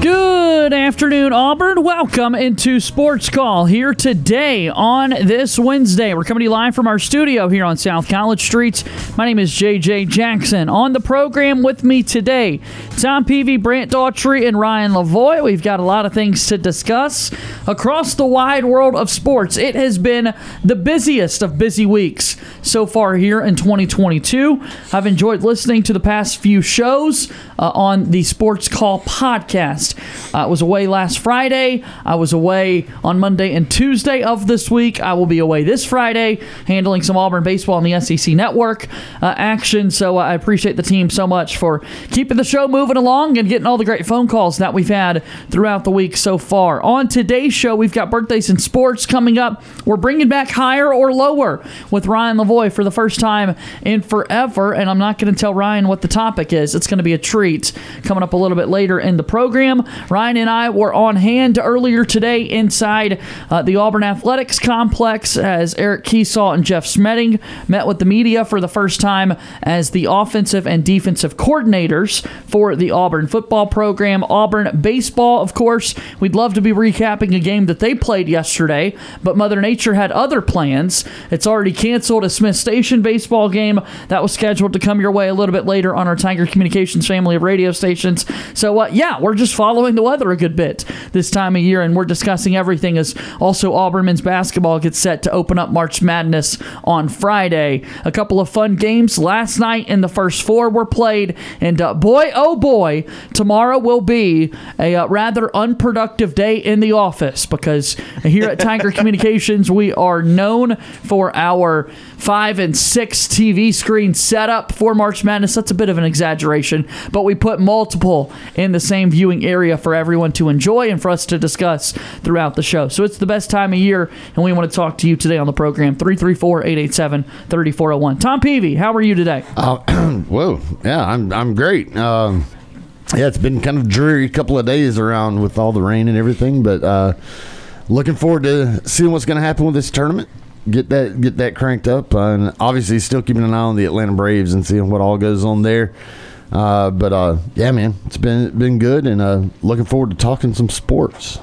Good afternoon, Auburn. Welcome into Sports Call here today on this Wednesday. We're coming to you live from our studio here on South College Street. My name is JJ Jackson. On the program with me today, Tom Peavy, Brant Daughtry, and Ryan Lavoy. We've got a lot of things to discuss across the wide world of sports. It has been the busiest of busy weeks so far here in 2022. I've enjoyed listening to the past few shows uh, on the Sports Call podcast. I was away last Friday. I was away on Monday and Tuesday of this week. I will be away this Friday handling some Auburn baseball on the SEC network uh, action. So I appreciate the team so much for keeping the show moving along and getting all the great phone calls that we've had throughout the week so far. On today's show, we've got birthdays in sports coming up. We're bringing back higher or lower with Ryan Lavoy for the first time in forever. And I'm not going to tell Ryan what the topic is. It's going to be a treat coming up a little bit later in the program. Ryan and I were on hand earlier today inside uh, the Auburn Athletics Complex as Eric Keesaw and Jeff Smetting met with the media for the first time as the offensive and defensive coordinators for the Auburn football program. Auburn baseball, of course, we'd love to be recapping a game that they played yesterday, but Mother Nature had other plans. It's already canceled a Smith Station baseball game that was scheduled to come your way a little bit later on our Tiger Communications family of radio stations. So, uh, yeah, we're just following the weather a good bit this time of year, and we're discussing everything as also Auburn men's basketball gets set to open up March Madness on Friday. A couple of fun games last night, and the first four were played. And uh, boy, oh boy, tomorrow will be a uh, rather unproductive day in the office because here at Tiger Communications, we are known for our five and six TV screen setup for March Madness. That's a bit of an exaggeration, but we put multiple in the same viewing area for everyone to enjoy and for us to discuss throughout the show. So it's the best time of year, and we want to talk to you today on the program 334 887 3401. Tom Peavy, how are you today? Uh, whoa, yeah, I'm I'm great. Um, yeah, it's been kind of dreary couple of days around with all the rain and everything, but uh, looking forward to seeing what's going to happen with this tournament. Get that get that cranked up, uh, and obviously still keeping an eye on the Atlanta Braves and seeing what all goes on there. Uh, but uh, yeah, man, it's been been good, and uh, looking forward to talking some sports.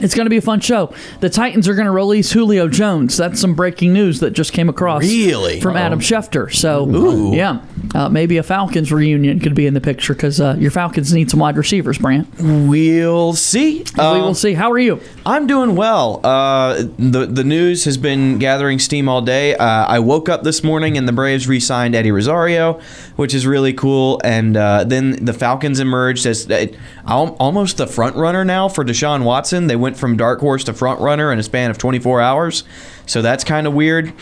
It's going to be a fun show. The Titans are going to release Julio Jones. That's some breaking news that just came across. Really? From Adam Schefter. So, yeah, uh, maybe a Falcons reunion could be in the picture because uh, your Falcons need some wide receivers, Brant. Mm. We'll see. Um, we will see. How are you? I'm doing well. Uh, the the news has been gathering steam all day. Uh, I woke up this morning and the Braves re-signed Eddie Rosario, which is really cool. And uh, then the Falcons emerged as uh, al- almost the front runner now for Deshaun Watson. They went from dark horse to front runner in a span of 24 hours, so that's kind of weird.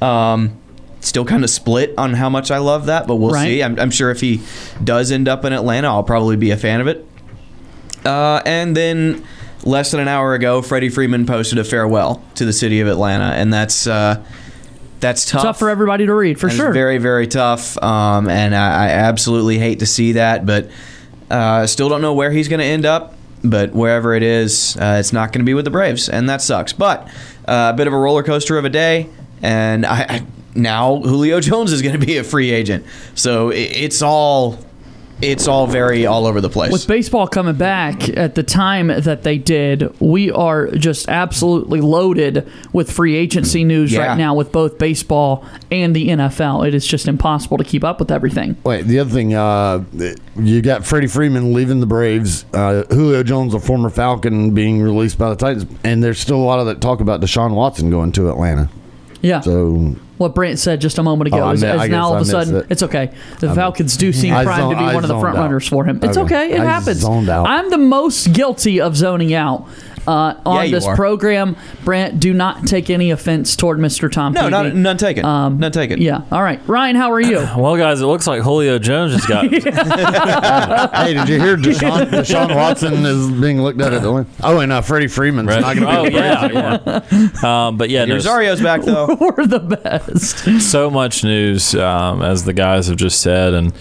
Um, still kind of split on how much I love that, but we'll Right. see. I'm, I'm sure if he does end up in Atlanta, I'll probably be a fan of it. Uh, and then less than an hour ago, Freddie Freeman posted a farewell to the city of Atlanta, and that's uh, that's tough. Tough for everybody to read, for That is sure. Very very tough. Um, and I, I absolutely hate to see that, but uh, still don't know where he's going to end up. But wherever it is, uh, it's not going to be with the Braves, and that sucks. But uh, a bit of a roller coaster of a day, and I, I now Julio Jones is going to be a free agent, so it, it's all it's all very all over the place. With baseball coming back at the time that they did, we are just absolutely loaded with free agency news Yeah. right now with both baseball and the NFL. It is just impossible to keep up with everything. Wait, the other thing, uh, you got Freddie Freeman leaving the Braves, uh, Julio Jones, a former Falcon, being released by the Titans, and there's still a lot of that talk about Deshaun Watson going to Atlanta. Yeah. So what Brant said just a moment ago. Oh, I is, mi- is I guess now all of I a missed sudden, it. it's okay. The Falcons do seem I primed to zoned- be I one of the zoned front out. runners for him. It's Okay. okay. It I happens. zoned out. I'm the most guilty of zoning out. Uh, on Yeah, you this are. program, Brant, do not take any offense toward Mr. Tom. No, Peavy. not, none taken. none taken. Yeah. All right, Ryan, how are you? Well, guys, it looks like Julio Jones has got. hey, did you hear Deshaun, Deshaun Watson is being looked at at the win? Oh, and uh, Freddie Freeman's not going to be. oh yeah, yeah. Um, but yeah, no, Rosario's back though. We're the best. so much news, um, as the guys have just said, and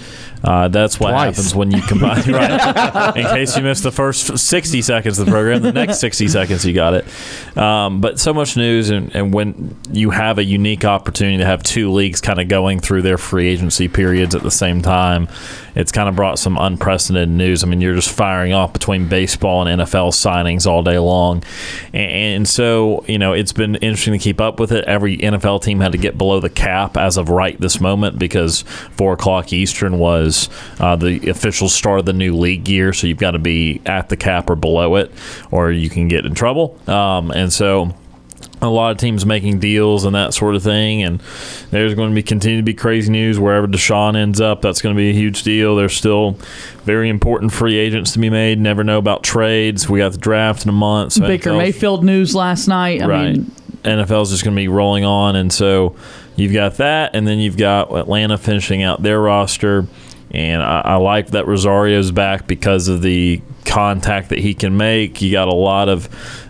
uh, that's what Twice. happens when you combine. right. In case you missed the first 60 seconds of the program, the next 60 seconds you got it. Um, but so much news, and, and when you have a unique opportunity to have two leagues kind of going through their free agency periods at the same time, it's kind of brought some unprecedented news. I mean, you're just firing off between baseball and NFL signings all day long. And, and so, you know, it's been interesting to keep up with it. Every NFL team had to get below the cap as of right this moment because 4 o'clock Eastern was uh, the official start of the new league year. So you've got to be at the cap or below it, or you can get in trouble. Um, and so a lot of teams making deals and that sort of thing. And there's going to be continue to be crazy news wherever Deshaun ends up. That's going to be a huge deal. There's still very important free agents to be made. Never know about trades. We got the draft in a month. So Baker NFL's Mayfield news last night. I right. mean, NFL's just going to be rolling on, and so you've got that, and then you've got Atlanta finishing out their roster. And I, I like that Rosario's back because of the contact that he can make. You got a lot of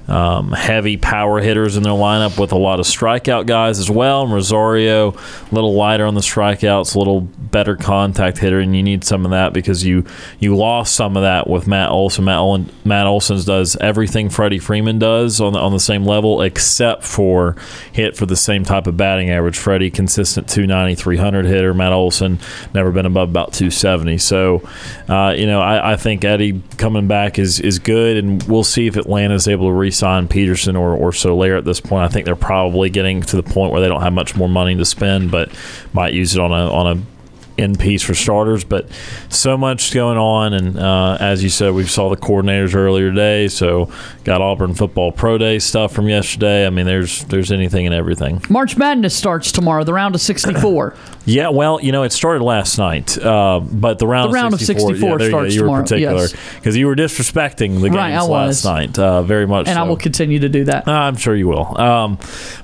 um, heavy power hitters in their lineup with a lot of strikeout guys as well. And Rosario, a little lighter on the strikeouts, a little better contact hitter, and you need some of that because you you lost some of that with Matt Olson. Matt, Olson Matt Olson does everything Freddie Freeman does on the, on the same level except for hit for the same type of batting average. Freddie consistent 290, 300 hitter. Matt Olson never been above about 270. So, uh, you know, I, I think Eddie coming back is is good, and we'll see if Atlanta's able to re-sign Peterson or or Solaire at this point. I think they're probably getting to the point where they don't have much more money to spend, but might use it on a on a in piece for starters, but so much going on. And uh, as you said, we saw the coordinators earlier today. So got Auburn football pro day stuff from yesterday. I mean, there's there's anything and everything. March Madness starts tomorrow, the round of 64. Yeah, well, you know, it started last night, uh, but the round, The round of of 64 64, yeah, there you go. starts you, were tomorrow, particular yes. because you were disrespecting the games Right, I was. last night uh, very much. and I so. will continue to do that. Uh, I'm sure you will. Um,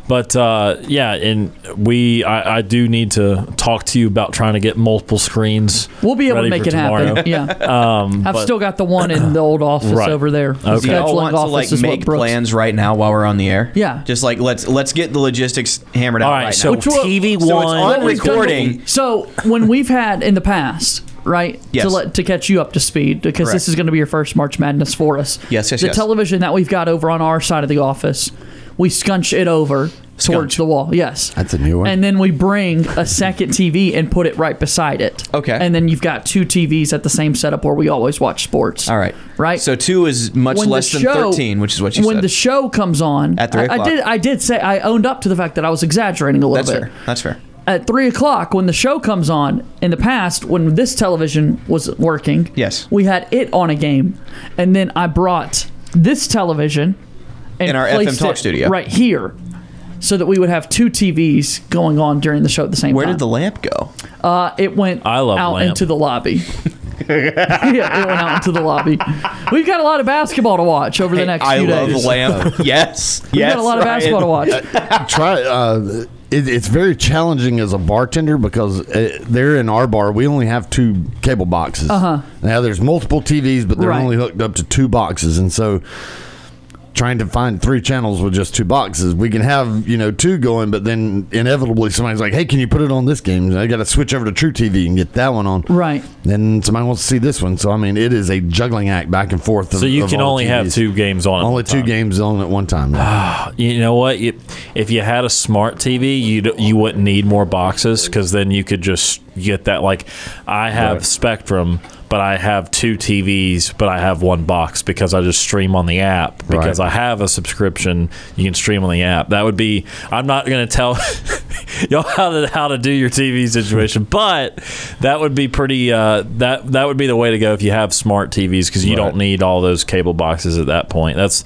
but uh, yeah, and we, I, I do need to talk to you about trying to get multiple screens. We'll be able to ready make for it happen. tomorrow. Yeah. Um, I've but- still got the one in the old office Right. over there. The Okay. Do y'all want scheduling to office like is make what Brooks. plans right now while we're on the air? Yeah. Just like let's let's get the logistics hammered out All right, right so now. Which will- TV So it's one. on What we've done recording. before- So when we've had in the past, right, to Yes. let to catch you up to speed, because Correct. this is going to be your first March Madness for us. Yes, yes, The yes. television that we've got over on our side of the office, we scunch it over towards Scunch. the wall. Yes, That's a new one. And then we bring a second TV and put it right beside it. Okay. And then you've got two TVs at the same setup where we always watch sports. All right. Right. So two is Uh, much When the less than show- thirteen, which is what you when said. the show comes on At three I, I o'clock. did. I did say I owned up to the fact that I was exaggerating a little That's bit. fair. That's fair. At three o'clock, when the show comes on, in the past, when this television was working, Yes. we had it on a game, and then I brought this television and In our FM placed talk it studio. right here. So that we would have two TVs going on during the show at the same Where time. did the lamp go? Uh, it went I love out lamp. into the lobby. yeah, it went out into the lobby. We've got a lot of basketball to watch over the next I few love days. lamp. yes. We've yes. got a lot of Ryan. basketball to watch. try. Uh, it, it's very challenging as a bartender because uh, there in our bar we only have two cable boxes. Uh-huh. Now there's multiple TVs, but they're Right. only hooked up to two boxes, and so trying to find three channels with just two boxes, we can have you know two going, but then inevitably somebody's like, "Hey, can you put it on this game?" And I got to switch over to True TV and get that one on. Right. Then somebody wants to see this one, so I mean, it is a juggling act back and forth. Of, So you of can all only have TVs. two games on. at Only one two time. games on at one time. You know what? You, if you had a smart TV, you you wouldn't need more boxes because then you could just get that. Like, I have Spectrum, but I have two TVs, but I have one box because I just stream on the app because Right. I have a subscription. You can stream on the app. That would be. I'm not going to tell y'all how to how to do your TV situation, but that would be pretty. Uh, that that would be the way to go if you have smart TVs because you don't need all those cable boxes at that point. That's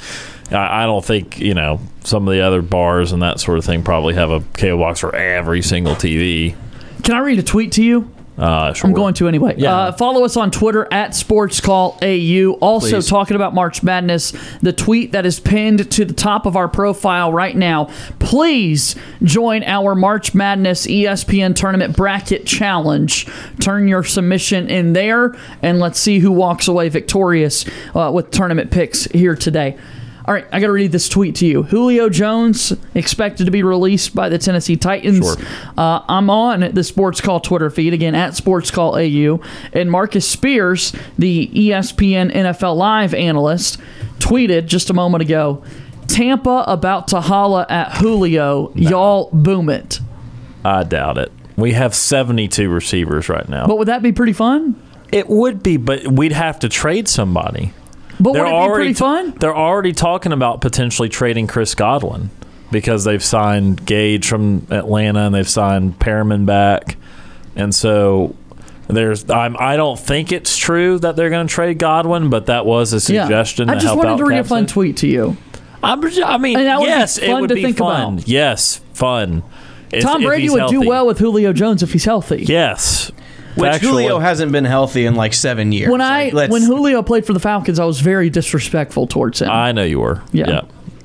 I, I don't think you know some of the other bars and that sort of thing probably have a cable box for every single TV. Can I read a tweet to you? Uh, I'm going to anyway. Yeah. Uh, follow us on Twitter at Sports Call AU. Also, Please. talking about March Madness, the tweet that is pinned to the top of our profile right now. Please join our March Madness E ESPN Tournament Bracket Challenge. Turn your submission in there, and let's see who walks away victorious uh, with tournament picks here today. All right, I got to read this tweet to you. Julio Jones expected to be released by the Tennessee Titans. Sure. Uh, I'm on the Sports Call Twitter feed again at Sports Call AU, and Marcus Spears, the E ESPN NFL Live analyst, tweeted just a moment ago: "Tampa about to holla at Julio, y'all boom it." I doubt it. We have 72 receivers right now. But would that be pretty fun? it would be, but we'd have to trade somebody. But would it be already pretty fun? They're already talking about potentially trading Chris Godwin because they've signed Gage from Atlanta and they've signed Perriman back, and so there's. I'm, I don't think it's true that they're going to trade Godwin, but that was a suggestion. Yeah. I to just help wanted out to read a Capson. fun tweet to you. I'm just- I mean, And that would be yes, it fun would to be think fun. about. Yes, fun. If- Tom if Brady he's would do healthy. well with Julio Jones if he's healthy. Yes, Which Factually. Julio hasn't been healthy in like seven years. When I Like, let's- when Julio played for the Falcons, I was very disrespectful towards him. I know you were. Yeah.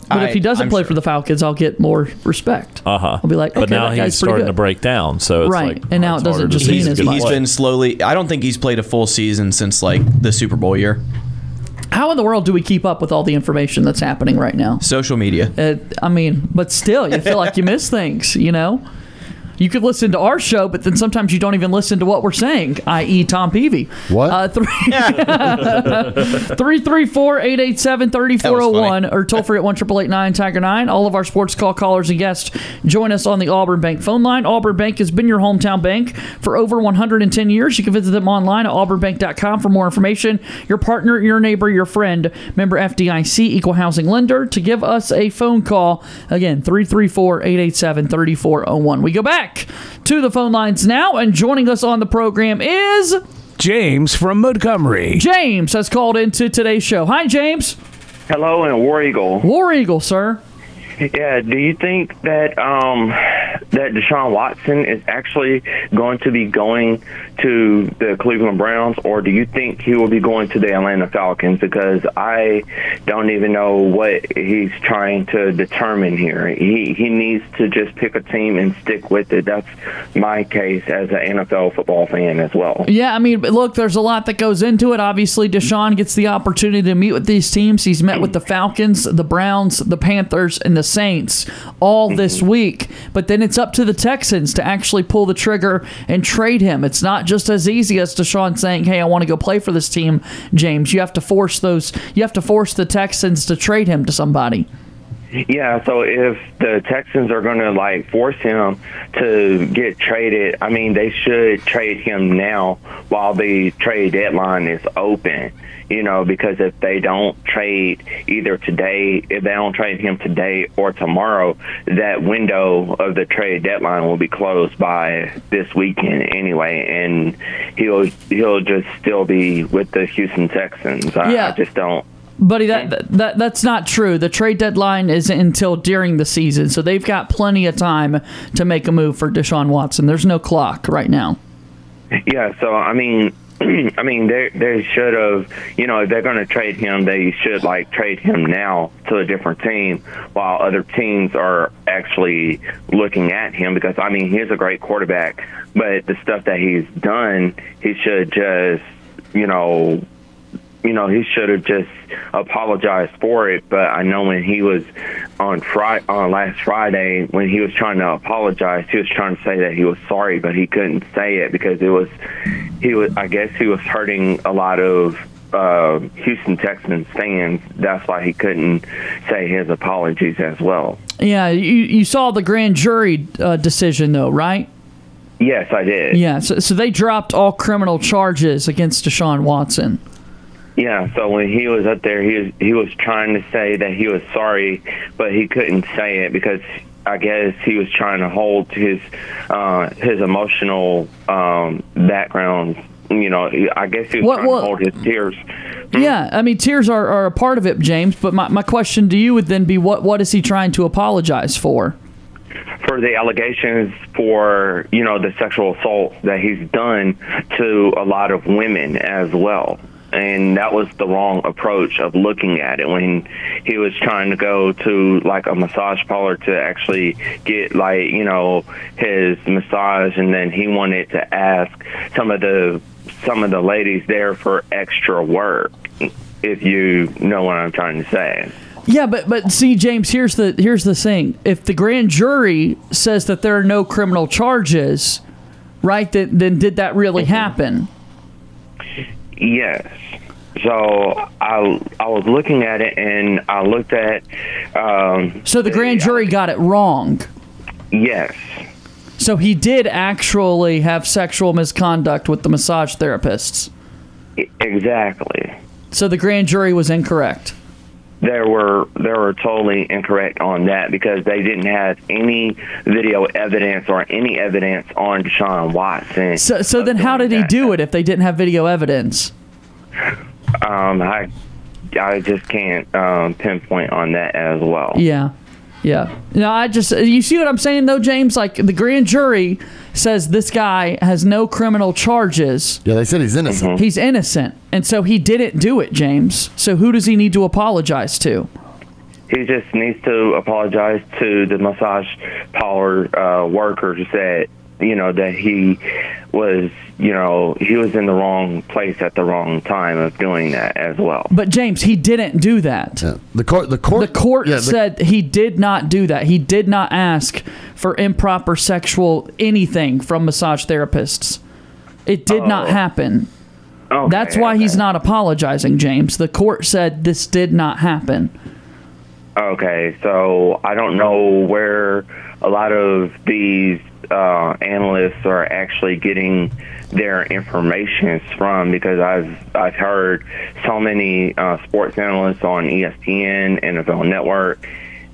but if I- he doesn't I'm play sure. for the Falcons, I'll get more respect. Uh huh. I'll be like, okay, but now that guy's he's pretty starting good. to break down. So Oh, it's Right, like, and now it it's doesn't harder to just see mean he's, as good much. he's play. been slowly. I don't think he's played a full season since like the Super Bowl year. How in the world do we keep up with all the information that's happening right now? Social media. Uh, I mean, but still, you feel like you miss things, you know? You could listen to our show, but then sometimes you don't even listen to what we're saying, i.e., Tom Peavy. What? Uh, three, 334 887 3401 or toll free at 1 Tiger 9. All of our sports call callers and guests join us on the Auburn Bank phone line. Auburn Bank has been your hometown bank for over 110 years. You can visit them online at auburnbank.com for more information. Your partner, your neighbor, your friend, member FDIC, equal housing lender. To give us a phone call, again, 334 887 3401. We go back to the phone lines now, and joining us on the program is. James from Montgomery. James has called into today's show. Hi, James. Hello and War Eagle. War Eagle, sir. Yeah, do you think that um that Deshaun Watson is actually going to be going to the Cleveland Browns or do you think he will be going to the Atlanta Falcons because I don't even know what he's trying to determine here. He he needs to just pick a team and stick with it. That's my case as an NFL football fan as well. Yeah, I mean, but look, there's a lot that goes into it. Obviously, Deshaun gets the opportunity to meet with these teams. He's met with the Falcons, the Browns, the Panthers, and the Saints all Mm-hmm. this week. But then it's up to the Texans to actually pull the trigger and trade him. It's not just as easy as Deshaun saying, "Hey, I want to go play for this team." James, you have to force those. You have to force the Texans to trade him to somebody. Yeah, so if the Texans are going to like force him to get traded, I mean, they should trade him now while the trade deadline is open, you know, because if they don't trade either today, if they don't trade him today or tomorrow, that window of the trade deadline will be closed by this weekend anyway, and he'll he'll just still be with the Houston Texans. I, Yeah. I just don't Buddy, that, that that's not true. The trade deadline is until during the season, so they've got plenty of time to make a move for Deshaun Watson. There's no clock right now. Yeah, so I mean, I mean, they they should have, you know, if they're going to trade him, they should like trade him now to a different team, while other teams are actually looking at him because I mean, he's a great quarterback, but the stuff that he's done, he should just, you know, you know, he should have just apologized for it. But I know when he was on Friday, on last Friday, when he was trying to apologize, he was trying to say that he was sorry, but he couldn't say it because it was he was. I guess he was hurting a lot of uh, Houston Texans fans. That's why he couldn't say his apologies as well. Yeah, you, you saw the grand jury uh, decision though, right? Yes, I did. Yeah, so, so they dropped all criminal charges against Deshaun Watson. Yeah, so when he was up there, he was he was trying to say that he was sorry, but he couldn't say it because I guess he was trying to hold his uh, his emotional um, background, you you know, I guess he was What- trying what- to hold his tears. Yeah, I mean, tears are, are a part of it, James. But my, my question to you would then be, what what is he trying to apologize for? for the allegations for you know the sexual assault that he's done to a lot of women as well and that was the wrong approach of looking at it when he was trying to go to like a massage parlor to actually get like you know his massage and then he wanted to ask some of the some of the ladies there for extra work if you know what I'm trying to say Yeah, but but see, James, here's the here's the thing. If the grand jury says that there are no criminal charges, right? Then then did that really Mm-hmm. happen? Yes. So I I was looking at it and I looked at um, So the grand jury got it wrong. yes So he did actually have sexual misconduct with the massage therapists. e- exactly. So the grand jury was incorrect. They were they were totally incorrect on that because they didn't have any video evidence or any evidence on Deshaun Watson. So Uh, so then how did he do it if they didn't have video evidence? Um, I I just can't um, pinpoint on that as well. Yeah. Yeah. No, I just you see what I'm saying though, James? Like the grand jury says this guy has no criminal charges. Yeah, they said he's innocent. He's innocent. And so he didn't do it, James. So who does he need to apologize to? He just needs to apologize to the massage parlor uh, workers that you know that he was you know he was in the wrong place at the wrong time of doing that as well. But James, he didn't do that. Yeah. The court, the court, The court yeah, the- said he did not do that. He did not ask for improper sexual anything from massage therapists. It did not happen. Oh. Okay, That's why he's okay. not apologizing, James. The court said this did not happen. Okay, so I don't know where a lot of these uh, analysts are actually getting their information from because I've I've heard so many uh, sports analysts on E ESPN, NFL Network,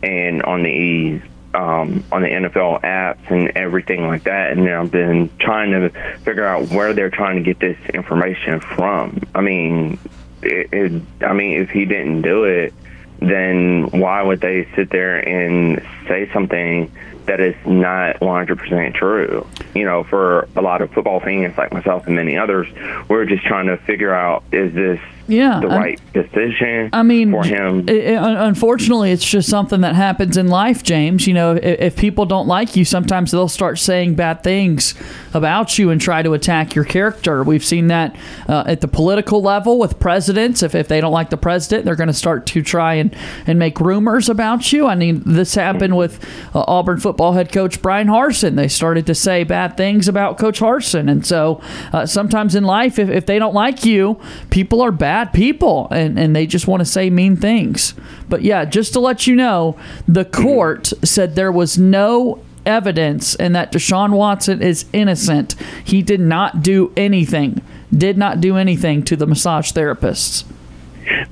and on the um, on the NFL apps and everything like that, and I've been trying to figure out where they're trying to get this information from. I mean, it, it, I mean, if he didn't do it, then why would they sit there and say something that is not 100% true? You know, for a lot of football fans like myself and many others, we're just trying to figure out is this Yeah, the I'm- right decision I mean, for him? it- it- un- unfortunately, it's just something that happens in life, James. You know, if, if people don't like you, sometimes they'll start saying bad things about you and try to attack your character. We've seen that uh, at the political level with presidents. If, if they don't like the president, they're going to start to try and, and make rumors about you. I mean, this happened with uh, Auburn football head coach Brian Harson. They started to say bad things about Coach Harson. And so uh, sometimes in life, if, if they don't like you, people are bad people and, and they just want to say mean things. But yeah, just to let you know, the court said there was no evidence and that Deshaun Watson is innocent. He did not do anything, did not do anything to the massage therapists.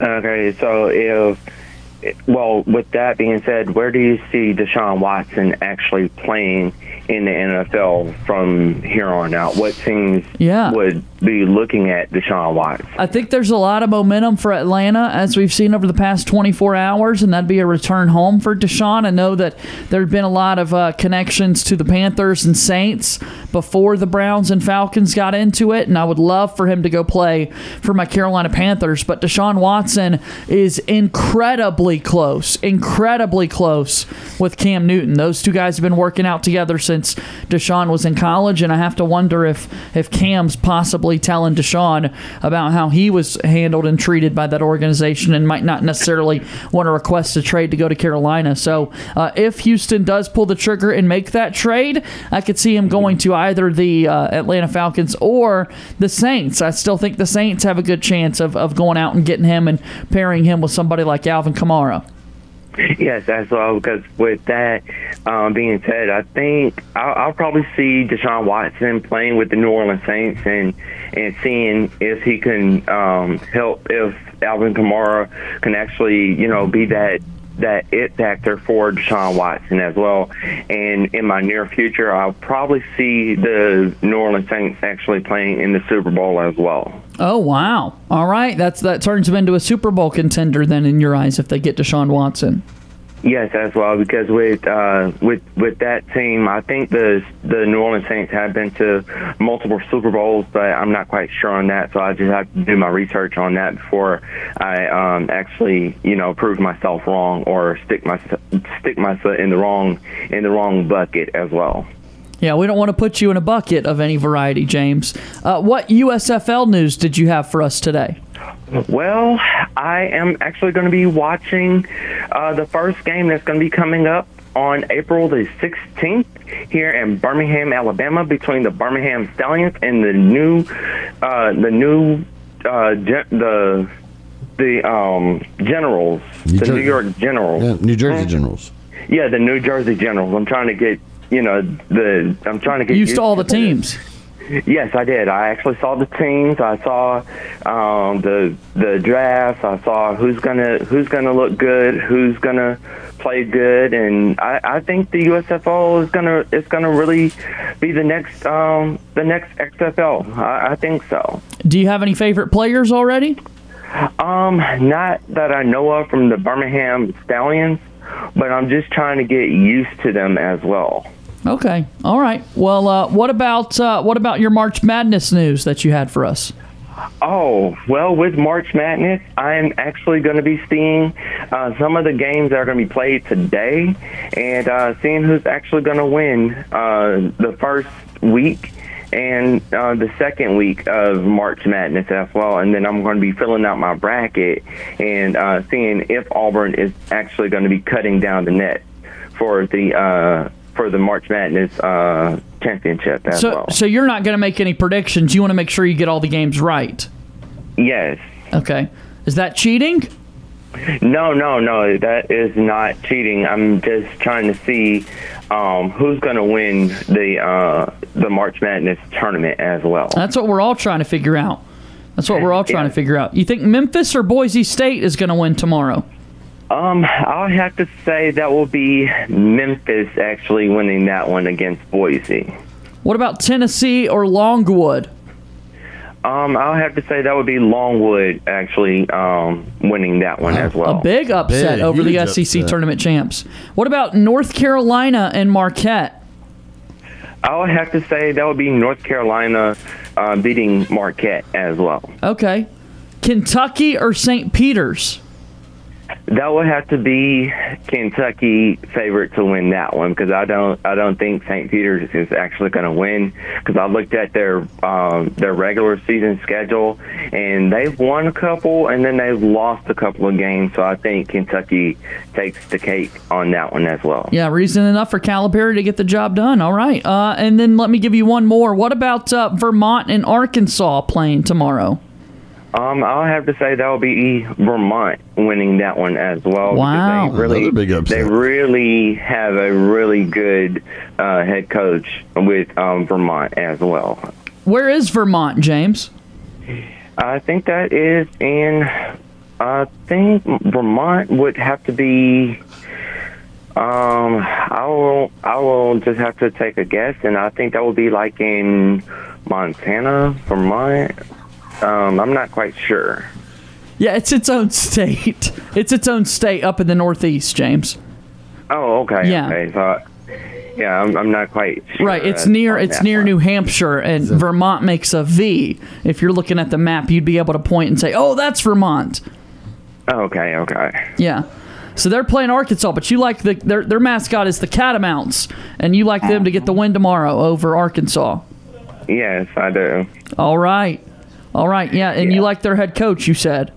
Okay, so if well, with that being said, where do you see Deshaun Watson actually playing in the NFL from here on out? What teams Yeah. would be looking at Deshaun Watson? I think there's a lot of momentum for Atlanta as we've seen over the past 24 hours, and that'd be a return home for Deshaun. I know that there'd been a lot of uh, connections to the Panthers and Saints before the Browns and Falcons got into it, and I would love for him to go play for my Carolina Panthers. But Deshaun Watson is incredibly close, incredibly close with Cam Newton. Those two guys have been working out together since Deshaun was in college, and I have to wonder if if Cam's possibly telling Deshaun about how he was handled and treated by that organization, and might not necessarily want to request a trade to go to Carolina. So, uh, if Houston does pull the trigger and make that trade, I could see him going to either the uh, Atlanta Falcons or the Saints. I still think the Saints have a good chance of, of going out and getting him and pairing him with somebody like Alvin Kamara. Yes, as well. Because with that um, being said, I think I'll, I'll probably see Deshaun Watson playing with the New Orleans Saints and and seeing if he can um, help if Alvin Kamara can actually you know be that that it factor for Deshaun Watson as well. And in my near future, I'll probably see the New Orleans Saints actually playing in the Super Bowl as well. Oh wow! All right, that's that turns them into a Super Bowl contender then in your eyes if they get Deshaun Watson. Yes, as well, because with uh, with with that team, I think the the New Orleans Saints have been to multiple Super Bowls, but I'm not quite sure on that. So I just have to do my research on that before I um, actually, you know, prove myself wrong or stick my stick myself in the wrong in the wrong bucket as well. Yeah, we don't want to put you in a bucket of any variety, James. Uh, what USFL news did you have for us today? Well, I am actually going to be watching uh, the first game that's going to be coming up on April the 16th here in Birmingham, Alabama, between the Birmingham Stallions and the new, uh, the new, uh, gen- the the um, Generals, New the Jer- New York Generals. Yeah, New Jersey Generals. Yeah, the New Jersey Generals. I'm trying to get you know the I'm trying to get Used to all the teams. teams. Yes, I did. I actually saw the teams. I saw um, the the draft. I saw who's gonna who's gonna look good, who's gonna play good, and I, I think the USFL is gonna is gonna really be the next um, the next XFL. I, I think so. Do you have any favorite players already? Um, not that I know of from the Birmingham Stallions, but I'm just trying to get used to them as well. Okay, all right. Well, uh, what about uh, what about your March Madness news that you had for us? Oh, well, with March Madness, I'm actually going to be seeing uh, some of the games that are going to be played today and uh, seeing who's actually going to win uh, the first week and uh, the second week of March Madness as well. And then I'm going to be filling out my bracket and uh, seeing if Auburn is actually going to be cutting down the net for the. Uh, for the March Madness uh, championship as So, well. so you're not going to make any predictions. You want to make sure you get all the games right. yes. Okay, is that cheating? No, no, no. That is not cheating. I'm just trying to see um, who's going to win the uh, the March Madness tournament as well. That's what we're all trying to figure out. That's what we're all trying Yeah. to figure out. You think Memphis or Boise State is going to win tomorrow? Um, I'll have to say that will be Memphis actually winning that one against Boise. What about Tennessee or Longwood? Um, I'll have to say that would be Longwood actually um, winning that one as well. A big upset Big, over the huge SEC upset. tournament champs. What about North Carolina and Marquette? I'll have to say that would be North Carolina uh, beating Marquette as well. Okay. Kentucky or St. Peter's? That would have to be Kentucky favorite to win that one because I don't I don't think St. Peter's is actually going to win because I looked at their um, their regular season schedule and they've won a couple and then they've lost a couple of games so I think Kentucky takes the cake on that one as well. Yeah, reason enough for Calipari to get the job done. All right. Uh, and then let me give you one more. What about uh, Vermont and Arkansas playing tomorrow? Um, I'll have to say that will be Vermont winning that one as well. because Wow. they really, Another big upset. They really have a really good uh, head coach with um, Vermont as well. Where is Vermont, James? I think that is in. uh, I think Vermont would have to be. Um, I will. I will just have to take a guess, and I think that would be like in Montana, Vermont. Um, I'm not quite sure. Yeah, it's its own state. It's its own state up in the Northeast, James. Oh, okay. Yeah. Okay. So, yeah, I'm, I'm not quite. Sure uh, Right, it's near on it's that near one. New Hampshire and Vermont makes a V. If you're looking at the map, you'd be able to point and say, "Oh, that's Vermont." Oh, Okay. Okay. Yeah. So they're playing Arkansas, but you like the their their mascot is the Catamounts and you like them to get the win tomorrow over Arkansas. Yes, I do. All right. All right. Yeah, and you Yeah. like their head coach, you said.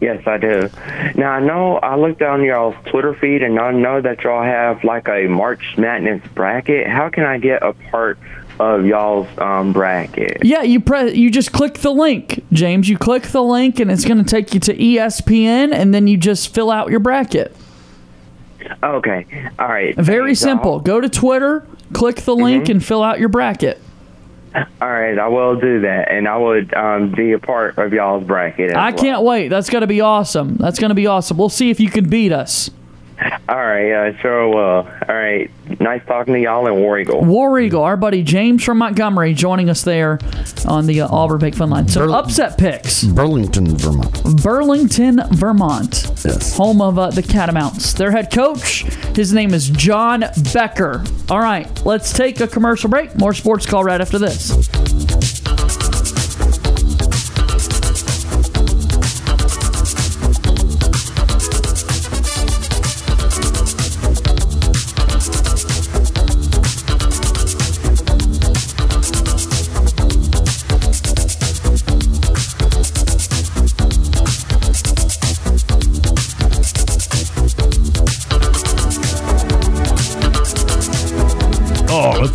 Yes, I do. Now I know I looked on y'all's Twitter feed, and I know that y'all have like a March Madness bracket. How can I get a part of y'all's um, bracket? Yeah, you press you just click the link, James. You click the link and it's going to take you to E ESPN and then you just fill out your bracket. Okay, all right. Very Thanks, y'all. simple. Go to Twitter, click the link Mm-hmm. and fill out your bracket. All right, I will do that, and I would um, be a part of y'all's bracket. As I well. can't wait. That's going to be awesome. That's going to be awesome. We'll see if you can beat us. All right, yeah, uh, sure will. All right, nice talking to y'all and War Eagle. War Eagle, our buddy James from Montgomery, joining us there on the uh, Auburn Pick Fun Line. So Burl- upset picks. Burlington, Vermont. Burlington, Vermont. Yes. Home of uh, the Catamounts. Their head coach, his name is John Becker. All right, let's take a commercial break. More sports call right after this. All of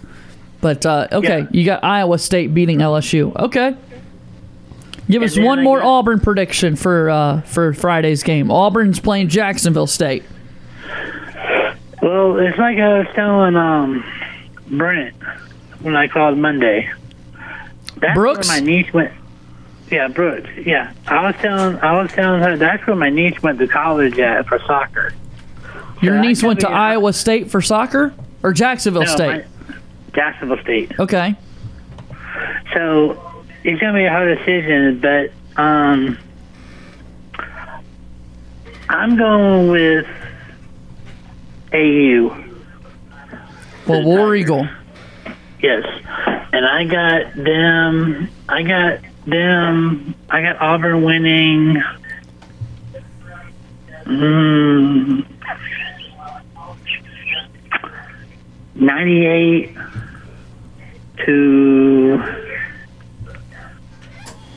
But, uh, okay, Yeah. you got Iowa State beating LSU. Okay. Give us then uh, one I more got- Auburn prediction for uh, for Friday's game. Auburn's playing Jacksonville State. Well, it's like I was telling um, Brent when I called Monday. That's Brooks? where my niece went. Yeah, Brooks. Yeah, I was telling I was telling her that's where my niece went to college at for soccer. Your Yeah, niece I went to know, yeah. Iowa State for soccer or Jacksonville No, State? my- Jacksonville State. Okay. So it's gonna be a hard decision, but um, I'm going with AU. Well, War Eagle. Yes, and I got them. I got them. I got Auburn winning. Mm, 98 to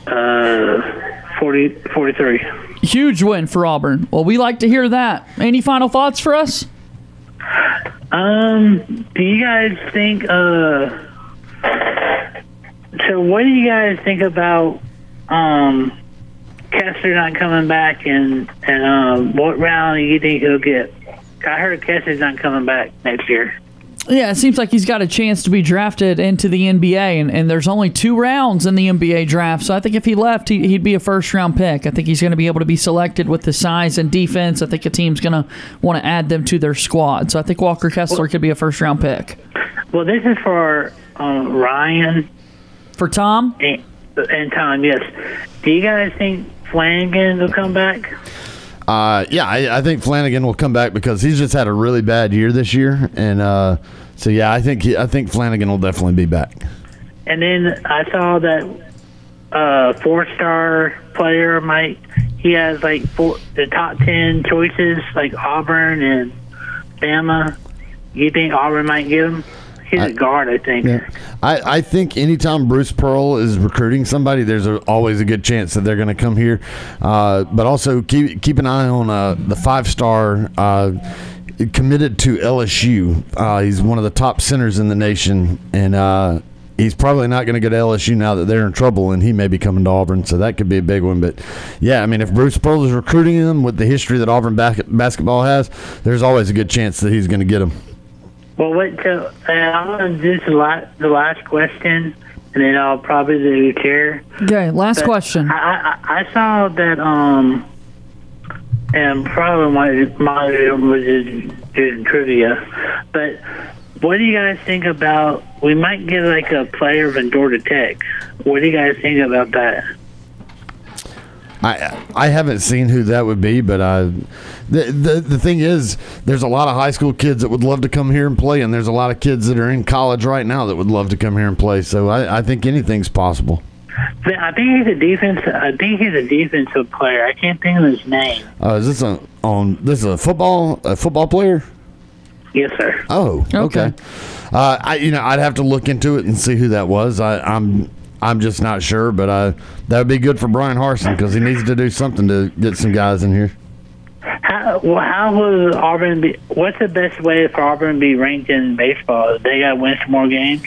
uh, 40, 43. Huge win for Auburn. Well, we like to hear that. Any final thoughts for us? Um, do you guys think, uh, so what do you guys think about, um, Kessler not coming back and, and, um, what round do you think he'll get? I heard Kessler's not coming back next year. Yeah, it seems like he's got a chance to be drafted into the NBA, and, and there's only two rounds in the NBA draft. So I think if he left, he, he'd be a first round pick. I think he's going to be able to be selected with the size and defense. I think a team's going to want to add them to their squad. So I think Walker Kessler could be a first round pick. Well, this is for, um, Ryan For Tom, and, and Tom, yes. Do you guys think Flanagan will come back? Uh, yeah, I, I think Flanagan will come back because he's just had a really bad year this year, and uh, so yeah, I think he, I think Flanagan will definitely be back. And then I saw that uh, four-star player might he has like four, the top ten choices like Auburn and Bama. You think Auburn might get him? He's a guard, I think. Yeah. I, I think anytime Bruce Pearl is recruiting somebody, there's a, always a good chance that they're going to come here. Uh, but also keep keep an eye on uh, the five star uh, committed to LSU. Uh, he's one of the top centers in the nation, and uh, he's probably not going to go to LSU now that they're in trouble, and he may be coming to Auburn. So that could be a big one. But yeah, I mean, if Bruce Pearl is recruiting him with the history that Auburn bas- basketball has, there's always a good chance that he's going to get him. Well, what? So uh, I'm gonna do the last, the last question, and then I'll probably do the chair. okay, last But question. I, I, I saw that, um, and probably my, my was just did trivia, but what do you guys think about? We might get like a player of Endorta Tech. What do you guys think about that? I I haven't seen who that would be, but I, the, the the thing is, there's a lot of high school kids that would love to come here and play, and there's a lot of kids that are in college right now that would love to come here and play. So I, I think anything's possible. But I think he's a defense. I think he's a defensive player. I can't think of his name. Uh, is this a on this is a football a football player? Yes, sir. Oh, Okay. okay. Uh, I you know I'd have to look into it and see who that was. I, I'm I'm just not sure, but uh, that would be good for Brian Harson because he needs to do something to get some guys in here. How, well, how will Auburn be? What's the best way for Auburn to be ranked in baseball? They got to win some more games.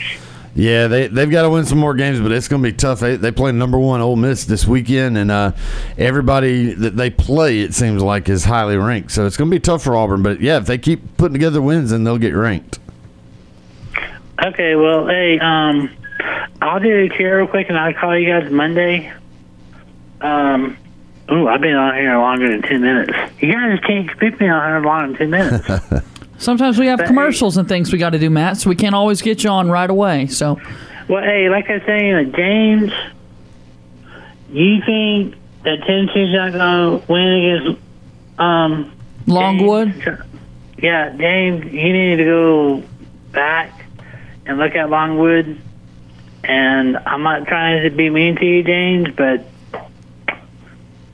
Yeah, they they've got to win some more games, but it's going to be tough. They, they play number one Ole Miss this weekend, and uh, everybody that they play, it seems like, is highly ranked. So it's going to be tough for Auburn. But yeah, if they keep putting together wins, then they'll get ranked. Okay, well, hey, um, I'll do it here real quick, and I'll call you guys Monday. Um, ooh, I've been on here longer than ten minutes. You guys can't keep me on here longer than ten minutes. Sometimes we have Hey. commercials and things we got to do, Matt, so we can't always get you on right away. So well, hey, like I was saying, uh, James, you think that Tennessee's not gonna win against um Longwood. James, yeah, James, you need to go back and look at Longwood. And I'm not trying to be mean to you, James, but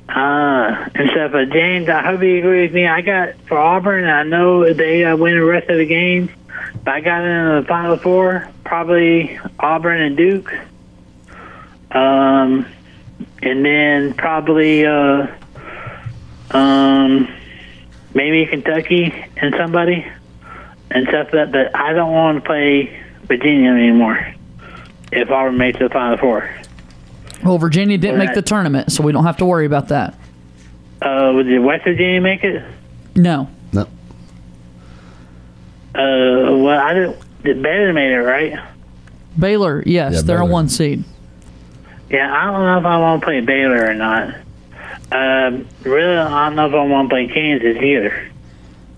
uh, and stuff. But James, I hope you agree with me. I got for Auburn. I know they uh, win the rest of the games, but I got in the Final Four, probably Auburn and Duke. Um, and then probably uh, um, maybe Kentucky and somebody and stuff like that. But I don't want to play Virginia anymore. If Auburn makes the Final Four, Well, Virginia didn't make Right. the tournament, so we don't have to worry about that. uh, would the West Virginia make it? No. No. Uh, well, I don't. the Baylor made it, right? Baylor, yes, Yeah, they're a Baylor. one seed. Yeah, I don't know if I want to play Baylor or not. Um, really, I don't know if I want to play Kansas either.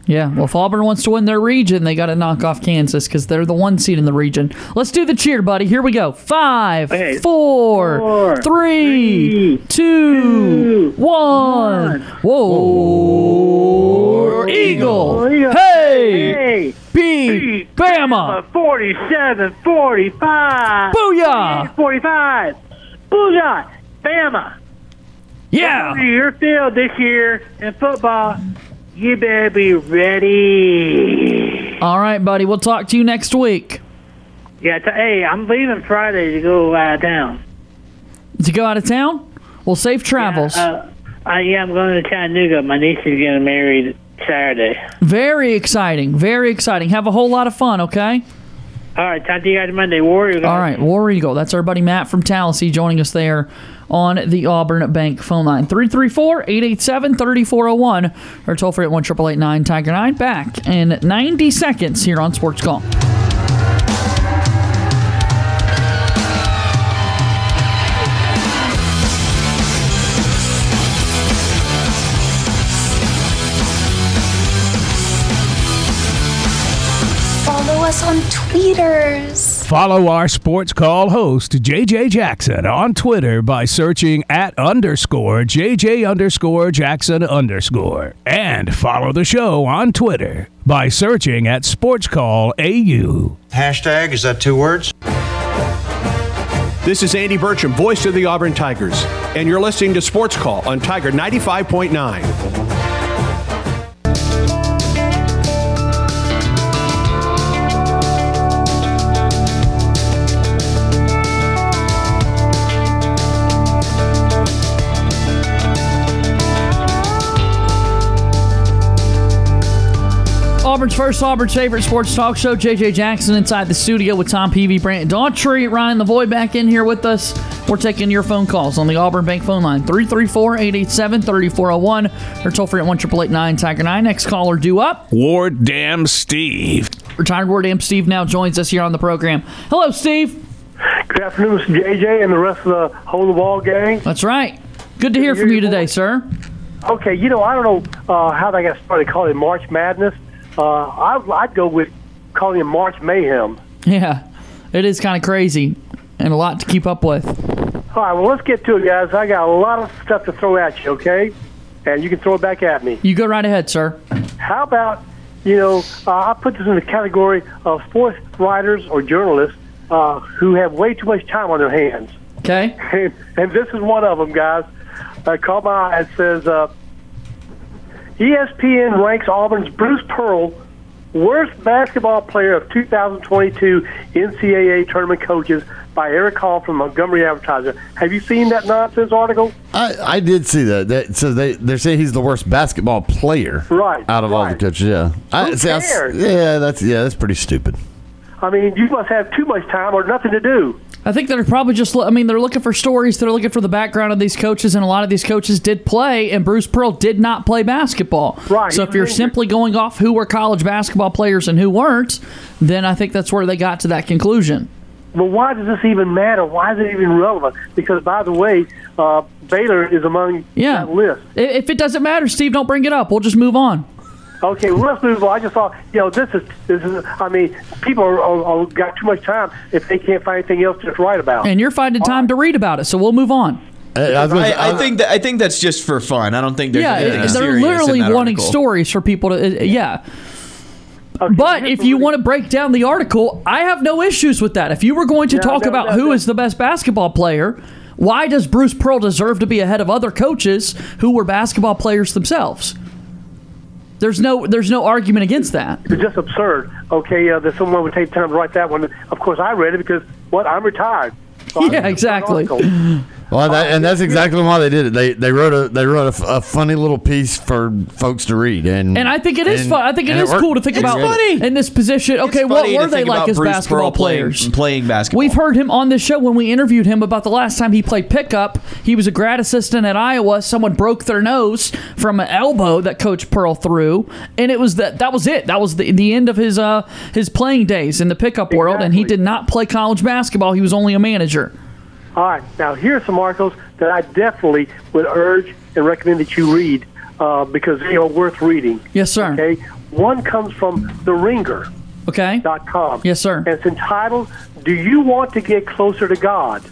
Yeah, well, if Auburn wants to win their region, they got to knock off Kansas because they're the one seed in the region. Let's do the cheer, buddy. Here we go. Five, Okay. four, Four, three, three, two, two, one. one. Whoa, Eagle! Eagle. Hey, Hey, beat Bama! 47, 45, Booyah! 45, Booyah, Bama. Ah. Yeah, Your field this year in football, you better be ready. all right, buddy. We'll talk to you next week Yeah, t- hey, I'm leaving Friday to go out of town. to go out of town. Well, safe travels. Uh, I, yeah, I'm going to Chattanooga. My niece is getting married Saturday. very exciting, very exciting. Have a whole lot of fun, okay? All right, talk to you guys Monday. Warriors. All right, War Eagle. That's our buddy Matt from Tallahassee joining us there on the Auburn Bank phone line 334 887 3401 or toll free at 1 888 Tiger 9. Back in 90 seconds here on Sports Call. Follow us on tweeters. Follow our sports call host, JJ Jackson, on Twitter by searching at underscore JJ underscore Jackson underscore. And follow the show on Twitter by searching at sports call AU. Hashtag, is that two words? This is Andy Bertram, voice of the Auburn Tigers, and you're listening to Sports Call on Tiger 95.9. Auburn's first Auburn's favorite sports talk show, JJ Jackson inside the studio with Tom Peavy, Brant Daughtry, Ryan Lavoy back in here with us. We're taking your phone calls on the Auburn Bank phone line, 334-887-3401 or toll free at 1 Tiger 9. Next caller due up. Ward Damn Steve. Retired Ward Amp Steve now joins us here on the program. Hello, Steve. Good afternoon, Mr. JJ and the rest of the whole ball gang. That's right. Good to hear from you today, sir. Okay, you know, I don't know uh, how they got started calling it March Madness. Uh, I, I'd go with calling it March Mayhem. Yeah, it is kind of crazy and a lot to keep up with. All right, well, let's get to it, guys. I got a lot of stuff to throw at you, okay? And you can throw it back at me. You go right ahead, sir. How about, you know, uh, I put this in the category of sports writers or journalists uh, who have way too much time on their hands. Okay. and, and this is one of them, guys. Uh, caught my eye. It says uh, E ESPN ranks Auburn's Bruce Pearl worst basketball player of 2022 NCAA tournament coaches by Eric Hall from Montgomery Advertiser. Have you seen that nonsense article? I, I did see that. that so they they're saying he's the worst basketball player, Right, Out of all the right. coaches, yeah. I, Who see, I s- cares? yeah, that's yeah, that's pretty stupid. I mean, you must have too much time or nothing to do. I think they're probably just. I mean, they're looking for stories. They're looking for the background of these coaches, and a lot of these coaches did play, and Bruce Pearl did not play basketball. Right. So if you're simply going off who were college basketball players and who weren't, then I think that's where they got to that conclusion. But why does this even matter? Why is it even relevant? Because, by the way, uh, Baylor is among Yeah. that list. I- If it doesn't matter, Steve, don't bring it up. We'll just move on. Okay, well, let's move on. I just thought, you know, this is this is. I mean, people are, are, are got too much time if they can't find anything else to write about. And you're finding time to read about it, so we'll move on. was gonna I, say- I think that I think that's just for fun. I don't think there's yeah, anything it- they're serious in literally that wanting article. stories for people to. uh, yeah. but if you want to break down the article, I have no issues with that. If you were going to talk about who is the best basketball player, why does Bruce Pearl deserve to be ahead of other coaches who were basketball players themselves? There's no there's no argument against that. It's just absurd. Okay, uh, that someone would take time to write that one. Of course, I read it because what? I'm retired. So I read yeah, the exactly. article. Well, Oh, that, and that's exactly why they did it. They they wrote a they wrote a f- a, funny little piece for folks to read, and And I think it is and- fun. I think it and is worked. cool to think about in this position. Okay, It's what funny were to they think like about as Bruce Pearl basketball playing- players? playing basketball? We've heard him on this show when we interviewed him about the last time he played pickup. He was a grad assistant at Iowa. Someone broke their nose from an elbow that Coach Pearl threw, and it was that. That was it. That was the, the end of his uh his playing days in the pickup world. And he did not play college basketball. He was only a manager. All right, now here are some articles that I definitely would urge and recommend that you read uh, because they are worth reading. Yes, sir. Okay, one comes from The Ringer. Okay. Dot com. Yes, sir. And it's entitled "Do You Want to Get Closer to God?"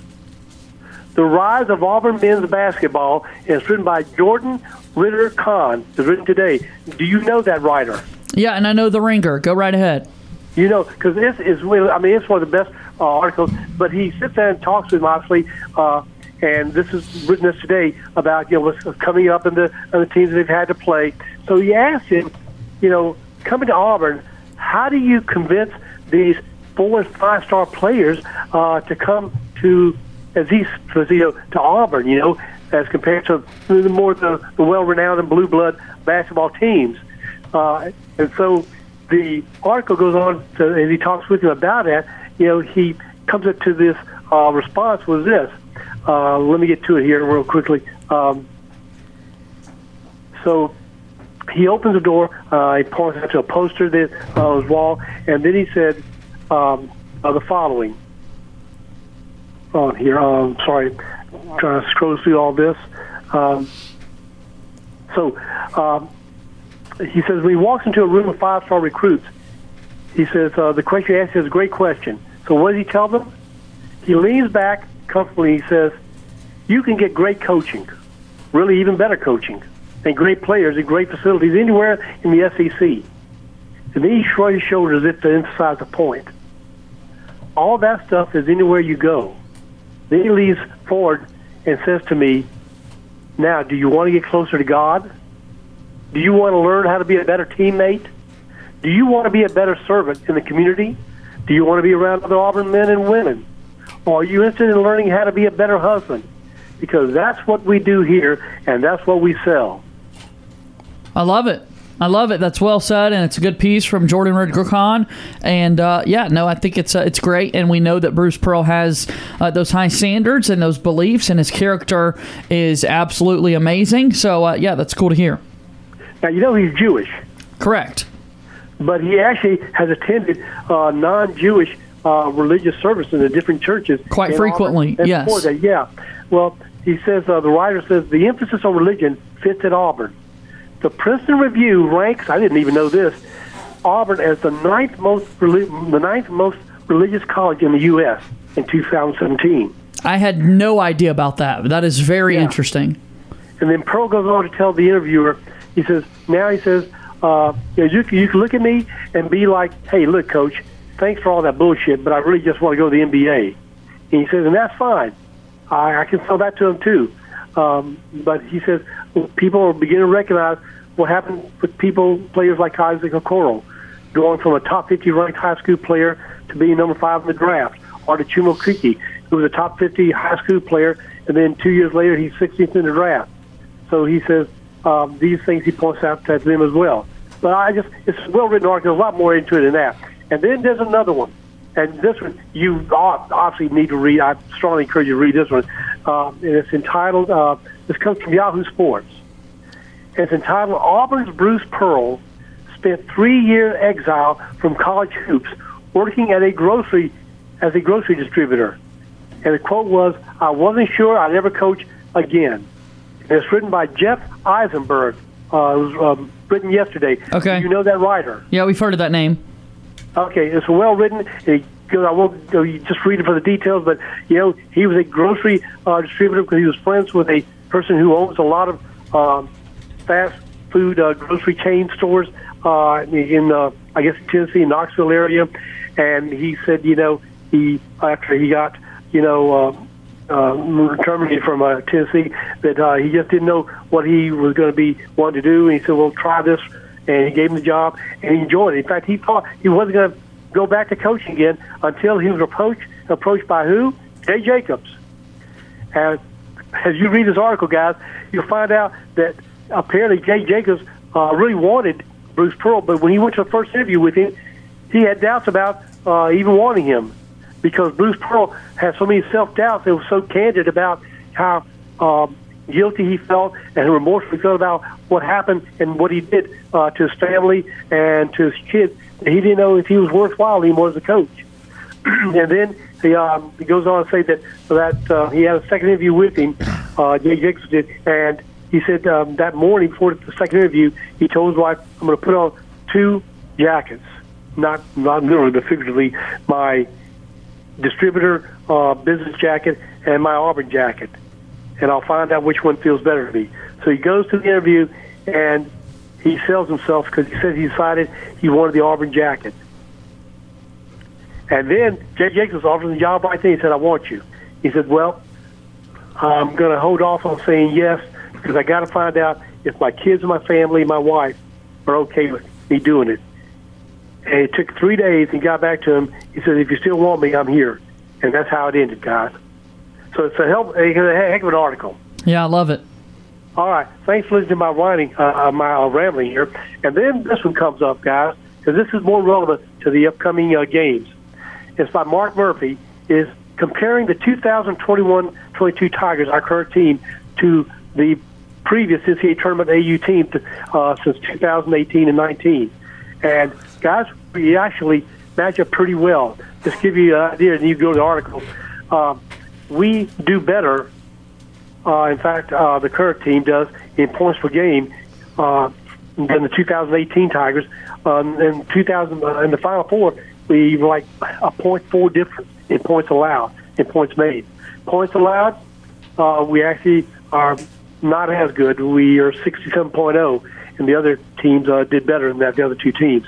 The Rise of Auburn Men's Basketball and it's written by Jordan Ritter Khan. It's written today. Do you know that writer? Yeah, and I know the ringer. Go right ahead. You know, because this is really, I mean, it's one of the best uh, articles. But he sits there and talks with him, obviously, uh, and this is written us today about, you know, what's coming up and the, and the teams they've had to play. So he asks him, you know, coming to Auburn, how do you convince these four and five star players uh, to come to as these to, you know, to Auburn, you know, as compared to the more the, the well renowned and blue blood basketball teams. Uh, and so the article goes on, to, and he talks with him about that. You know, he comes up to this uh, response was this. Uh, let me get to it here real quickly. Um, so he opens the door. Uh, he points out to a poster that uh, on his wall, and then he said um, uh, the following. On here, um, sorry, trying to scroll through all this. Um, so um, he says when he walks into a room of five-star recruits, he says uh, the question you asked is a great question. So what does he tell them? He leans back comfortably. He says, "You can get great coaching, really even better coaching." and great players and great facilities anywhere in the SEC. And then he shrugs his shoulders as if to emphasize the point. All that stuff is anywhere you go. Then he leans forward and says to me, Now, do you want to get closer to God? Do you want to learn how to be a better teammate? Do you want to be a better servant in the community? Do you want to be around other Auburn men and women? Or are you interested in learning how to be a better husband? Because that's what we do here, and that's what we sell. I love it. I love it. That's well said, and it's a good piece from Jordan Redgrecon. And uh, yeah, no, I think it's uh, it's great, and we know that Bruce Pearl has uh, those high standards and those beliefs, and his character is absolutely amazing. So uh, yeah, that's cool to hear. Now you know he's Jewish. Correct. but he actually has attended uh, non-Jewish uh, religious service in the different churches Quite in frequently, Auburn. And yes. before that, yeah. Well, he says uh, the writer says the emphasis on religion fits at Auburn. The Princeton Review ranks I didn't even know this Auburn as the ninth most reli- the ninth most religious college in the U.S. in 2017. I had no idea about that. But that is very interesting. And then Pearl goes on to tell the interviewer, he says, now he says, uh, you, know, you, can- you can look at me and be like, hey, look, coach, thanks for all that bullshit, but I really just want to go to the NBA. And he says, and that's fine. I, I can sell that to him too. Um, but he says, people are beginning to recognize what happened with people, players like Isaac Okoro, going from a top 50 ranked high school player to being number five in the draft, or to Chumo Kiki, who was a top 50 high school player, and then two years later, he's 16th in the draft. So he says um, these things he points out to them as well. But I just, it's a well written article, a lot more into it than that. And then there's another one. And this one, you ob- obviously need to read. I strongly encourage you to read this one. Uh, and it's entitled, uh, this comes from Yahoo Sports. It's entitled Auburn's Bruce Pearl spent three year exile from college hoops working at a grocery as a grocery distributor. And the quote was, I wasn't sure I'd ever coach again. And it's written by Jeff Eisenberg. Uh, it was um, written yesterday. Okay. You know that writer. Yeah, we've heard of that name. Okay, it's well written. It because I won't go- you just read it for the details, but you know he was a grocery uh, distributor because he was friends with a person who owns a lot of um, fast food uh, grocery chain stores uh, in uh, I guess Tennessee, Knoxville area, and he said you know he after he got you know. Uh, uh, terminated from uh, Tennessee that uh, he just didn't know what he was going to be wanting to do. And he said, "Well, try this," and he gave him the job, and he enjoyed it. In fact, he thought he wasn't going to go back to coaching again until he was approached approached by who? Jay Jacobs. And as you read this article, guys, you'll find out that apparently Jay Jacobs uh, really wanted Bruce Pearl, but when he went to the first interview with him, he had doubts about uh, even wanting him because Bruce Pearl had so many self doubts and was so candid about how um, guilty he felt and remorseful he felt about what happened and what he did uh, to his family and to his kids that he didn't know if he was worthwhile anymore as a coach. and then he, um, he goes on to say that that uh, he had a second interview with him, uh, Jay Jacobs did, and he said um, that morning before the second interview, he told his wife, "I'm going to put on two jackets, not not literally but figuratively, my distributor uh, business jacket and my Auburn jacket, and I'll find out which one feels better to me. So he goes to the interview and he sells himself because he says he decided he wanted the Auburn jacket. And then Jay Jacobs offers him the job right there. He said, I want you. He said, Well, I'm going to hold off on saying yes because I got to find out if my kids, my family, my wife are okay with me doing it. And it took three days. He got back to him. He said, "If you still want me, I'm here." And that's how it ended, guys. So it's a help, a heck of an article. Yeah, I love it. All right, thanks for listening to my whining, uh, uh, my uh, rambling here. And then this one comes up, guys, because this is more relevant to the upcoming uh, games. It's by Mark Murphy. Is comparing the 2021-22 Tigers, our current team, to the previous NCAA tournament AU team uh, since 2018 and 19. And guys, we actually match up pretty well. Just give you an idea, and you go to the article. Um, we do better. Uh, in fact, uh, the current team does in points per game uh, than the 2018 Tigers. Um, in 2000, uh, in the Final Four, we were like a point four difference in points allowed and points made. Points allowed, uh, we actually are not as good. We are 67.0, and the other teams uh, did better than that. The other two teams.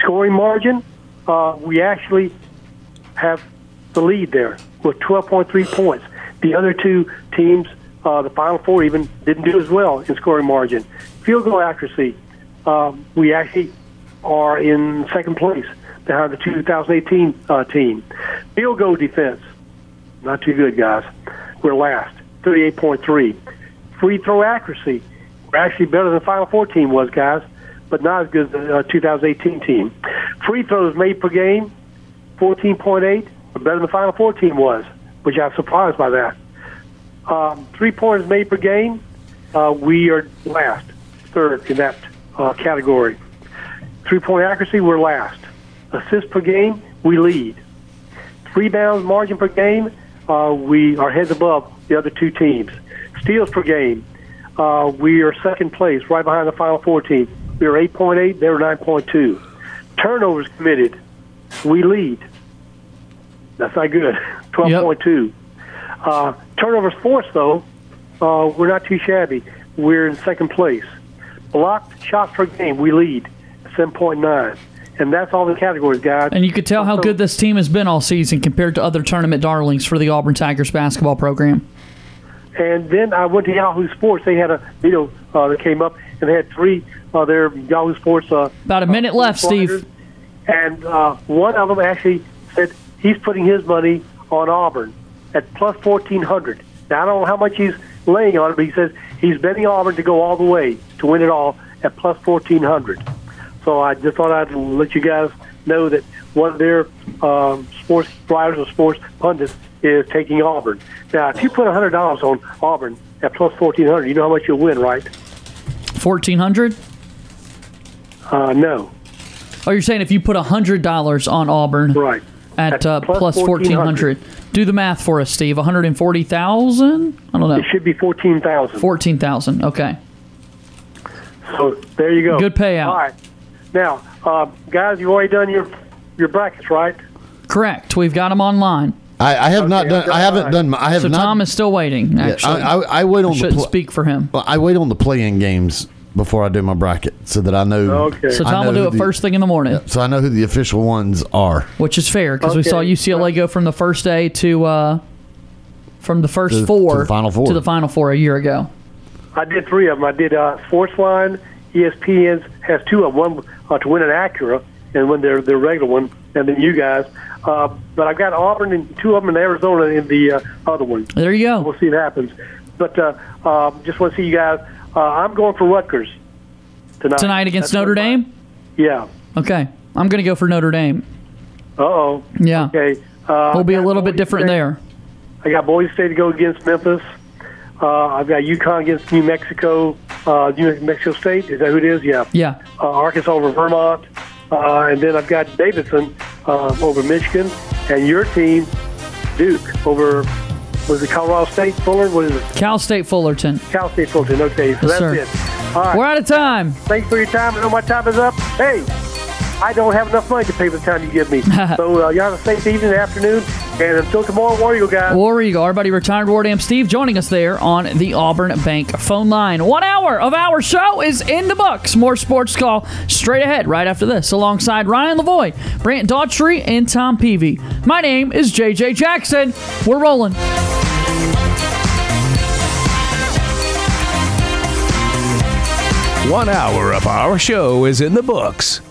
Scoring margin, uh, we actually have the lead there with 12.3 points. The other two teams, uh, the final four, even didn't do as well in scoring margin. Field goal accuracy, um, we actually are in second place behind the 2018 uh, team. Field goal defense, not too good, guys. We're last, 38.3. Free throw accuracy, we're actually better than the Final Four team was, guys, but not as good as the uh, 2018 team. Free throws made per game, 14.8, but better than the Final Four team was, which I'm surprised by that. Um, three pointers made per game, uh, we are last, third in that uh, category. Three point accuracy, we're last. Assists per game, we lead. Rebounds margin per game, uh, we are heads above the other two teams. Steals per game, uh, we are second place, right behind the Final Four team. We are 8.8, they were 9.2. Turnovers committed, we lead. That's not good, 12.2. Uh, turnovers forced, though, uh, we're not too shabby. We're in second place. Blocked shots per game, we lead, 7.9. And that's all the categories, guys. And you could tell how good this team has been all season compared to other tournament darlings for the Auburn Tigers basketball program. And then I went to Yahoo Sports. They had a video uh, that came up, and they had three uh, their Yahoo Sports. Uh, About a minute left, Steve. And uh, one of them actually said he's putting his money on Auburn at plus fourteen hundred. Now I don't know how much he's laying on it, but he says he's betting Auburn to go all the way to win it all at plus fourteen hundred. So I just thought I'd let you guys know that one of their um, sports writers or sports pundits is taking Auburn. Now, if you put hundred dollars on Auburn at plus fourteen hundred, you know how much you'll win, right? 1400 Uh, no. Oh, you're saying if you put $100 on Auburn right. at, uh, plus plus 1400 Do the math for us, Steve. 140000 I don't know. It should be 14000 14000 Okay. So there you go. Good payout. All right. Now, uh, guys, you've already done your your brackets, right? Correct. We've got him online. I, I have not done. I haven't done. my- I have so not. Tom is still waiting. Yeah, Actually, I, I, I wait on. shouldn't the pl- speak for him. I wait on the play-in games before I do my bracket, so that I know. So I Tom will know do who it the- first thing in the morning, So I know who the official ones are. which is fair because we saw Okay. UCLA go from the first day to uh, from the first To- to four the Final Four. to the final four a year ago. I did three of them. I did uh, E Sportsline, ESPN's has two of them, one uh, to win an Acura and win their their regular one, and then you guys. Uh, but I've got Auburn and two of them in Arizona in the uh, other one. There you go. We'll see what happens. But uh, um, just want to see you guys. Uh, I'm going for Rutgers tonight. Tonight against Notre Dame. Yeah. Okay, I'm going to go for Notre Dame. Uh oh. Yeah, Okay. Uh, we'll be a little bit different there. I got Boise State to go against Memphis. Uh, I've got UConn against New Mexico. Uh, New Mexico State is that who it is? Yeah. Yeah. Uh, Arkansas over Vermont, uh, and then I've got Davidson uh, over Michigan, and your team, Duke over was it Colorado State Fuller? What is it? Cal State Fullerton. Cal State Fullerton. Okay, so Yes, that's sir. it. All right. We're out of time. Thanks for your time. I know my time is up. Hey, I don't have enough money to pay for the time you give me. so uh, y'all have a safe evening, afternoon, and until tomorrow, War Eagle guys. War Eagle, our buddy retired War Dam Steve, joining us there on the Auburn Bank phone line. One hour of our show is in the books. More sports call straight ahead right after this, alongside Ryan Lavoy, Brant Daughtry, and Tom Peavy. My name is JJ Jackson. We're rolling. One hour of our show is in the books.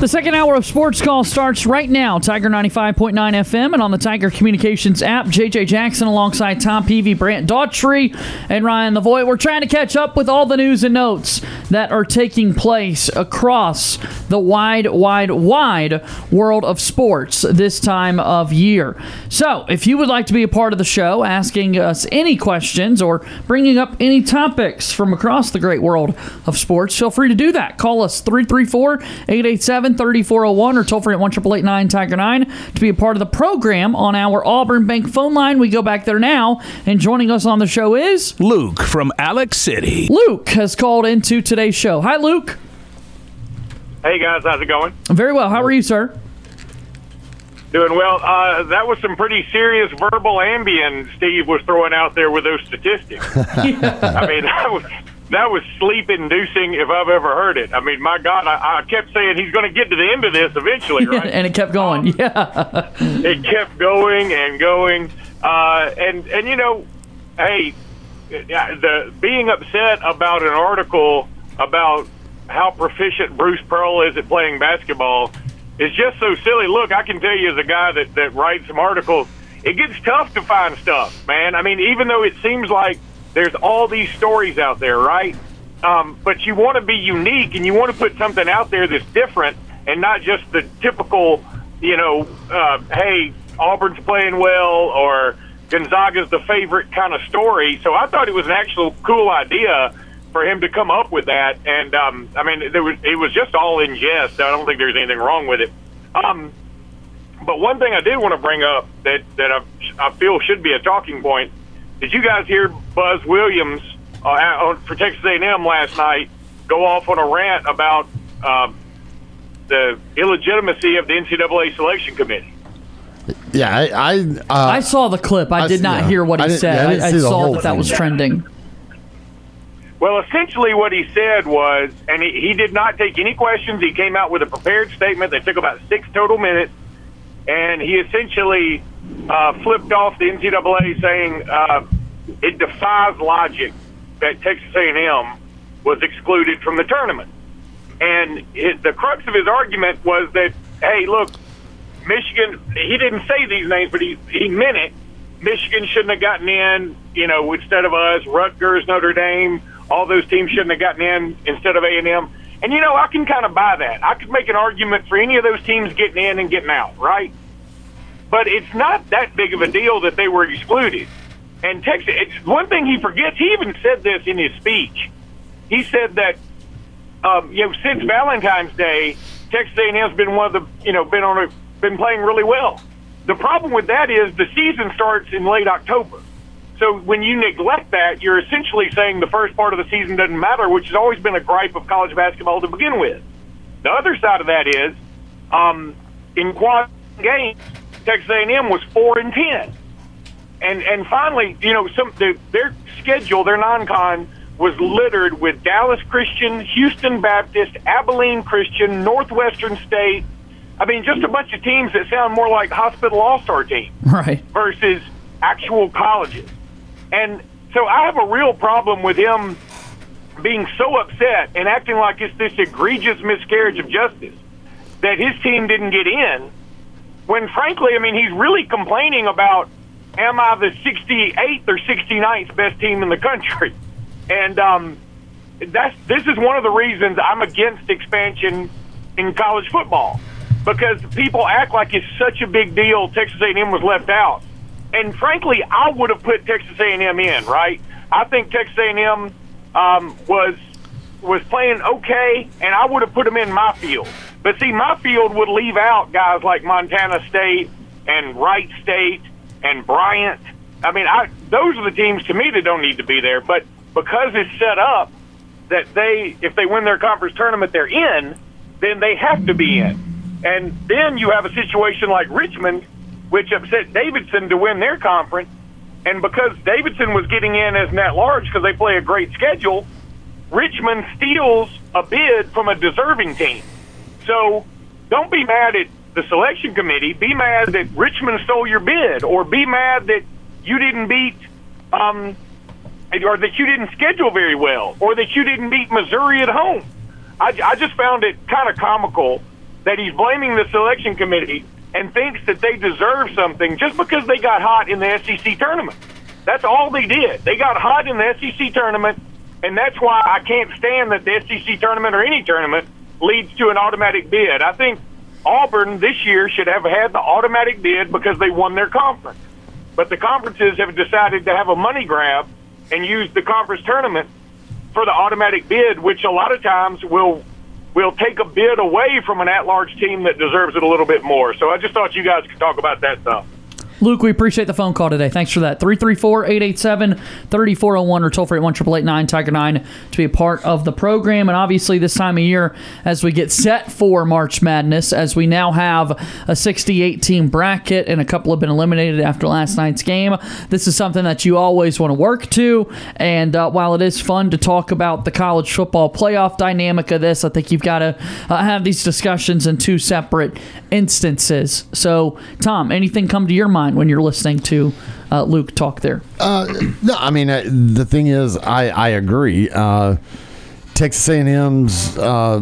The second hour of Sports Call starts right now. Tiger 95.9 FM and on the Tiger Communications app. JJ Jackson alongside Tom Peavy, Brant Daughtry, and Ryan Lavoy. We're trying to catch up with all the news and notes that are taking place across the wide, wide, wide world of sports this time of year. So, if you would like to be a part of the show, asking us any questions or bringing up any topics from across the great world of sports, feel free to do that. Call us 334 887 3401 or toll free at 1 Tiger 9 to be a part of the program on our Auburn Bank phone line. We go back there now, and joining us on the show is Luke from Alex City. Luke has called into today's show. Hi, Luke. Hey guys, how's it going? Very well. How are you, sir? Doing well. Uh, that was some pretty serious verbal ambience Steve was throwing out there with those statistics. I mean, that was that was sleep inducing if I've ever heard it. I mean, my God, I, I kept saying he's going to get to the end of this eventually, right? and it kept going. yeah. it kept going and going. Uh, and and you know, hey, the being upset about an article about how proficient Bruce Pearl is at playing basketball is just so silly. Look, I can tell you as a guy that that writes some articles, it gets tough to find stuff, man. I mean, even though it seems like there's all these stories out there, right? Um, but you want to be unique and you want to put something out there that's different and not just the typical, you know, uh, hey, Auburn's playing well or Gonzaga's the favorite kind of story. So I thought it was an actual cool idea for him to come up with that. And um, I mean, there was it was just all in jest. I don't think there's anything wrong with it. Um, but one thing I did want to bring up that that I, I feel should be a talking point. Did you guys hear Buzz Williams uh, on, for Texas A&M last night go off on a rant about uh, the illegitimacy of the NCAA selection committee? Yeah, I I, uh, I saw the clip. I, did not hear what he didn't- said. yeah, I I, didn't I see the saw whole that that thing. was trending. Well, essentially, what he said was, and he, he did not take any questions. He came out with a prepared statement that took about six total minutes, and he essentially uh, flipped off the NCAA, saying, uh, it defies logic that Texas A&M was excluded from the tournament. And it, the crux of his argument was that, hey, look, Michigan. He didn't say these names, but he he meant it. Michigan shouldn't have gotten in. You know, instead of us, Rutgers, Notre Dame, all those teams shouldn't have gotten in instead of A and M. And you know, I can kind of buy that. I could make an argument for any of those teams getting in and getting out, right? But it's not that big of a deal that they were excluded. And Texas, it's one thing he forgets. He even said this in his speech. He said that um, you know since Valentine's Day, Texas A and M's been one of the you know been on a been playing really well. The problem with that is the season starts in late October. So when you neglect that, you're essentially saying the first part of the season doesn't matter, which has always been a gripe of college basketball to begin with. The other side of that is, um, in quad games, Texas A&M was four and ten, and and finally, you know, some the, their schedule, their non-con was littered with Dallas Christian, Houston Baptist, Abilene Christian, Northwestern State, I mean, just a bunch of teams that sound more like hospital all star teams right. versus actual colleges. And so I have a real problem with him being so upset and acting like it's this egregious miscarriage of justice that his team didn't get in. When frankly, I mean, he's really complaining about, am I the 68th or 69th best team in the country? And um, that's this is one of the reasons I'm against expansion in college football because people act like it's such a big deal Texas A&M was left out. And frankly, I would have put Texas A&M in, right? I think Texas A&M um, was was playing okay, and I would have put them in my field. But see, my field would leave out guys like Montana State and Wright State and Bryant. I mean, I, those are the teams to me that don't need to be there. But because it's set up that they, if they win their conference tournament, they're in, then they have to be in. And then you have a situation like Richmond, which upset Davidson to win their conference. And because Davidson was getting in as net large because they play a great schedule, Richmond steals a bid from a deserving team. So don't be mad at the selection committee. Be mad that Richmond stole your bid, or be mad that you didn't beat, um, or that you didn't schedule very well, or that you didn't beat Missouri at home. I, I just found it kind of comical that he's blaming the selection committee and thinks that they deserve something just because they got hot in the SEC tournament. That's all they did. They got hot in the SEC tournament, and that's why I can't stand that the SEC tournament or any tournament leads to an automatic bid. I think Auburn this year should have had the automatic bid because they won their conference. But the conferences have decided to have a money grab and use the conference tournament for the automatic bid, which a lot of times will will take a bid away from an at-large team that deserves it a little bit more. So I just thought you guys could talk about that stuff. Luke, we appreciate the phone call today. Thanks for that. 334-887-3401 or toll free at 1 Tiger 9 to be a part of the program. And obviously this time of year, as we get set for March Madness, as we now have a 68-team bracket and a couple have been eliminated after last night's game, this is something that you always want to work to. And uh, while it is fun to talk about the college football playoff dynamic of this, I think you've got to uh, have these discussions in two separate instances. So, Tom, anything come to your mind? when you're listening to uh, Luke talk there. Uh, no, I mean uh, the thing is, I I agree. Uh, Texas A&M's uh,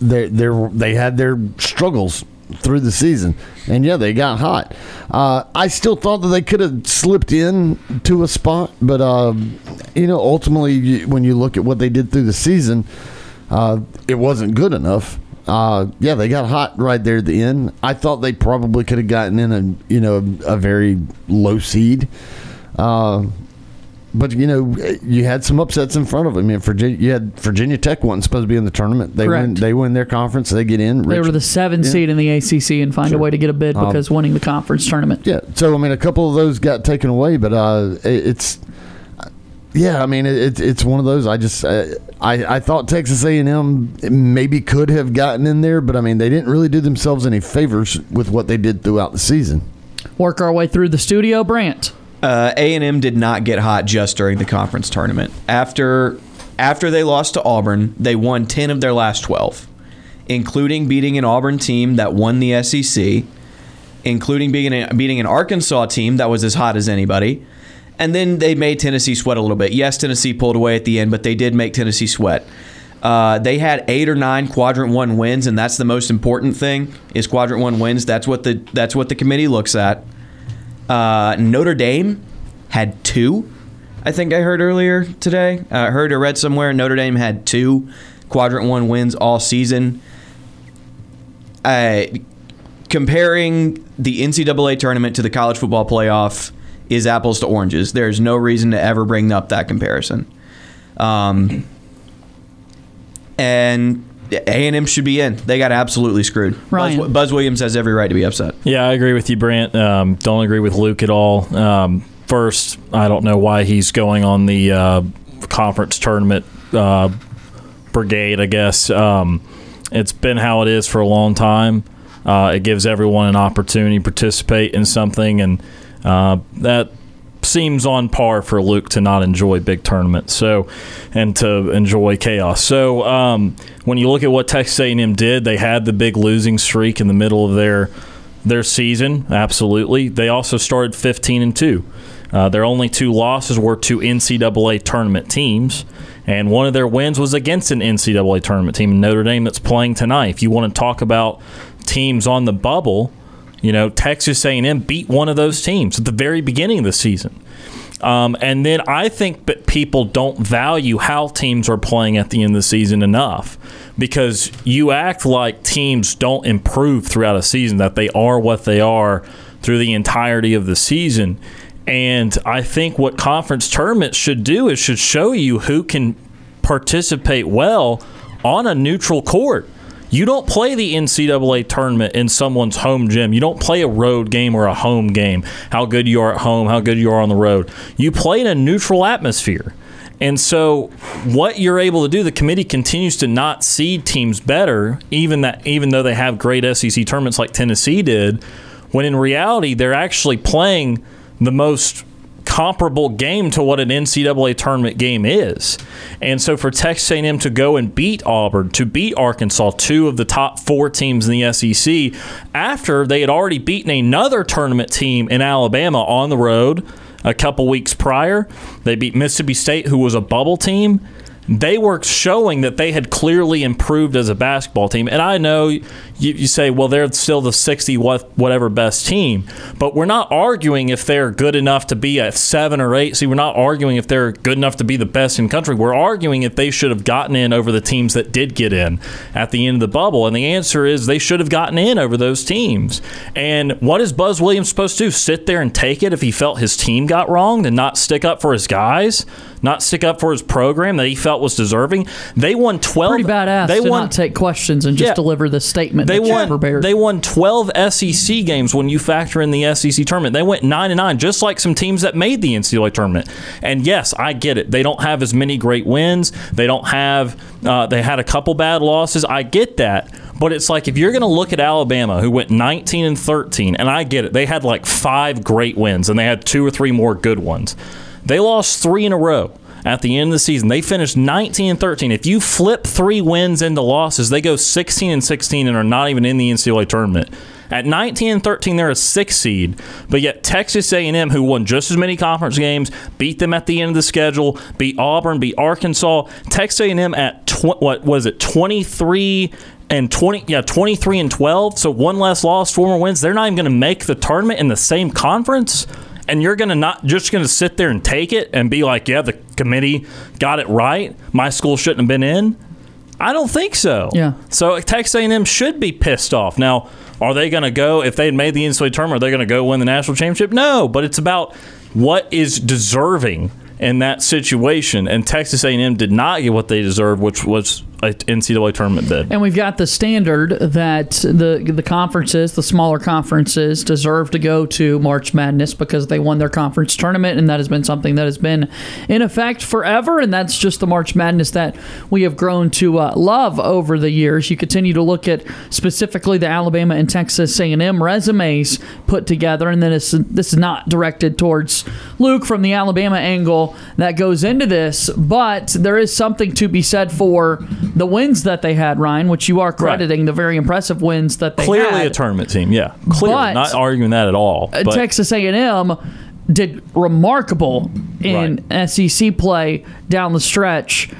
they they they had their struggles through the season, and yeah, they got hot. Uh, I still thought that they could have slipped in to a spot, but uh, you know, ultimately, you- when you look at what they did through the season, uh, it wasn't good enough. Uh, yeah, they got hot right there at the end. I thought they probably could have gotten in a you know a very low seed. Uh, but you know, you had some upsets in front of them. I mean, Virginia, you had Virginia Tech wasn't supposed to be in the tournament. They win. Correct. They win their conference. They get in. They were Richmond- the seven Yeah. seed in the ACC and find Sure. a way to get a bid Um, because winning the conference tournament. Yeah. So I mean, a couple of those got taken away, but uh, it- it's yeah. I mean, it, it's- it's one of those. I just uh, I I thought Texas A and M maybe could have gotten in there, but I mean, they didn't really do themselves any favors with what they did throughout the season. Work our way through the studio, Brant. Uh, A&M did not get hot just during the conference tournament. After after they lost to Auburn, they won 10 of their last 12, including beating an Auburn team that won the E SEC, including beating, beating an Arkansas team that was as hot as anybody, And then they made Tennessee sweat a little bit. Yes, Tennessee pulled away at the end, but they did make Tennessee sweat. Uh, they had eight or nine quadrant one wins, and that's the most important thing is quadrant one wins. That's what the that's what the committee looks at. Uh, Notre Dame had two. I think I heard earlier today. I heard or read somewhere Notre Dame had two quadrant one wins all season. Uh, comparing the NCAA tournament to the college football playoff is apples to oranges. There's no reason to ever bring up that comparison. Um, and A&M should be in. They got absolutely screwed. Ryan. Buzz, Buzz Williams has every right to be upset. Yeah, I agree with you, Brant. Um, don't agree with Luke at all. Um, first, I don't know why he's going on the uh, conference tournament uh, brigade. I guess um, it's been how it is for a long time. Uh, it gives everyone an opportunity to participate in something, and uh, that seems on par for Luke to not enjoy big tournaments. So, and to enjoy chaos. So, um, when you look at what Texas A&M did, they had the big losing streak in the middle of their their season. Absolutely, they also started 15 and two. Uh, their only two losses were to NCAA tournament teams, and one of their wins was against an NCAA tournament team, Notre Dame, that's playing tonight. If you want to talk about teams on the bubble, you know Texas A&M beat one of those teams at the very beginning of the season. Um, and then I think that people don't value how teams are playing at the end of the season enough because you act like teams don't improve throughout a season, that they are what they are through the entirety of the season. And I think what conference tournaments should do is should show you who can participate well on a neutral court. You don't play the NCAA tournament in someone's home gym. You don't play a road game or a home game. How good you are at home, how good you are on the road. You play in a neutral atmosphere. And so, what you're able to do, the committee continues to not seed teams better, even that, even though they have great SEC tournaments like Tennessee did. When in reality, they're actually playing the most comparable game to what an NCAA tournament game is. And so for Texas A&M to go and beat Auburn, to beat Arkansas, two of the top four teams in the SEC, after they had already beaten another tournament team in Alabama on the road a couple weeks prior, they beat Mississippi State, who was a bubble team. They were showing that they had clearly improved as a basketball team. And I know you, you say, well, they're still the 60 what- whatever best team, but we're not arguing if they're good enough to be a seven or eight. See, we're not arguing if they're good enough to be the best in country. We're arguing if they should have gotten in over the teams that did get in at the end of the bubble. And the answer is they should have gotten in over those teams. And what is Buzz Williams supposed to do? Sit there and take it if he felt his team got wrong, then not stick up for his guys, not stick up for his program that he felt was deserving. They won 12 Pretty badass They to won not take questions and just Yeah. deliver the statement they that you won. prepared. They won twelve SEC games when you factor in the SEC tournament. They went nine and nine, just like some teams that made the NCAA tournament. And yes, I get it. They don't have as many great wins. They don't have. Uh, they had a couple bad losses. I get that. But it's like if you're going to look at Alabama, who went 19 and 13, and I get it. They had like five great wins, and they had two or three more good ones. They lost three in a row at the end of the season. They finished 19 and 13. If you flip three wins into losses, they go 16 and 16 and are not even in the NCAA tournament. At 19 and 13, they're a six seed, but yet Texas A&M, who won just as many conference games, beat them at the end of the schedule, beat Auburn, beat Arkansas. Texas A&M at tw- what was it, 23 and 20 yeah 23 and 12 so one less loss four more wins they're not even going to make the tournament in the same conference and you're going to not just going to sit there and take it and be like yeah the committee got it right my school shouldn't have been in i don't think so Yeah. so texas a&m should be pissed off now are they going to go if they had made the NCAA tournament are they going to go win the national championship no but it's about what is deserving in that situation and texas a&m did not get what they deserved which was a ncaa tournament bid And we've got the standard that the the conferences, the smaller conferences, deserve to go to March Madness because they won their conference tournament, and that has been something that has been in effect forever. And that's just the March Madness that we have grown to uh, love over the years. You continue to look at specifically the Alabama and Texas A&M resumes put together, and then it's, this is not directed towards Luke from the Alabama angle that goes into this, but there is something to be said for the wins that they had, Ryan, which you are crediting the very impressive wins that they clearly had. a tournament team. Yeah, clearly But- not arguing that at all. Uh, but Texas A&M did remarkable in SEC play down the stretch,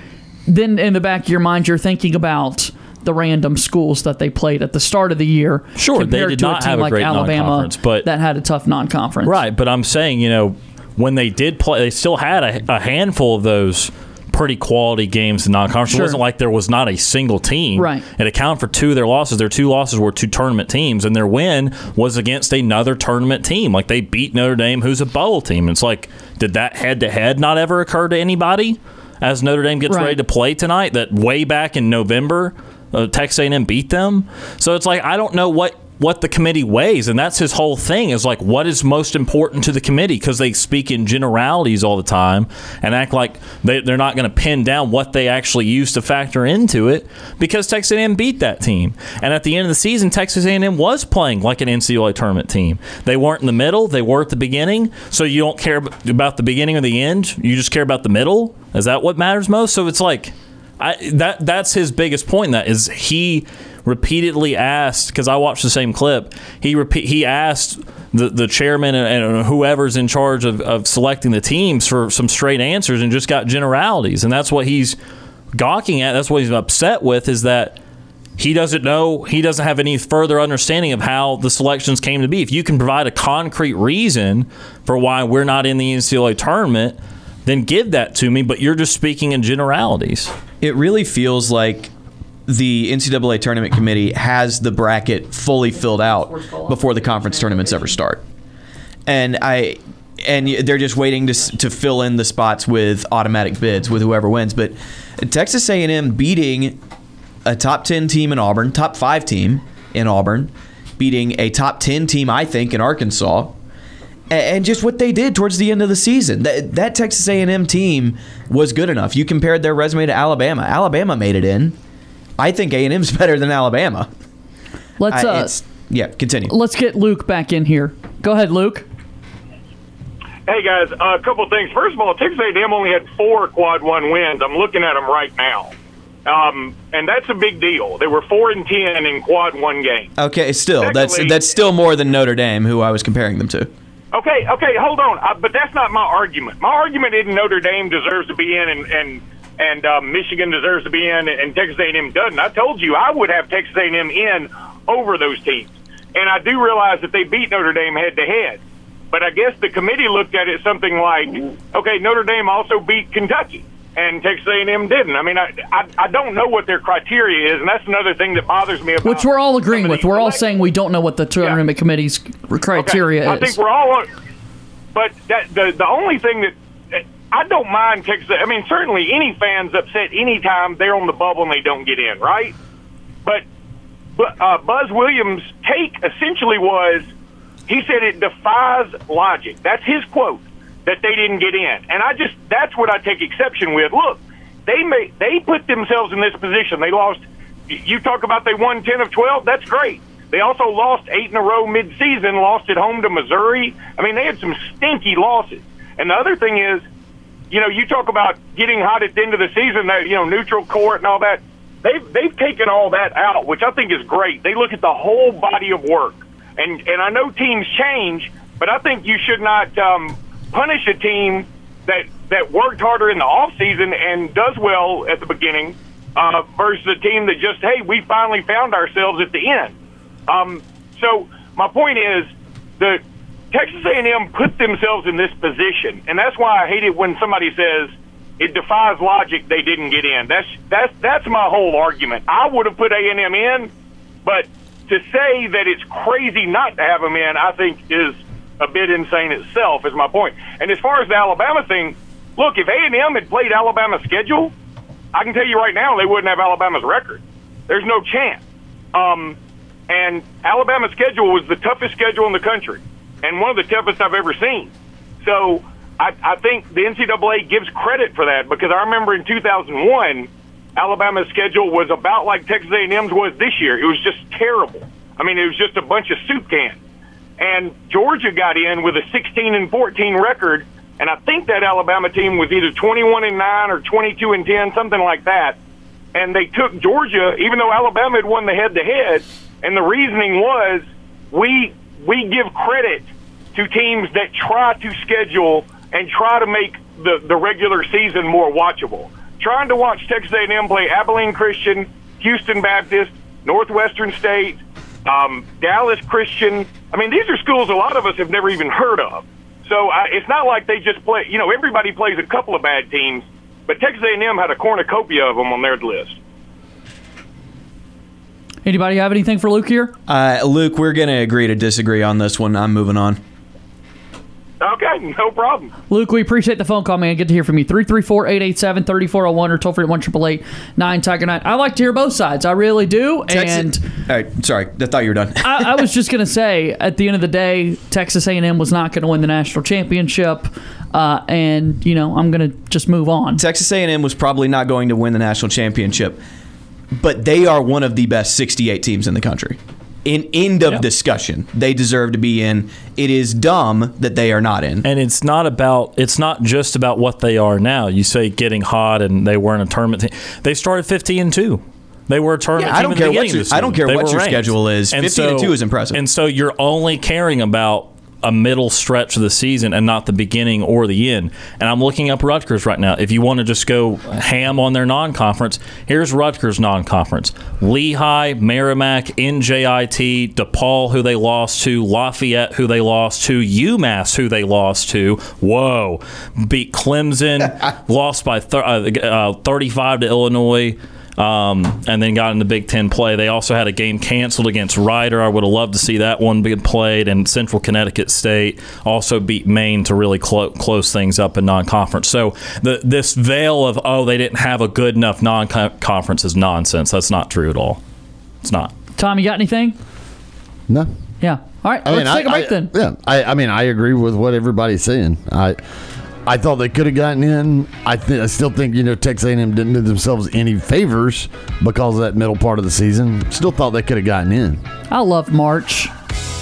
then in the back of your mind, you're thinking about the random schools that they played at the start of the year. Sure, they compared did to a not team have a like great Alabama non-conference, but that had a tough non-conference. Right, but I'm saying, you know, when they did play, they still had a, a handful of those pretty quality games in non-conference. Sure. It wasn't like there was not a single team. Right. It accounted for two of their losses. Their two losses were to tournament teams, and their win was against another tournament team. Like they beat Notre Dame, who's a bowl team. It's like, did that head-to-head not ever occur to anybody? As Notre Dame gets Right. ready to play tonight, that way back in November, uh, Texas A&M beat them. So it's like I don't know what what the committee weighs, and that's his whole thing is like what is most important to the committee because they speak in generalities all the time and act like they, they're not going to pin down what they actually use to factor into it because Texas A&M beat that team, and at the end of the season, Texas A&M was playing like an NCAA tournament team. They weren't in the middle; they were at the beginning. So you don't care about the beginning or the end; you just care about the middle. Is that what matters most? So it's like. I, that that's his biggest point. in That is he repeatedly asked because I watched the same clip. He repeat he asked the the chairman and, and whoever's in charge of, of selecting the teams for some straight answers and just got generalities. And that's what he's gawking at. That's what he's upset with is that he doesn't know he doesn't have any further understanding of how the selections came to be if you can provide a concrete reason for why we're not in the ncaa tournament then give that to me but you're just speaking in generalities it really feels like the NCAA tournament committee has the bracket fully filled out before the conference tournaments ever start, and I and they're just waiting to s- to fill in the spots with automatic bids with whoever wins. But Texas A and M beating a top ten team in Auburn, top five team in Auburn, beating a top ten team I think in Arkansas, a- and just what they did towards the end of the season. That, that Texas A&M team was good enough. You compared their resume to Alabama. Alabama made it in. I think A&M's better than Alabama. Let's I- uh, it's- yeah, continue. let's get Luke back in here. Go ahead, Luke. Hey guys, a couple things. First of all, Texas A&M only had four quad one wins. I'm looking at them right now, um, and that's a big deal. They were four and ten in quad one games. Okay, still that's Secondly- that's still more than Notre Dame, who I was comparing them to. Okay, okay, hold on. Uh, but that's not my argument. My argument isn't Notre Dame deserves to be in and and and uh, Michigan deserves to be in and Texas A&M doesn't. I told you I would have Texas A&M in over those teams. And I do realize that they beat Notre Dame head to head. But I guess the committee looked at it something like, okay, Notre Dame also beat Kentucky, and Texas A&M didn't. I mean, I, I I don't know what their criteria is, and that's another thing that bothers me about. Which we're all agreeing with. We're all saying we don't know what the tournament committee's criteria I is. think we're all on. But that, the the only thing that I don't mind Texas. I mean, certainly any fans upset anytime they're on the bubble and they don't get in, right? But, but uh, Buzz Williams' take essentially was he said it defies logic. That's his quote that they didn't get in, and I just that's what I take exception with. Look, they may they put themselves in this position. They lost. You talk about they won ten of twelve. That's great. They also lost eight in a row midseason. Lost at home to Missouri. I mean, they had some stinky losses. And the other thing is, you know, you talk about getting hot at the end of the season, that you know, neutral court and all that. They've they've taken all that out, which I think is great. They look at the whole body of work, and and I know teams change, but I think you should not um, punish a team that that worked harder in the off season and does well at the beginning uh, versus a team that just hey, we finally found ourselves at the end. Um, so my point is the Texas A&M put themselves in this position, and that's why I hate it when somebody says it defies logic they didn't get in. That's that's that's my whole argument. I would have put A&M in, but to say that it's crazy not to have them in, I think is a bit insane itself. Is my point. And as far as the Alabama thing, look, if A&M had played Alabama's schedule, I can tell you right now they wouldn't have Alabama's record. There's no chance. Um, and Alabama's schedule was the toughest schedule in the country and one of the toughest I've ever seen. So I, I think the NCAA gives credit for that because I remember in 2001, Alabama's schedule was about like Texas A&M's was this year. It was just terrible. I mean, it was just a bunch of soup cans. And Georgia got in with a 16 and 14 record, and I think that Alabama team was either 21 and 9 or 22 and 10, something like that and they took Georgia, even though Alabama had won the head to head, and the reasoning was we we give credit to teams that try to schedule and try to make the, the regular season more watchable. Trying to watch Texas A&M play Abilene Christian, Houston Baptist, Northwestern State, um, Dallas Christian. I mean, these are schools a lot of us have never even heard of. So I, it's not like they just play. You know, everybody plays a couple of bad teams, but Texas A&M had a cornucopia of them on their list. Anybody have anything for Luke here? Uh, Luke, we're going to agree to disagree on this one. I'm moving on. Okay, no problem. Luke, we appreciate the phone call, man. Good to hear from you. 334 887 3401 or toll free at 1 9 Tiger 9. I like to hear both sides. I really do. And Texas- All right, sorry. I thought you were done. I, I was just going to say, at the end of the day, Texas A&M was not going to win the national championship, uh, and you know I'm going to just move on. Texas A&M was probably not going to win the national championship, but they are one of the best 68 teams in the country. In end of discussion, they deserve to be in. It is dumb that they are not in. And it's not about it's not just about what they are now. You say getting hot and they weren't a tournament team. They started 50 and 2. They were a tournament Yeah, I team don't in care the what beginning of your- the I don't season. care They what were your ranked. schedule is. 15 and 2 is impressive. And so you're only caring about a middle stretch of the season and not the beginning or the end. And I'm looking up Rutgers right now. If you want to just go ham on their non-conference, here's Rutgers non-conference: Lehigh, Merrimack, NJIT, DePaul, who they lost to, Lafayette, who they lost to, UMass, who they lost to. Whoa, beat Clemson, lost by thir- uh, uh, 35 to Illinois um, and then got in the Big Ten play. They also had a game canceled against Ryder. I would have loved to see that one being played. And Central Connecticut State also beat Maine to really clo- close things up in non-conference. So the, this veil of oh they didn't have a good enough non-conference is nonsense. That's not true at all. It's not. Tom, you got anything? No. Yeah. All right, I mean, let's take a I- break I- then. Yeah, I, I mean, I agree with what everybody's saying. I I thought they could have gotten in. I th- I still think you know Texas A&M didn't do themselves any favors because of that middle part of the season. Still thought they could have gotten in. I love March.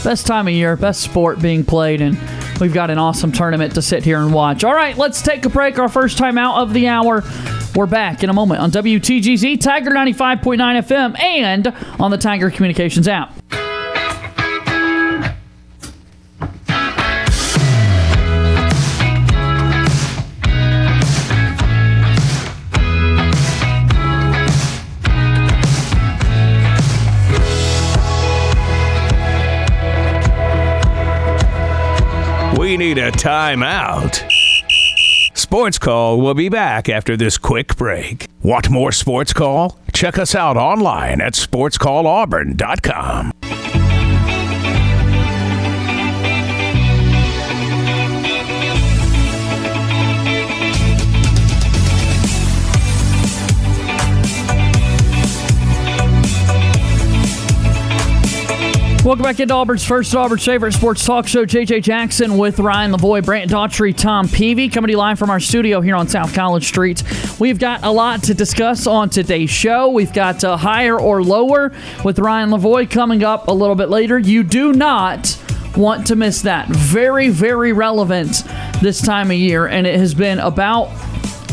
Best time of year, best sport being played, and we've got an awesome tournament to sit here and watch. All right, let's take a break. Our first time out of the hour. We're back in a moment on WTGZ, Tiger 95.9 FM, and on the Tiger Communications app. We need a timeout. Sports Call will be back after this quick break. Want more Sports Call? Check us out online at sportscallauburn.com. Welcome back into Auburn's first and Auburn's favorite sports talk show, JJ Jackson with Ryan Lavoy, Brant Daughtry, Tom Peavy, coming to you live from our studio here on South College Street. We've got a lot to discuss on today's show. We've got uh, higher or lower with Ryan Lavoy coming up a little bit later. You do not want to miss that. Very, very relevant this time of year, and it has been about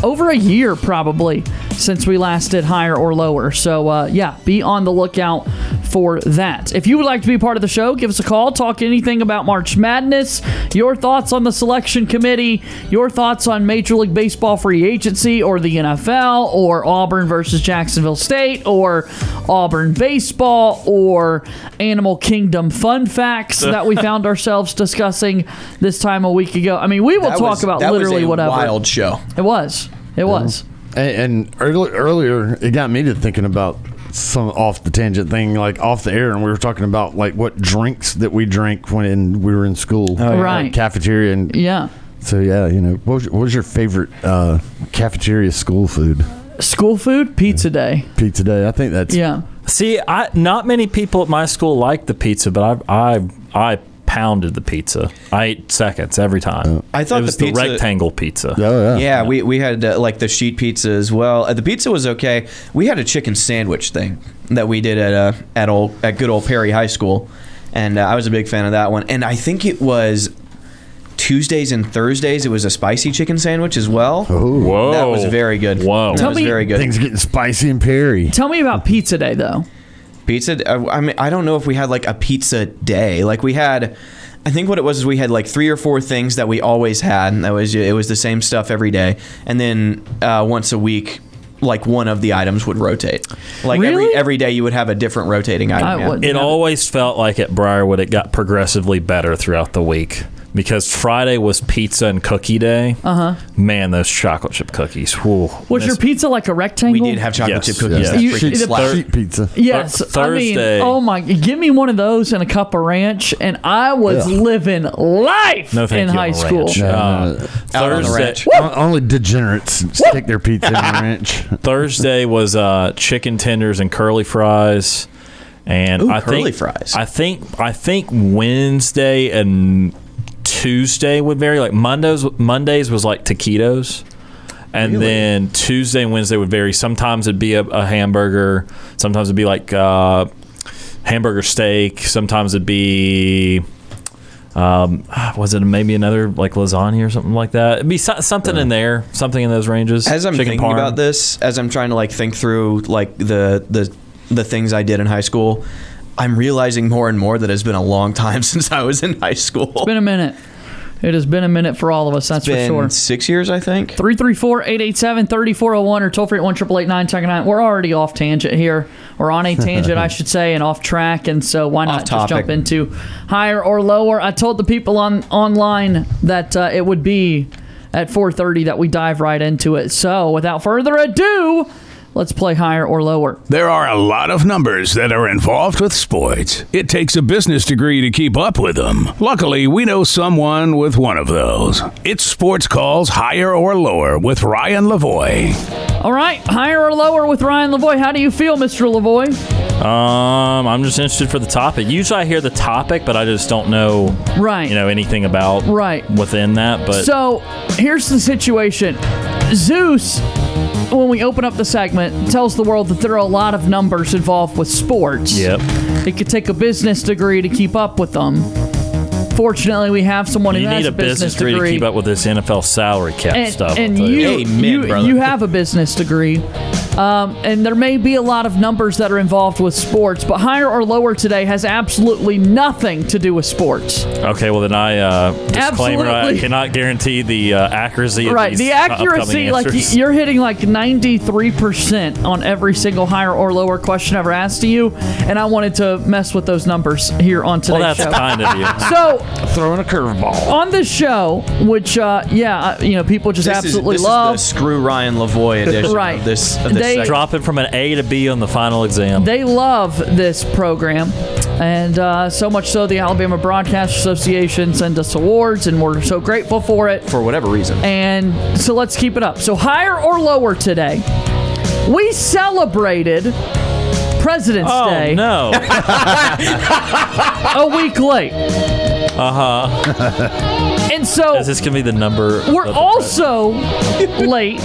over a year probably since we last did higher or lower. So uh, yeah, be on the lookout for that. If you would like to be part of the show, give us a call. Talk anything about March Madness, your thoughts on the selection committee, your thoughts on Major League Baseball free agency or the NFL or Auburn versus Jacksonville State or Auburn baseball or Animal Kingdom fun facts that we found ourselves discussing this time a week ago. I mean, we will That talk was- about that was literally a whatever. Wild show. It was. It was. And, and early, earlier, it got me to thinking about some off the tangent thing, like off the air, and we were talking about like what drinks that we drank when in, we were in school, Oh, yeah. Right. Like, cafeteria, and Yeah. So yeah, you know, what was, what was your favorite uh, cafeteria school food? School food, pizza day. Pizza day. I think that's Yeah. See, I not many people at my school liked the pizza, but I I I pounded the pizza. I ate seconds every time. I thought it was the the, pizza- rectangle pizza. yeah. we we had uh, like the sheet pizza as well. Uh, the pizza was okay. We had a chicken sandwich thing that we did at uh, at old at good old Perry High School, and uh, I was a big fan of that one. And I think it was Tuesdays and Thursdays. It was a spicy chicken sandwich as well. Whoa, that was very good. Whoa, that Tell was me- very good. Things getting spicy and Perry. Tell me about pizza day though. uh, Pizza. I I mean, I don't know if we had like a pizza day. Like we had, I think what it was is we had like three or four things that we always had. And that was it was the same stuff every day, and then uh, once a week, like one of the items would rotate. Like every every day you would have a different rotating item. yeah. it always felt like at Briarwood it got progressively better throughout the week because Friday was pizza and cookie day. Uh huh. Man, those chocolate chip cookies. Whoa. Was your pizza like a rectangle? did have chocolate Yes. chip cookies. Yes. That You- freaking the- slapped. Sheet pizza. Yes, Th- Thursday. I mean, oh my! Give me one of those and a cup of ranch, and I was Ugh. living life No, thank in you, high on the school. ranch. Uh, Thursday- O- Only degenerates stick their pizza in the ranch. Thursday was uh, chicken tenders and curly fries, and Ooh, I curly think, fries. I think I think Wednesday and Tuesday would vary. Like Mondays, Mondays was like taquitos, and then Tuesday and Wednesday would vary. Sometimes it'd be a, a hamburger. Sometimes it'd be like uh, hamburger steak. Sometimes it'd be. Um, was it maybe another like lasagna or something like that? It'd be so- something in there, something in those ranges. As I'm Chicken thinking parm. about this, as I'm trying to like think through like the the the things I did in high school, I'm realizing more and more that it's been a long time since I was in high school. It's been a minute. It has been a minute for all of us. That's been for sure. six years, I think. 334-887-3401 or toll free at oh one triple eight nine second nine. We're already off tangent here, or on a tangent, I should say, and off track. And so, why not just topic. jump into higher or lower? I told the people on online that uh, it would be at four thirty that we dive right into it. So, without further ado, let's play higher or lower. There are a lot of numbers that are involved with sports. It takes a business degree to keep up with them. Luckily, we know someone with one of those. It's Sports Calls Higher or Lower with Ryan Lavoy. All right, higher or lower with Ryan Lavoy. How do you feel, Mr. Lavoy? Um, I'm just interested for the topic. Usually, I hear the topic, but I just don't know, Right. You know anything about Right. within that. But so here's the situation Zeus, when we open up the segment, tells the world that there are a lot of numbers involved with sports. Yep. It could take a business degree to keep up with them. Fortunately, we have someone you who need has a business degree, to keep up with this NFL salary cap and, stuff. and I'll tell you, you, you have a business degree. Um, and there may be a lot of numbers that are involved with sports, but higher or lower today has absolutely nothing to do with sports. okay, well then I uh, disclaimer: I Absolutely. cannot guarantee the uh, accuracy. Of Right, these the accuracy, upcoming like y- answers. you're hitting like 93% on every single higher or lower question ever asked to you, and I wanted to mess with those numbers here on today's well, that's show. kind of you. So throwing a curveball on this show, which uh, yeah, uh, you know, people just This is- absolutely this is love. the screw Ryan Lavoy edition Right. of this. Of this They- segment. dropping from an A to B on the final exam. They love this program, and uh, so much so the Alabama Broadcast Association sent us awards, and we're so grateful for it. For whatever reason. And so let's keep it up. So, higher or lower today, we celebrated President's Oh, Day. no. a week late. Uh huh. And so is this gonna be the number? We're of the- also late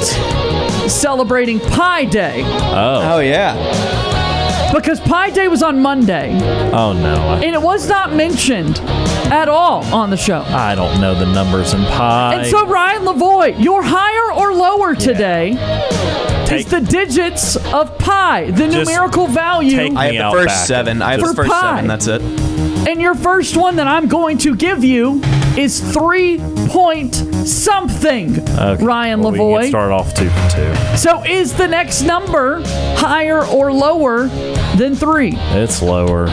celebrating Pie Day oh. Oh yeah. because Pie Day was on Monday. Oh no. And it was not mentioned at all on the show. I, I don't know the numbers in pi. and so, Ryan Lavoy, your higher or lower today Take- is the digits of pi, the Just numerical value. I have the first seven. I have For the first pie. seven. That's it. And your first one that I'm going to give you is three point something, Okay, Ryan well, we can Lavoy. start off two for two. So, is the next number higher or lower than three? It's lower,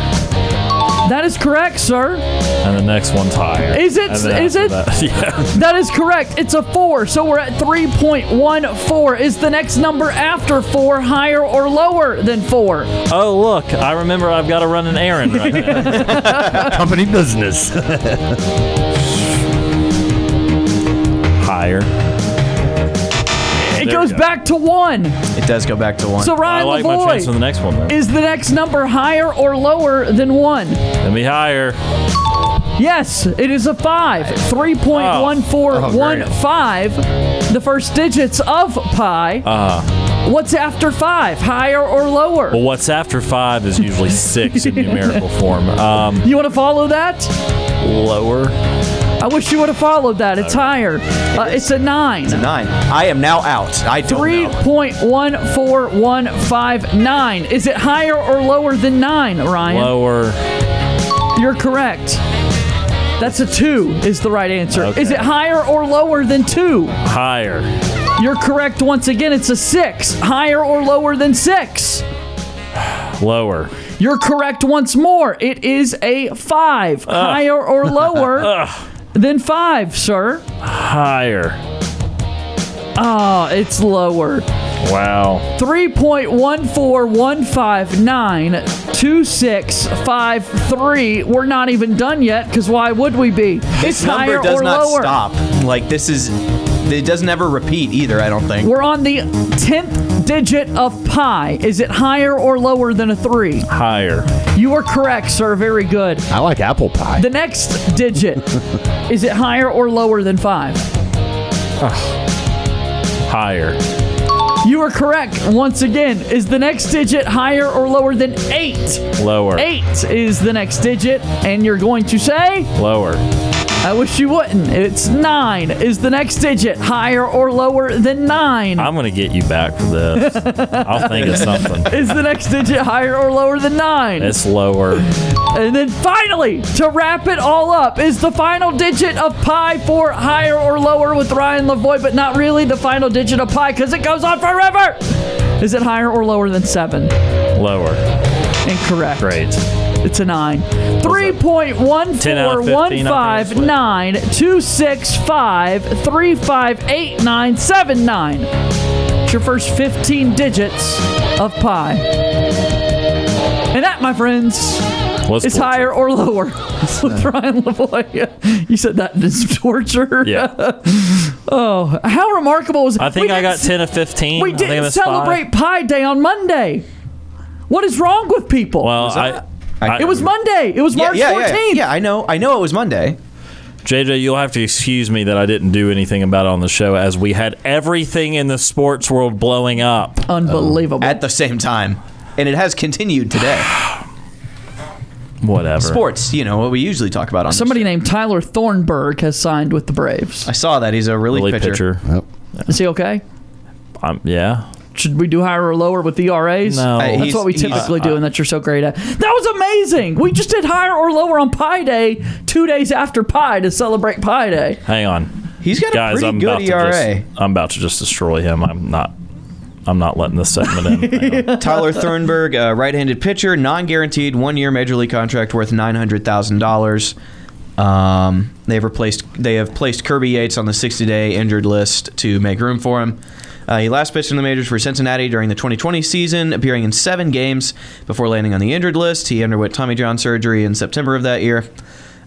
That is correct, sir. and the next one's higher. Is it- And then is after it? that- yeah. That is correct. It's a four, so we're at 3.14. Is the next number after four higher or lower than four? Oh look, I remember I've got to run an errand right now. Company business. Higher. It goes back to one. It does go back to one. So, Ryan I like Lavoie, my chance for the next one. Though. Is the next number higher or lower than one? Let me higher. Yes, it is a five. 3.1415, the first digits of pi. Uh, What's after five, higher or lower? well, what's after five is usually six in numerical form. Um, You want to follow that? lower. I wish you would have followed that. It's higher. Uh, it's a nine. It's a nine. I am now out. I don't know. 3.14159. Is it higher or lower than nine, Ryan? Lower. You're correct. That's a two is the right answer. Is it higher or lower than two? Higher. You're correct once again. It's a six. Higher or lower than six? Lower. You're correct once more. It is a five. Higher or lower than five, sir? Higher. Ah, it's lower. Wow. 3.141592653. We're not even done yet because why would we be? This it's number higher does or not lower. stop. Like this is, it doesn't ever repeat either. I don't think. We're on the 10th digit of pi. Is it higher or lower than a 3? Higher. You are correct, sir. Very good. I like apple pie. The next digit. is it higher or lower than 5? Higher. You are correct. Once again, is the next digit higher or lower than 8? Lower. Eight is the next digit, and you're going to say? Lower. I wish you wouldn't. It's nine is the next digit, higher or lower than nine. I'm gonna get you back for this. I'll think of something. Is the next digit higher or lower than nine? It's lower. And then finally, to wrap it all up, is the final digit of pi for higher or lower with Ryan Lavoy, but not really the final digit of pi because it goes on forever. Is it higher or lower than seven? Lower. Incorrect. Great. It's a nine. Three point one four one five nine two six five three five eight nine seven nine. It's your first fifteen digits of pi, and that, my friends, Was is torture. higher or lower with Ryan Lavoie. You said that is torture. Yeah. oh, how remarkable was? I think We I got didn't- ten of fifteen. We I think I didn't missed five. celebrate Pi Day on Monday. What is wrong with people? Well, I, I- it was Monday. It was Yeah, March yeah, yeah, 14th. yeah, I know. I know it was Monday. JJ, you'll have to excuse me that I didn't do anything about it on the show, as we had everything in the sports world blowing up. Unbelievable. At the same time, and it has continued today. Whatever. Sports, you know what we usually talk about on. this Somebody named Tyler Thornburg has signed with the Braves. I saw that he's a relief, Relief pitcher. pitcher. Is he okay? Um, yeah. Should we do higher or lower with the RAs? No. Hey, that's he's- what we he's- typically do, and that you're so great at. That was amazing. We just did higher or lower on Pi Day, two days after Pi to celebrate Pi Day. Hang on. He's got a Guys, pretty I'm good E about To ERA. just, I'm about to just destroy him. I'm not. I'm not letting this segment in. Tyler Thornburg, uh, right-handed pitcher, non-guaranteed, one-year major league contract worth nine hundred thousand dollars. Um, they've replaced. They have placed Kirby Yates on the sixty-day injured list to make room for him. Uh, he last pitched in the majors for Cincinnati during the 2020 season, appearing in seven games before landing on the injured list. He underwent Tommy John surgery in September of that year.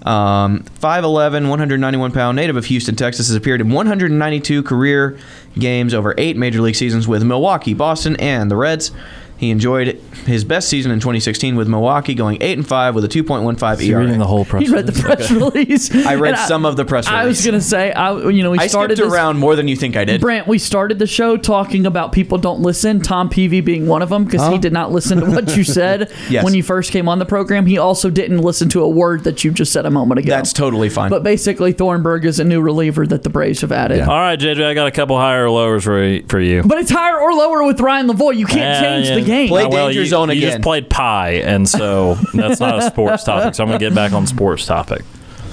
Um, 5'11, 191 pound native of Houston, Texas, has appeared in 192 career games over eight major league seasons with Milwaukee, Boston, and the Reds. He enjoyed his best season in 2016 with Milwaukee, going 8 and 5 with E a 2.15 Is he ERA. reading the whole press He read the press release. I read and some of the press I was release. gonna say, I you know, we I started skipped this, around more than you think I did. Brant, we started the show talking about people don't listen, Tom Peavy being one of them, because he did not listen to what you said Yes. when you first came on the program. He also didn't listen to a word that you just said a moment ago. That's totally fine. But basically, Thornburg is a new reliever that the Braves have added. All right, JJ, I got a couple higher or lowers for you. For you. But it's higher or lower with Ryan Lavoie. You can't Yeah, change yeah. the game. Oh, well, you, You just played pie, and so that's not a sports topic. So I'm gonna get back on sports topic.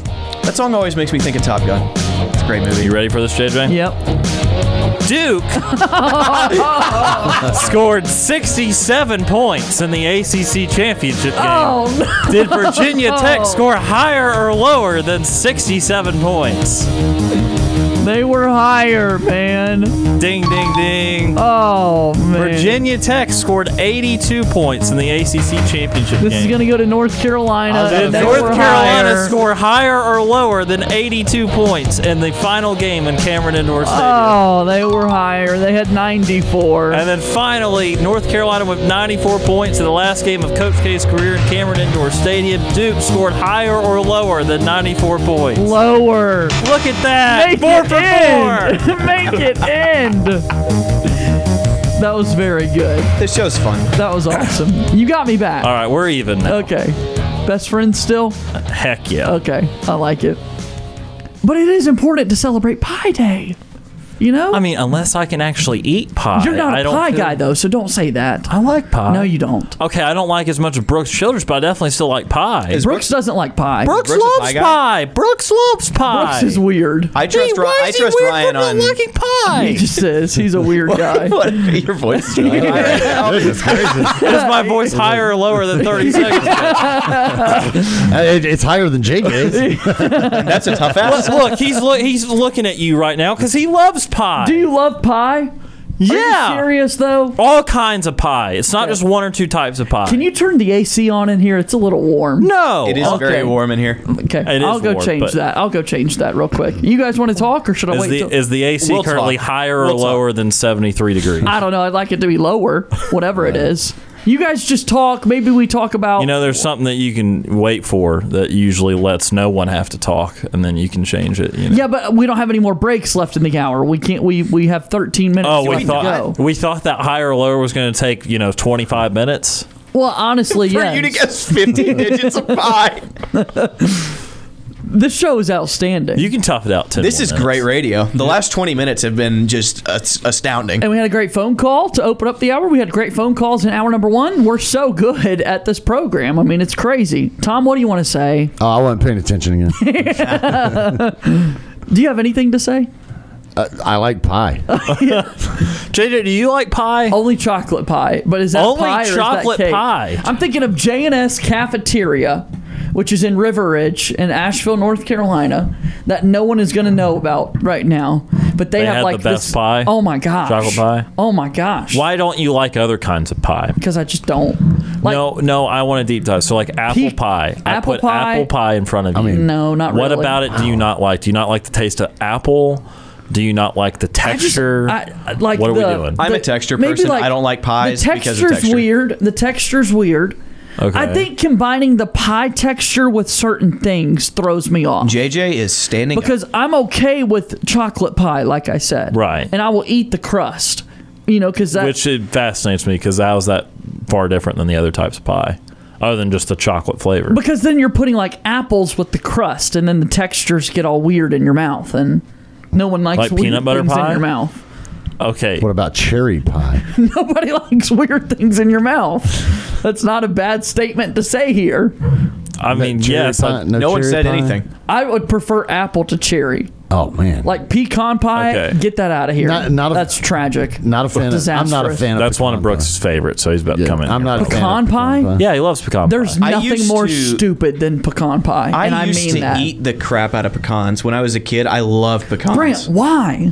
that song always makes me think of Top Gun. It's a great movie. You ready for this, JJ? Yep. Duke scored 67 points in the ACC championship game. Oh, no. Did Virginia Tech score higher or lower than 67 points? They were higher, man. Ding, ding, ding. Oh, man. Virginia Tech scored 82 points in the ACC championship This game. is going to go to North Carolina. Did They Oh, North were Carolina higher. score higher or lower than 82 points in the final game in Cameron Indoor Stadium? Oh, they were higher. They had 94. And then finally, North Carolina with 94 points in the last game of Coach K's career in Cameron Indoor Stadium. Duke scored higher or lower than 94 points. Lower. Look at that. Make four it for end. four. Make it end. That was very good. This show's fun. That was awesome. You got me back. All right, we're even now. Okay. Best friends still? Heck yeah. Okay. I like it. But it is important to celebrate Pi Day. You know? I mean, unless I can actually eat pie. You're not I a don't pie feel- guy though, so don't say that. I like pie. No, you don't. Okay, I don't like as much as Brooks Childers, but I definitely still like pie. Brooks, doesn't like pie. Brooks, loves pie, Brooks loves pie. Brooks is weird. I trust Ri- I trust Ryan on. liking pie. He just says he's a weird guy. What? Your voice. is right. Is my voice higher or lower than 30 seconds? It- it's higher than JJ's. That's a tough Look, look, he's look, he's looking at you right now because he loves pie. Do you love pie? yeah, serious though. All kinds of pie. It's not just one or two types of pie. Can you turn the AC on in here? It's a little warm. Uh, No, It is very warm in here. Oh, Okay, It is I'll go warm, change but- that. I'll go change that real quick. You guys want to talk, or should I Is wait? the till- is the AC We'll currently talk. higher We'll or talk. lower than 73 degrees? I don't know. I'd like it to be lower, whatever it is. You guys just talk. Maybe we talk about. You know, there's something that you can wait for that usually lets no one have to talk, and then you can change it. You know? yeah, but we don't have any more breaks left in the hour. We can't. We we have 13 minutes Oh, we left to go. thought we thought that higher or lower was going to take you know 25 minutes. Well, honestly, For yes. you to guess 50 digits of pie. This show is outstanding. You can tough it out. 10 This more is minutes. great radio. The last 20 minutes have been just ast- astounding. And we had a great phone call to open up the hour. We had great phone calls in hour number one. We're so good at this program. I mean, it's crazy. Tom, what do you want to say? Oh, I wasn't paying attention again. Do you have anything to say? Uh, I like pie. JJ, do you like pie? Only chocolate pie, but is that Only pie or is that chocolate cake? pie. I'm thinking of J&S Cafeteria, which is in River Ridge in Asheville, North Carolina, that no one is going to know about right now. But they, They have had like the best this, pie. Oh my gosh, Chocolate pie. Oh my gosh, Why don't you like other kinds of pie? because I just don't. Like, no, no, I want a deep dive. So like apple Peak- pie. apple I put pie. apple pie in front of you. no, not what really. about it do you not like? Do you not like the taste of apple? Do you not like the I just- texture? I- I- like what are the- we doing? I'm a the- texture maybe, person. I don't like pies The because of texture's texture. weird. The texture's weird. Okay. I think combining the pie texture with certain things throws me off. JJ is standing because I'm okay with chocolate pie, like I said, Right. And I will eat the crust, you know, because that Which it fascinates me because how's that far different than the other types of pie, other than just the chocolate flavor? because then you're putting like apples with the crust, and then the textures get all weird in your mouth, and no one likes Like weird peanut butter things pie? in your mouth. Okay, What about cherry pie? Nobody likes weird things in your mouth. That's not a bad statement to say here. I mean cherry yes, I- pie? up. No one cherry said pie? anything. I would prefer apple to cherry. Oh man, Like pecan pie, Okay. get that out of here. Not- not a- That's tragic. not a fan. Of, I'm not a Disastrous. fan. that's of one of Brooks' favorites, so he's about to come in. I'm here. not a fan. Pecan of pie? Yeah, he loves pecan. There's pie. I nothing used more to- stupid than pecan pie. and I I used mean to that. eat the crap out of pecans when I was a kid. I love pecans. Brent, why?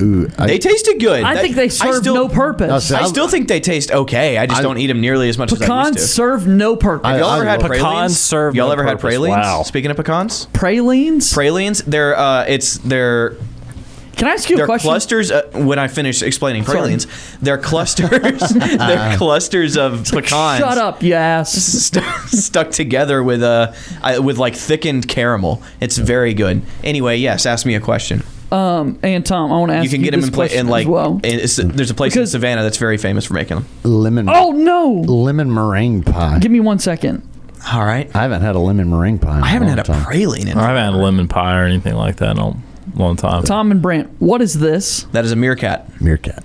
Ooh, I, They tasted good. I That- think they serve still- no purpose. That's- I still think they taste okay. I just I- don't eat them nearly as much as I Pecans used to. serve no purpose. I- Y'all ever had love- pralines? Pecans serve Y'all no ever had purpose. pralines? Wow. Speaking of pecans, Pralines? pralines. They're uh, it's they're Can I ask you a they're question? clusters. Uh, when I finish explaining pralines, they're clusters. they're clusters of pecans. Shut up, you ass. st- stuck together with uh, I- with like thickened caramel. It's very good. Anyway, yes, ask me a question. Um, and Tom, I want to ask You you can get them this in, pla- question in like as well. in- it's- there's a place Because- in Savannah that's very famous for making them. lemon. oh no! lemon meringue pie. Give me one second. All right, I haven't had a lemon meringue pie. In I haven't a long had a time. praline in. I haven't had lemon pie or anything like that in a long time. Tom and Brent, what is this? That is a meerkat. meerkat.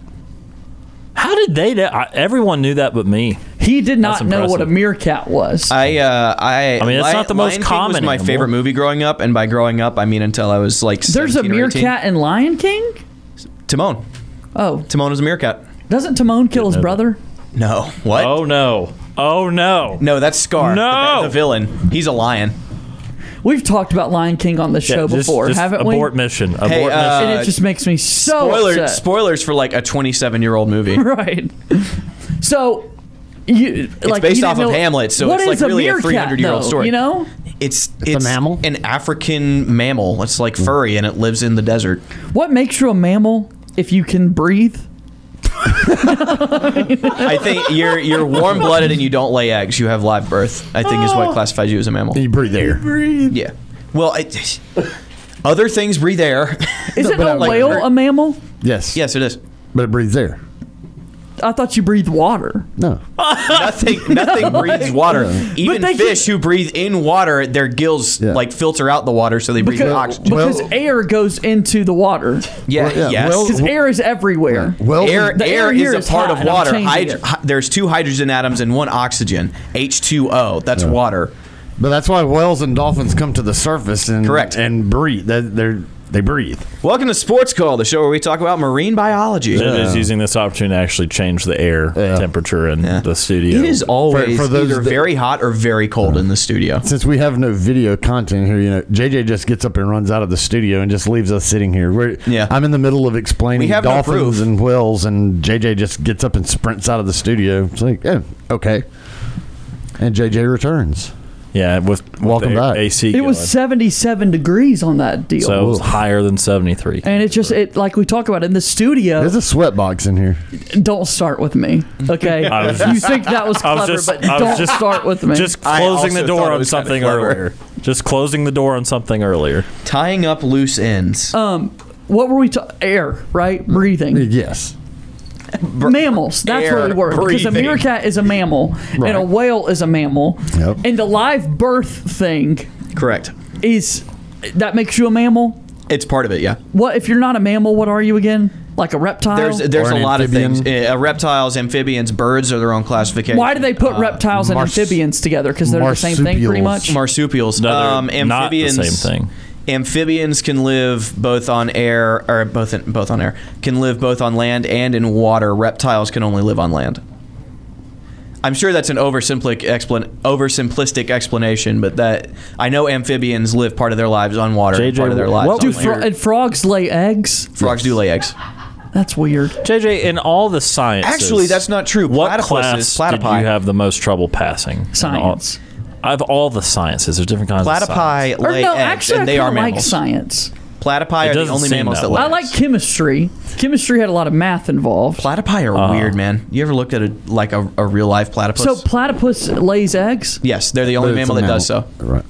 How did they? know- I, everyone knew that, but me. He did not That's know what a impressive. meerkat was. I uh, I. I mean, it's Li- not the most Lion King common Was my animal. favorite movie growing up, and by growing up, I mean until I was like. There's a 17 or 18. meerkat in Lion King. Timon. Oh, Timon is a meerkat. doesn't Timon kill his brother? No. What? Oh no! Oh no! No, that's Scar. No! The, the villain. He's a lion. We've talked about Lion King on the Yeah, show just- before, just haven't we? abort mission. Abort Hey, uh, mission. and it just makes me so Spoiler, upset. spoilers for like a 27 year old movie. right. So you it's like, based you didn't off of know- Hamlet, so What it's, like, is a really a meerkat, 300-year-old though, story. You know, It's it's, mammal? an African mammal. It's like furry and it lives in the desert. what makes you a mammal if you can breathe? I think you're you're warm blooded and you don't lay eggs. You have live birth. I think is what classifies you as a mammal. You breathe air. Yeah. Well, I, other things breathe air. Isn't but I a like whale her. a mammal? Yes. yes, it is. But it breathes air. I thought you breathe water. No. nothing nothing breathes water. Even fish who breathe in water, their gills like filter out the water, so they breathe Because, oxygen. because air goes into the water. Yeah, Well, yeah. yes. Because air is everywhere. Well, air, the air here is a part hot, of and I'm water. changing Hydr- it. hy- there's two hydrogen atoms and one oxygen. H2O. That's water. But that's why whales and dolphins come to the surface and correct and breathe. They they're- they breathe. Welcome to Sports Call, the show where we talk about marine biology. It is using this opportunity to actually change the air temperature in the studio. It is always For- for those either that- very hot or very cold in the studio. Since we have no video content here, you know, JJ just gets up and runs out of the studio and just leaves us sitting here. We're, yeah, I'm in the middle of explaining We have no dolphins proof. and whales, and JJ just gets up and sprints out of the studio. It's like, yeah, okay, and JJ returns. Yeah, with welcome the back. AC. It was 77 degrees on that deal. so it was higher than seventy three. and it just it like we talk about in the studio. There's a sweat box in here. Don't start with me, okay? I was you just- think that was I clever, was just- but I was don't just- start with me. Just I closing the also thought door it on was kinda something clever. earlier. Just closing the door on something earlier. Tying up loose ends. um, what were we talking? Air, right? Mm. Breathing. Yes. Mammals. That's Air, what we were. Because a breathing. meerkat is a mammal, and a whale is a mammal, Yep. and the live birth thing Correct. is that makes you a mammal. It's part of it, yeah. What if you're not a mammal? What are you again? Like a reptile? There's there's a lot of things. Uh, reptiles, amphibians, birds are their own classification. Why do they put Uh, reptiles and mars- amphibians together? Because they're the same thing, pretty much. Marsupials. No, they're um, not the amphibians. same thing. Amphibians can live both on air or both in, both on air can live both on land and in water. Reptiles can only live on land. I'm sure that's an oversimplistic explan- oversimplistic explanation, but that I know amphibians live part of their lives on water, and JJ, part of their lives what on Do was land. fro- and frogs lay eggs? Frogs do lay eggs. That's weird. JJ, in all the science, Actually, that's not true. What Platypuses, class did you platypi. have the most trouble passing? Science. I have all the sciences. There's different kinds of Platypi science. Or lay no, eggs, actually, and I they are kinda like mammals. science. Platypi It are the doesn't only seem mammals that that way. lay I like chemistry. Chemistry had a lot of math involved. Platypi Uh, are weird, man. You ever looked at a like a, a real life platypus? So platypus lays eggs? yes, they're the only But it's mammal a that does so. Right.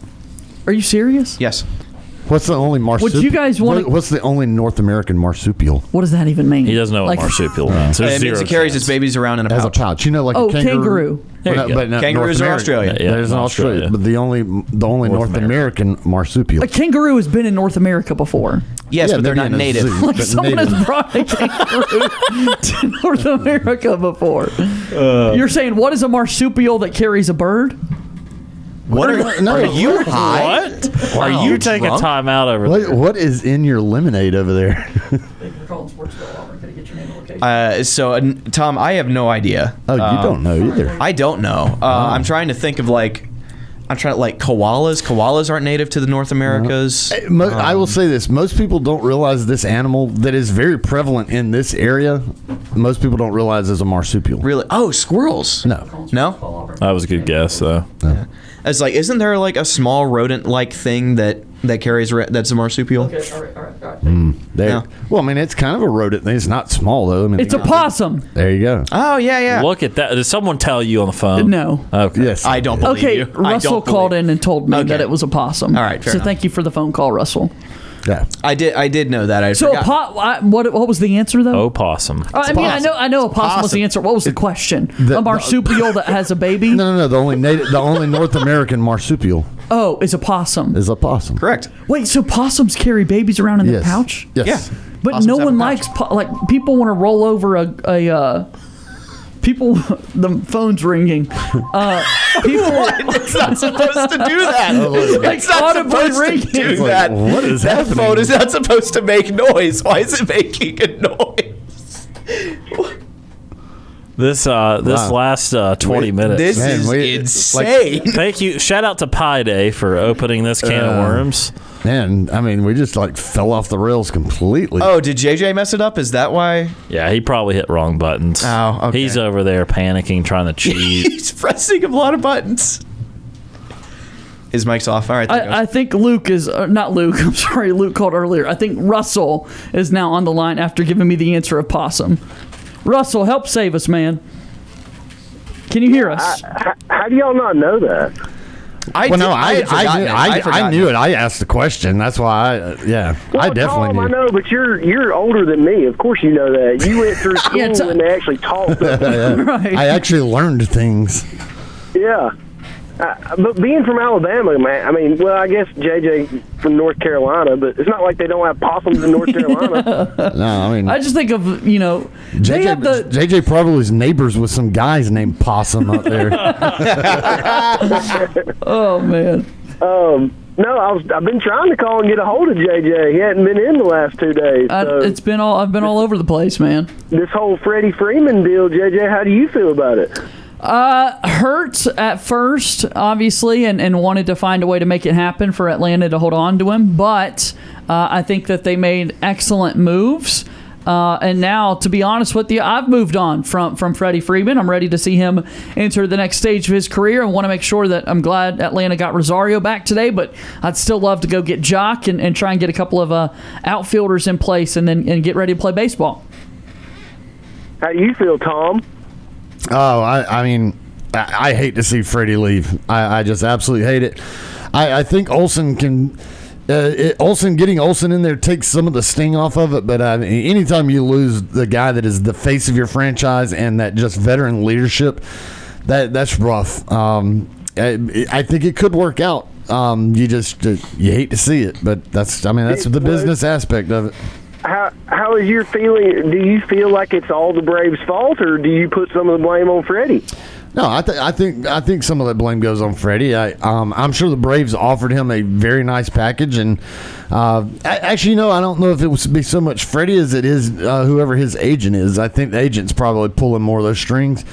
Are you serious? Yes. What's the only marsupial? you guys wanna- what- What's the only North American marsupial? What does that even mean? He doesn't know Like- what marsupial means. There's Uh, it means zero it carries its babies around in a As a pouch. pouch, you know, like Oh, a kangaroo. kangaroo. There you go. Kangaroos are America. Australia. Yeah, There's an Australia, Australia. but the only the only North, American, marsupial. A kangaroo has been in North America before. Yes, Yeah, but they're maybe not in a native. zoo. Like But someone native. has brought a kangaroo to North America before. Uh. You're saying what is a marsupial that carries a bird? What are, No, are you what? high? What? Are Are you you taking drunk? time out over What, there? what is in your lemonade over there? Uh, so, uh, Tom, I have no idea. Oh, you Um, don't know either. Oh. I don't know. Uh, I'm trying to think of like, I'm trying to like koalas. Koalas aren't native to the North Uh-huh. Americas. Mo- I will say this: most people don't realize this animal that is very prevalent in this area. Most people don't realize is a marsupial. Really? Oh, squirrels. No, No. That was a good guess, though. It's like, isn't there like a small rodent-like thing that that carries re- that's a marsupial? Mm, There- No. Well, I mean, it's kind of a rodent. thing. It's not small though. I mean, It's a possum. there you go. Oh yeah, yeah. Look at that. Did someone tell you on the phone? No. Okay. Yes, I don't believe Okay, you. I Russell don't called believe- in and told me Okay. that it was a possum. All right, fair so enough. thank you for the phone call, Russell. Yeah. I did. I did know that. I So a forgot. po- I, what what was the answer Oh, Oh. though? Opossum. Uh, I mean, I possum. know I know a It's possum was possum. the answer. What was the question? the- a marsupial that has a baby? No, no, no. The only native, the only North American marsupial Oh, is a possum. is a possum. Correct. Wait, so possums carry babies around in Yes. their pouch? Yes. Yeah. But Possums no have a one pouch. likes po- like people want to roll over a a uh, people. The phone's ringing. Uh, people It's not supposed to do that. Oh, Oh, it's not audibly supposed ringing. to do It's like, that. what is that happening? phone is not supposed to make noise. Why is it making a noise? This uh, this Wow. last uh, 20 minutes. This Man, is wait, insane. Thank you. Shout out to Pi Day for opening this can Uh, of worms. Man, I mean, we just like fell off the rails completely. oh, did JJ mess it up? Is that why Yeah, he probably hit wrong buttons. Oh, okay. He's over there panicking, trying to cheat. he's pressing a lot of buttons? His mic's off. All right. there I, I goes. think Luke is uh, not Luke. I'm sorry, Luke called earlier. I think Russell is now on the line after giving me the answer of possum. Russell, help save us, man. Can you hear us? How do y'all not know that? I well, did- no, I I had forgotten I, knew- it. I I, had I, forgotten knew it. it. I asked the question. That's why. I yeah, I definitely Tom, I knew. know, but you're you're older than me. Of course, you know that. You went through school it's- when they actually taught Yeah. them. I actually learned things. Yeah. Uh, but being from Alabama, man, I mean, well, I guess JJ from North Carolina, but it's not like they don't have possums in North Carolina. No, I mean, I just think of you know they JJ, have the JJ probably is neighbors with some guys named Possum out there. oh man. Um, no, I was, I've been trying to call and get a hold of JJ. He hadn't been in the last two days. I, so it's been all I've been all over the place, man. this whole Freddie Freeman deal, JJ, how do you feel about it? Uh, hurt at first, obviously, and, and wanted to find a way to make it happen for Atlanta to hold on to him. But uh, I think that they made excellent moves. Uh, and now, to be honest with you, I've moved on from from Freddie Freeman. I'm ready to see him enter the next stage of his career, and want to make sure that I'm glad Atlanta got Rosario back today. But I'd still love to go get Jock and, and try and get a couple of uh, outfielders in place, and then and get ready to play baseball. How do you feel, Tom? Oh, I, I mean, I, I hate to see Freddie leave. I, I just absolutely hate it. I, I think Olson can. Uh, it, Olson getting Olson in there takes some of the sting off of it, but uh, anytime you lose the guy that is the face of your franchise and that just veteran leadership, that that's rough. Um, I, I think it could work out. Um, you just uh, you hate to see it, but that's I mean that's the business aspect of it. How how is your feeling? Do you feel like it's all the Braves' fault, or do you put some of the blame on Freddie? No, I, th- I think I think some of that blame goes on Freddie. I, um, I'm sure the Braves offered him a very nice package, and uh, a- actually, no, I don't know if it would be so much Freddie as it is uh, whoever his agent is. I think the agent's probably pulling more of those strings.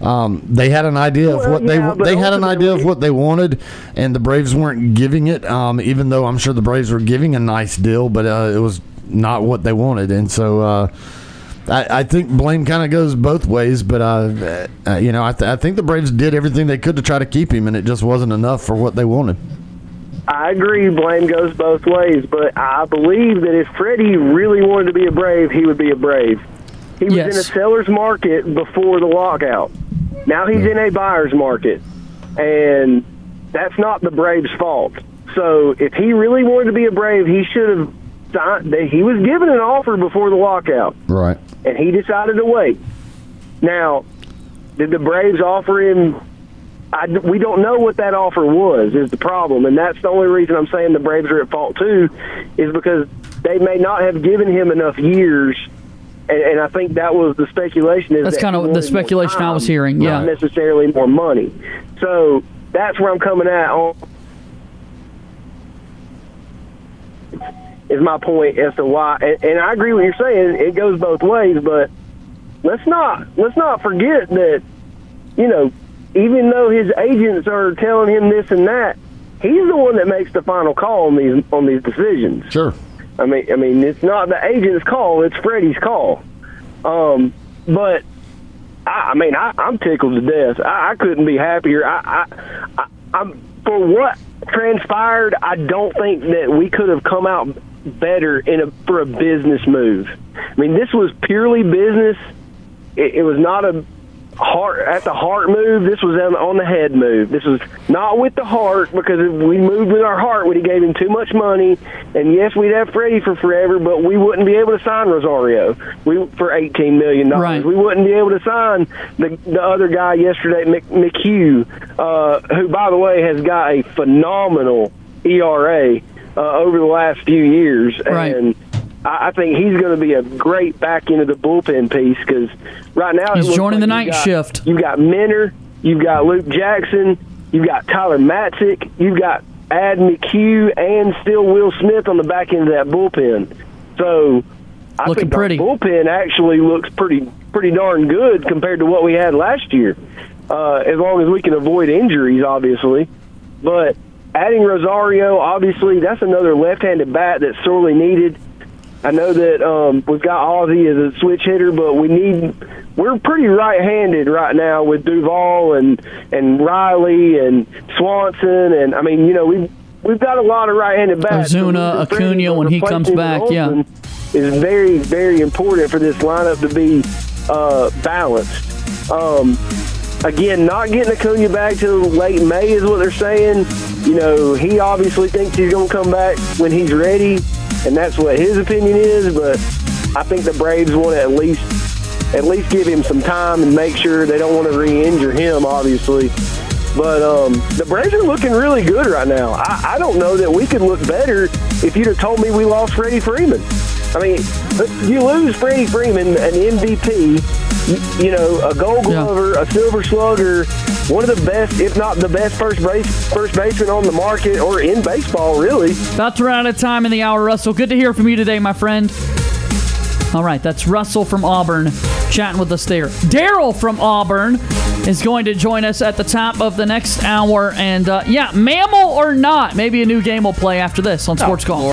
Um, they had an idea of what yeah, they but they had an idea of what they wanted, and the Braves weren't giving it. Um, even though I'm sure the Braves were giving a nice deal, but uh, it was not what they wanted, and so. Uh, I, I think blame kind of goes both ways, but uh, uh, you know, I, th- I think the Braves did everything they could to try to keep him, and it just wasn't enough for what they wanted. I agree, blame goes both ways, but I believe that if Freddie really wanted to be a Brave, he would be a Brave. He was in a seller's market before the lockout. Now he's in a buyer's market, and that's not the Braves' fault. So if he really wanted to be a Brave, he should have signed. that He was given an offer before the lockout. Right. and he decided to wait. Now, did the Braves offer him? I, we don't know what that offer was is the problem, and that's the only reason I'm saying the Braves are at fault too, is because they may not have given him enough years, and, and I think that was the speculation. Is That's that kind he of the wanted more speculation I was time, hearing. Yeah. not necessarily more money. So that's where I'm coming at on is my point as to why. And, and I agree with you're saying. It goes both ways, but let's not let's not forget that you know even though his agents are telling him this and that, he's the one that makes the final call on these on these decisions. Sure. I mean, I mean, it's not the agent's call; it's Freddie's call. Um, but I, I mean, I, I'm tickled to death. I, I couldn't be happier. I, I, I, I'm for what transpired. I don't think that we could have come out better in a for a business move. I mean, this was purely business. It, it was not a heart at the heart move. This was on, on the head move. This was not with the heart because if we moved with our heart when he gave him too much money. And yes, we'd have Freddie for forever, but we wouldn't be able to sign Rosario. We for eighteen million dollars. We wouldn't be able to sign the the other guy yesterday, Mc, McHugh, uh, who by the way has got a phenomenal ERA uh, over the last few years. And I, I think he's going to be a great back into the bullpen piece because right now He's it looks joining like the you night got- shift. You've got Minner, you've got Luke Jackson, you've got Tyler Matzik, you've got Ad McHugh, and still Will Smith on the back end of that bullpen. So I Looking think our pretty. bullpen actually looks pretty pretty darn good compared to what we had last year. Uh, as long as we can avoid injuries, obviously. But adding Rosario, obviously, that's another left-handed bat that's sorely needed. I know that um, we've got Ozzy as a switch hitter, but we need we're pretty right-handed right now with Duval and and Riley and Swanson, and I mean, you know, we have we've got a lot of right-handed bats. Ozuna, Acuna, when he comes back, yeah. is very very important for this lineup to be uh, balanced. Um, again, not getting Acuna back till late May is what they're saying. You know, he obviously thinks he's going to come back when he's ready, and that's what his opinion is. But I think the Braves want to at least at least give him some time and make sure they don't want to re-injure him, obviously. But um, the Braves are looking really good right now. I, I don't know that we could look better if you'd have told me we lost Freddie Freeman. I mean, you lose Freddie Freeman, an MVP, you, you know, a Gold Glover, a Silver Slugger, one of the best, if not the best, first base first baseman on the market or in baseball, really. About to run out of time in the hour, Russell. Good to hear from you today, my friend. All right, that's Russell from Auburn chatting with us there. Daryl from Auburn is going to join us at the top of the next hour. And uh, yeah, mammal or not, maybe a new game we'll play after this on Sports Call.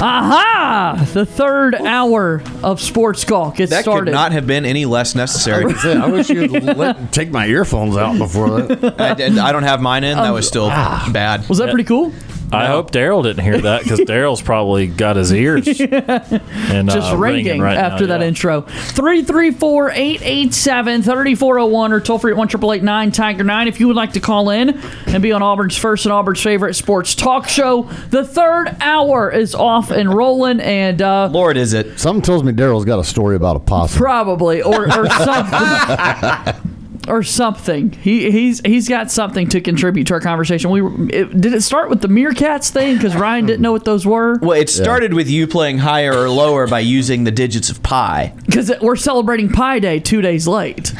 Aha! The third hour of Sports Call gets That started. could not have been any less necessary. That's it. I wish you'd let- take my earphones out before that. I, did- I don't have mine in. That was still bad. Um, ah. Was that pretty cool? I hope Daryl didn't hear that because Daryl's probably got his ears and Just uh, ringing, right after now, that intro. 334 887 3401 or toll free at 1 Tiger 9. If you would like to call in and be on Auburn's first and Auburn's favorite sports talk show, the third hour is off and rolling, and uh, Lord, is it? Something tells me Daryl's got a story about a possum. probably, or, or something. Or something. He he's he's got something to contribute to our conversation. We were- it, did it start with the meerkats thing because Ryan didn't know what those were. Well, it started with you playing higher or lower by using the digits of pi. Because we're celebrating Pi Day two days late,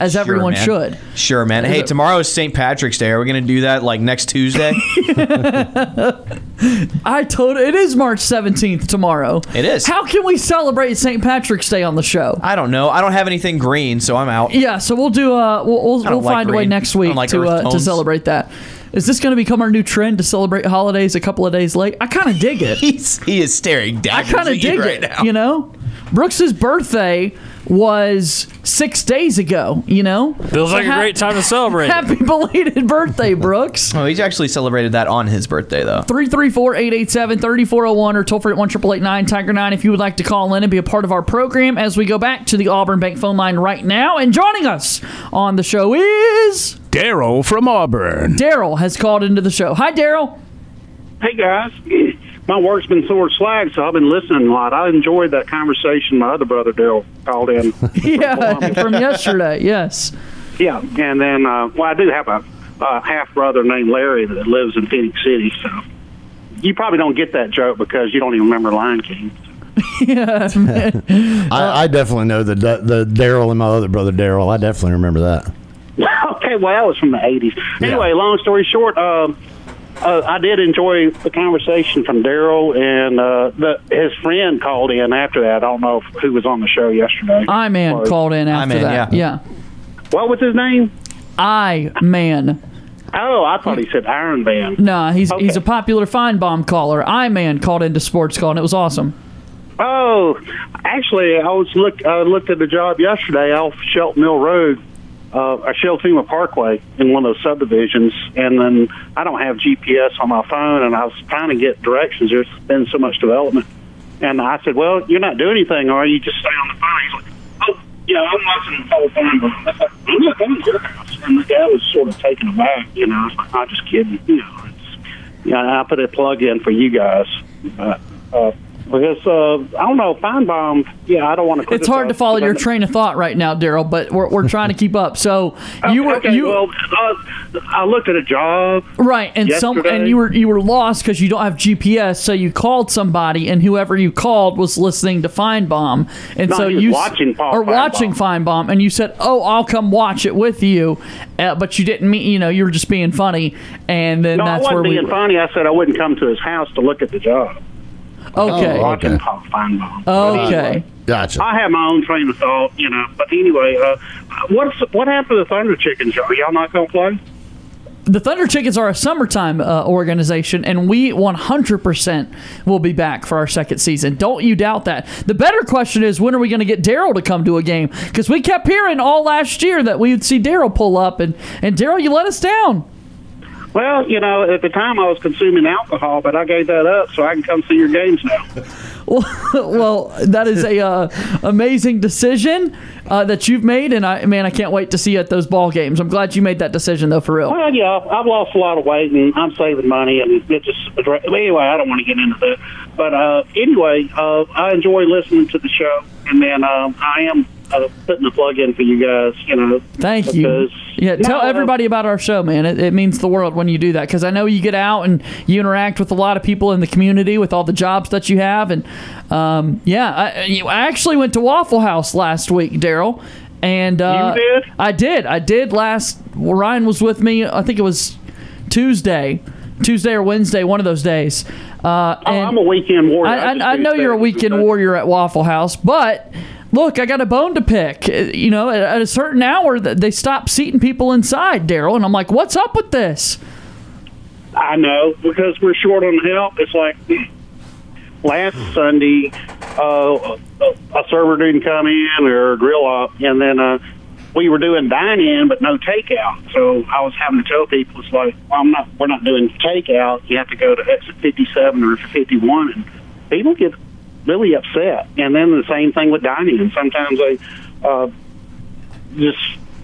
as everyone man. should. Sure, man. Is Hey, it- tomorrow is St. Patrick's Day. Are we going to do that like next Tuesday? I told it is March 17th tomorrow. It is. How can we celebrate St. Patrick's Day on the show? I don't know. Oh, I don't have anything green, so I'm out. Yeah, so we'll do uh we'll we'll, I don't we'll like find a way green. next I don't week like to earth uh, to tones. celebrate that. Is this going to become our new trend to celebrate holidays a couple of days late? I kind of dig it. He's, he is staring I daggers kind at of you dig right it. now. You know, Brooks's birthday was six days ago. You know, Feels like a great time to celebrate. Happy belated birthday, Brooks. Oh, he's actually celebrated that on his birthday, though. 334-887-3401 or toll free at 1 tiger 9 if you would like to call in and be a part of our program as we go back to the auburn bank phone line right now and joining us on the show is daryl from auburn daryl has called into the show hi daryl Hey guys, my work's been sore slag, so I've been listening a lot. I enjoyed that conversation my other brother Daryl called in. yeah from yesterday yes yeah, and then uh, well, I do have a, a half brother named Larry that lives in Phoenix City, so you probably don't get that joke because you don't even remember Lion King. yeah I, I definitely know the the Daryl and my other brother Daryl. I definitely remember that. okay, well, that was from the 80s. Anyway, long story short, um uh, I did enjoy the conversation from Daryl, and uh, the, his friend called in after that. I don't know if, who was on the show yesterday. i man Or- called in after that yeah. What was his name? i man Oh, I thought he said Iron Man. nah he's he's a Okay. popular fine bomb caller i man called into sports call and it was awesome Oh, actually, I was look. I looked at a job yesterday off Shelt Mill Road, uh, or Sheltima Parkway, in one of those subdivisions. And then I don't have GPS on my phone, and I was trying to get directions. There's been so much development, and I said, "Well, you're not doing anything, are you? Just stay on the phone." He's like, "Oh, yeah, I'm watching the whole thing." But I said, I'm not coming to your house. And the guy was sort of taken aback. You know, I was like, "I'm just kidding." You know, it's, you know, and I put a plug in for you guys. Uh, uh, because uh, I don't know. Feinbaum, yeah, I don't want to. It's hard to follow your train of thought right now, Daryl, but we're, we're trying to keep up. So you were Okay, you well, uh, I looked at a job. right, and some and you were you were lost because you don't have GPS, so you called somebody, and whoever you called was listening to Feinbaum, and No, so he was you s- watching Paul or Feinbaum. watching Feinbaum, and you said, "Oh, I'll come watch it with you," uh, but you didn't mean you know you were just being funny, and then no, I that's wasn't where we being funny. I said I wouldn't come to his house to look at the job. Oh, Okay. I can talk Feinbaum. uh, But anyway, Gotcha. I have my own train of thought, you know. But anyway, uh, what's what happened to the Thunder Chickens? Are y'all not gonna play? the Thunder Chickens are a summertime uh, organization, and we 100% will be back for our second season. Don't you doubt that. The better question is when are we going to get Daryl to come to a game? Because we kept hearing all last year that we would see Daryl pull up, and, and Daryl, you let us down. Well, you know, at the time I was consuming alcohol, but I gave that up so I can come see your games now. Well, well that is a uh, amazing decision uh, that you've made, and I man, I can't wait to see you at those ball games. I'm glad you made that decision though, for real. Well, yeah, I've lost a lot of weight and I'm saving money, and it just well, anyway. I don't want to get into that, but uh, anyway, uh, I enjoy listening to the show, and then um, I am uh, putting a plug in for you guys. You know, Thank you. because- Yeah, tell No, everybody about our show, man. It, it means the world when you do that because I know you get out and you interact with a lot of people in the community with all the jobs that you have. And um, yeah, I, I- you- I actually went to Waffle House last week, Daryl. And uh, did? I did. I did last. Well, Ryan was with me. I think it was Tuesday, Tuesday or Wednesday, one of those days. Uh, and Oh, I'm a weekend warrior. I, I just I, I do know you're a things. weekend warrior at Waffle House, but look, I got a bone to pick. Uh, You know, at, at a certain hour, th- they stop seating people inside, Daryl, and I'm like, what's up with this? I know because we're short on help. It's like hmm. last Sunday, uh, a server didn't come in or a grill up, and then uh, we were doing dine in but no takeout. So I was having to tell people it's like, well, I'm not. We're not doing takeout. You have to go to exit 57 or 51, and people get really upset. And then the same thing with dining. in Sometimes they uh, just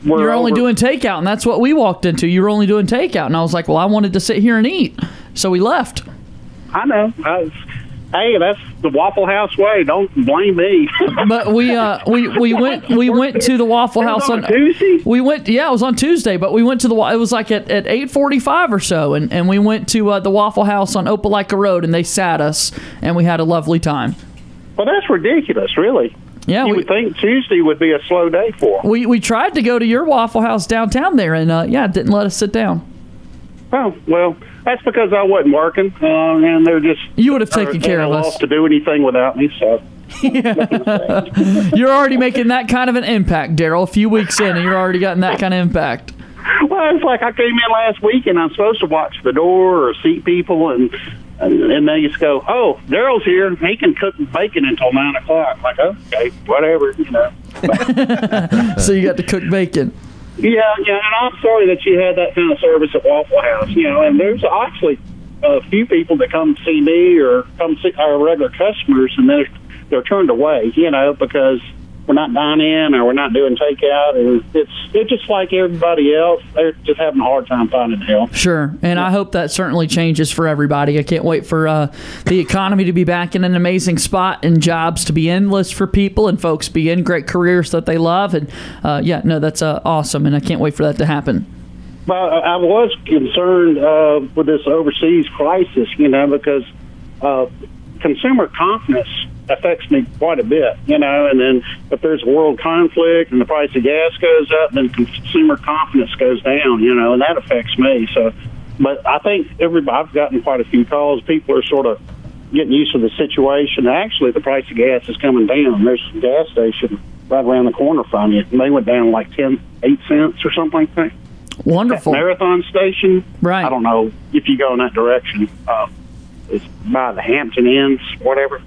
we're You're only over- doing takeout, and that's what we walked into. You were only doing takeout, and I was like, well, I wanted to sit here and eat, so we left. I know. I, hey, that's the Waffle House way. Don't blame me. but we uh we we went we went to the Waffle It was House on on, a Tuesday. We went yeah, it was on Tuesday, but we went to the wa- it was like at, at eight forty five or so, and and we went to uh, the Waffle House on Opelika Road, and they sat us, and we had a lovely time. Well, that's ridiculous, really. Yeah, you would think Tuesday would be a slow day for 'em. We we tried to go to your Waffle House downtown there, and uh, yeah, it didn't let us sit down. Oh well, that's because I wasn't working, uh, and they're just you would have taken care of us. to do anything without me. So You're already making that kind of an impact, Daryl. A few weeks in, and you're already gotten that kind of impact. well, it's like I came in last week, and I'm supposed to watch the door or seat people, and and, and they just go, "Oh, Daryl's here. He can cook bacon until nine o'clock." Like, okay, whatever, you know. so you got to cook bacon. Yeah, yeah, and I'm sorry that you had that kind of service at Waffle House. You know, and there's actually a few people that come see me or come see our regular customers, and they're they're turned away. You know, because we're not dining in or we're not doing takeout, and it's it's just like everybody else. They're just having a hard time finding help. Sure, and I hope that certainly changes for everybody. I can't wait for uh, the economy to be back in an amazing spot and jobs to be endless for people and folks be in great careers that they love. And uh, yeah, no, that's uh, awesome, and I can't wait for that to happen. Well, I I was concerned uh, with this overseas crisis, you know, because uh, consumer confidence affects me quite a bit, you know, and then if there's world conflict and the price of gas goes up, then consumer confidence goes down, you know, and that affects me. So, but I think everybody, I've gotten quite a few calls. People are sort of getting used to the situation. Actually, the price of gas is coming down. There's a gas station right around the corner from you, and they went down like 10, 8 cents or something like that. Wonderful. Marathon Station. Right. I don't know if you go in that direction. Uh, it's by the Hampton Inns, whatever.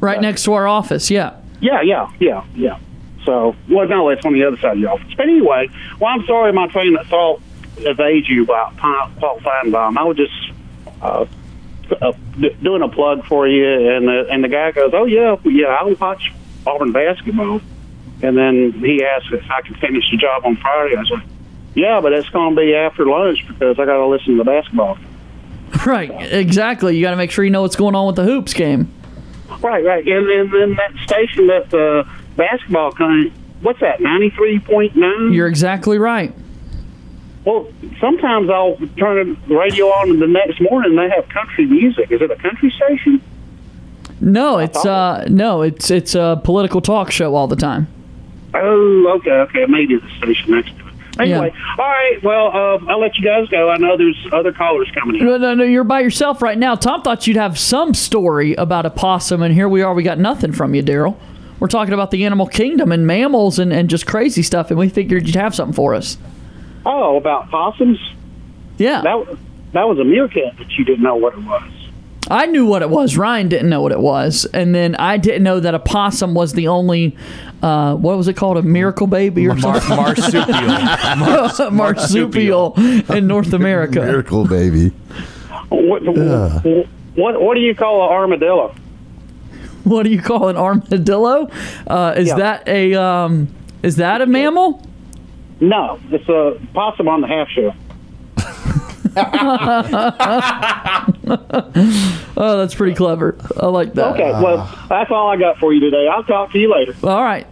Right next to our office, yeah. Yeah, yeah, yeah, yeah. So, well, no, it's on the other side of the office. But anyway, well, I'm sorry my train of thought evades you about Pa- Paul Feinbaum. I was just uh, uh, d- doing a plug for you, and the, and the guy goes, "Oh yeah, yeah, I watch Auburn basketball." And then he asked if I could finish the job on Friday. I was like, "Yeah, but it's going to be after lunch because I got to listen to basketball." Right, exactly. You got to make sure you know what's going on with the hoops game. Right, right. And then then that station that the basketball kind what's that, ninety three point nine? You're exactly right. Well, sometimes I'll turn the radio on and the next morning they have country music. Is it a country station? No, it's uh, no, it's it's a political talk show all the time. Oh, okay, okay. Maybe the station next to it. Anyway, all right. Well, um, I'll let you guys go. I know there's other callers coming in. No, no, no, you're by yourself right now. Tom thought you'd have some story about a possum, and here we are. We got nothing from you, Daryl. We're talking about the animal kingdom and mammals and, and just crazy stuff, and we figured you'd have something for us. Oh, about possums? Yeah. That that was a meerkat that you didn't know what it was. I knew what it was. Ryan didn't know what it was, and then I didn't know that a possum was the only. Uh, what was it called? A miracle baby or Mar- something? marsupial. Mars- marsupial in North America. Miracle baby. What, Yeah. what what do you call an armadillo? What do you call an armadillo? Uh, is Yeah. that a um, is that a mammal? No, it's a possum on the half shell. Oh, that's pretty clever. I like that. Okay, well, Ah. that's all I got for you today. I'll talk to you later. All right.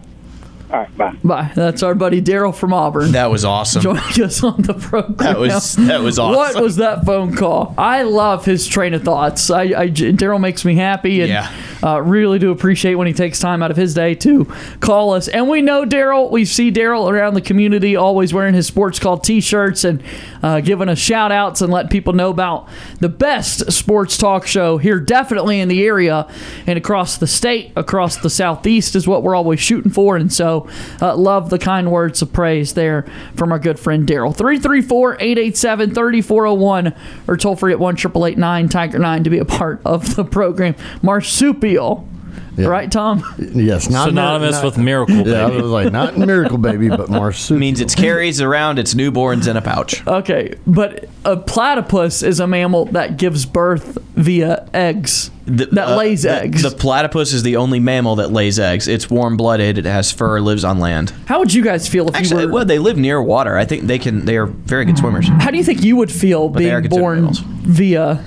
All right, bye. Bye. That's our buddy Daryl from Auburn. That was awesome. Joining us on the program. That was- that was What awesome. was that phone call? I love his train of thoughts. I, I Daryl makes me happy, and Yeah. uh, really do appreciate when he takes time out of his day to call us. And we know Daryl. We see Daryl around the community, always wearing his sports call T-shirts and uh, giving us shout outs and letting people know about the best sports talk show here, definitely in the area and across the state, across the southeast is what we're always shooting for. And so, uh, love the kind words of praise there from our good friend Daryl. 334-887-3401 or toll free at one triple eight nine Tiger nine to be a part of the program. Marsupial, right, Tom? Yes, not Synonymous with miracle baby. Yeah, I was like not miracle baby, but marsupial. Means it's carries around its newborns in a pouch. Okay, but a platypus is a mammal that gives birth via eggs that Uh, lays the- eggs. The platypus is the only mammal that lays eggs. It's warm-blooded. It has fur. Lives on land. How would you guys feel if Actually, you were? well, they live near water. I think they can. They are very good swimmers. How do you think you would feel But they are being considered born via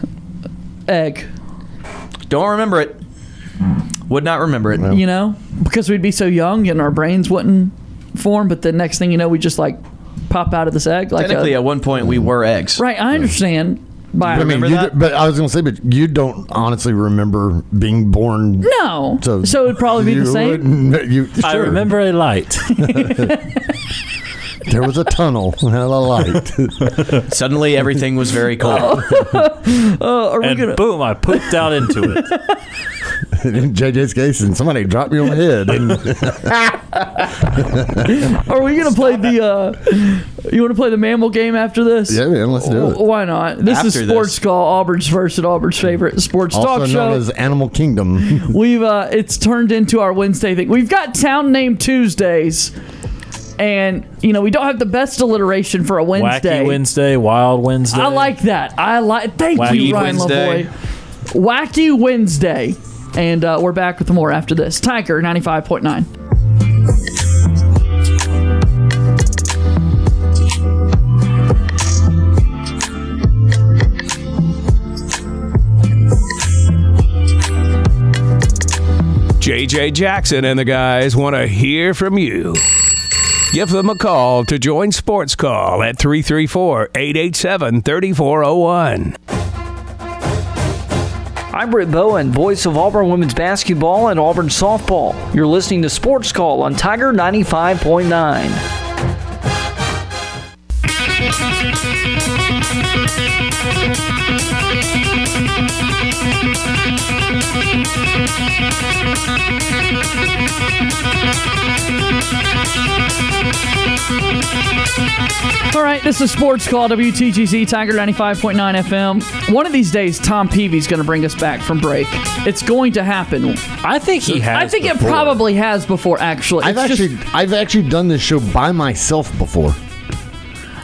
egg? Don't remember it. Would not remember it. You know, because we'd be so young and our brains wouldn't form. But the next thing you know, we just like pop out of this egg. Like Technically, a, at one point, we were eggs. right? I understand. By I mean, you d- but I was gonna say, but you don't honestly remember being born. no, so, So, it'd probably be the you same. wouldn't- you- I sure. remember a light. there was a tunnel and a light. Suddenly, everything was very cold. Uh, are we and gonna? boom, I pooped out into it. in JJ's case, and somebody dropped me on the head. Are we gonna play the? Uh, you want to play the mammal game after this? Yeah, man, let's do it. Why not? This After is this. Sports Call, Auburn's first and Auburn's favorite sports also talk known show. as Animal Kingdom. We've uh, it's turned into our Wednesday thing. We've got town name Tuesdays, and you know we don't have the best alliteration for a Wednesday. Wacky Wednesday, Wild Wednesday. I like that. I like. Thank Wacky you, Ryan Wednesday. Lavoie. Wacky Wednesday, and uh, we're back with more after this. Tiger ninety five point nine. JJ Jackson and the guys want to hear from you. Give them a call to join Sports Call at 334 887 3401. I'm Britt Bowen, voice of Auburn women's basketball and Auburn softball. You're listening to Sports Call on Tiger 95.9. All right, this is Sports Call WTGC Tiger 95.9 FM. One of these days, Tom Peavy's going to bring us back from break. It's going to happen. I think he has I think it before. probably has before, actually. I've It's just- actually I've actually done this show by myself before.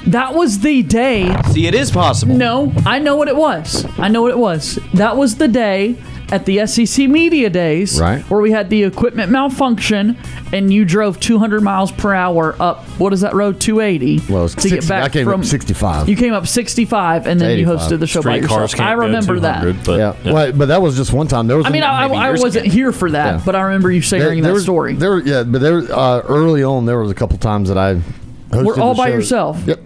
that was the day. See, it is possible. No, I know what it was. I know what it was. That was the day at the SEC Media Days, Right. where we had the equipment malfunction and you drove 200 miles per hour up, what is that road, 280? Well, it's to get 60 back I came from up 65. You came up 65 and then you 85. hosted the show by yourself. I remember that. But, yeah. Well, but that was just one time. There was I mean, an- I, I, I wasn't here for that, Yeah. but I remember you sharing that was, story. There, yeah, but there uh, early on, there was a couple times that I hosted We're all the by show. yourself. Yep.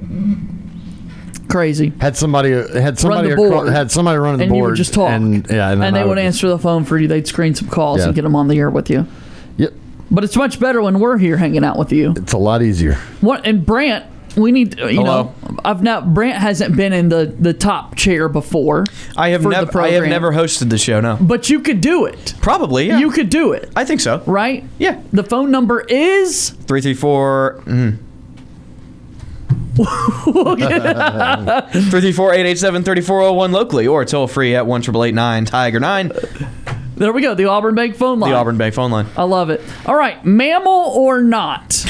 Crazy. Had somebody had somebody the acro- board. had somebody running the And board you would just talk. and yeah, and, then they I would answer the phone for you. They'd screen some calls Yeah. and get them on the air with you. Yep. But it's much better when we're here hanging out with you. It's a lot easier. What and Brant, we need you Hello. know. I've not Brant hasn't been in the the top chair before. I have for the never I have program. never hosted the show. No, But you could do it. probably yeah. You could do it. I think so. Right? Yeah. The phone number is Three three four. Mm. Three three four eight eight seven thirty four zero one locally or toll free at one triple eight nine Tiger nine. There we go. The Auburn Bank phone line. The Auburn Bank phone line. I love it. All right, mammal or not?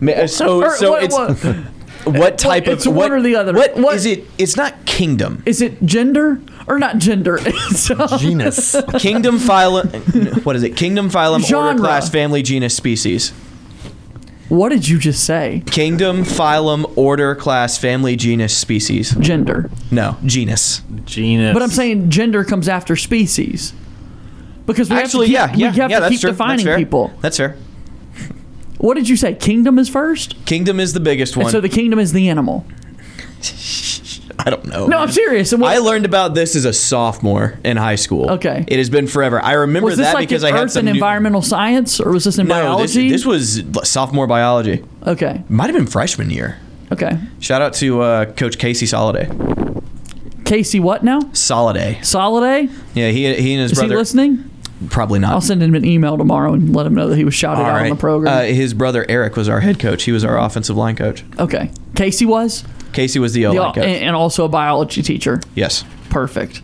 Ma- uh, So Or so what- it's what- what type it's of one what or the other. what is it? It's not kingdom. Is it gender or not gender? It's, um, Kingdom phylum. What is it? Kingdom phylum order Genre. class family genus species. What did you just say? Kingdom phylum order class family genus species. Gender. No, genus. Genus. But I'm saying gender comes after species. Because we Actually, have to yeah, keep, yeah, we have yeah, to that's keep true. defining that's fair. people. That's fair. What did you say? Kingdom is first? Kingdom is the biggest one. And so the kingdom is the animal. I don't know. No, I'm serious. And what- I learned about this as a sophomore in high school. Okay. It has been forever. I remember was this that like because in I had earth some and new- environmental science or was this in No, this, biology? this was sophomore biology. okay. Might have been freshman year. Okay. Shout out to uh, Coach Casey Soliday. Casey what now? Soliday. Soliday? Yeah, he, he and his Is he brother. listening? Probably not. I'll send him an email tomorrow and let Oh, him know that he was shouted All out right. on the program. Uh, his brother Eric was our head coach. He was our offensive line coach. okay. Casey was? Casey was the O The- line coach. and, and also a biology teacher. yes. Perfect.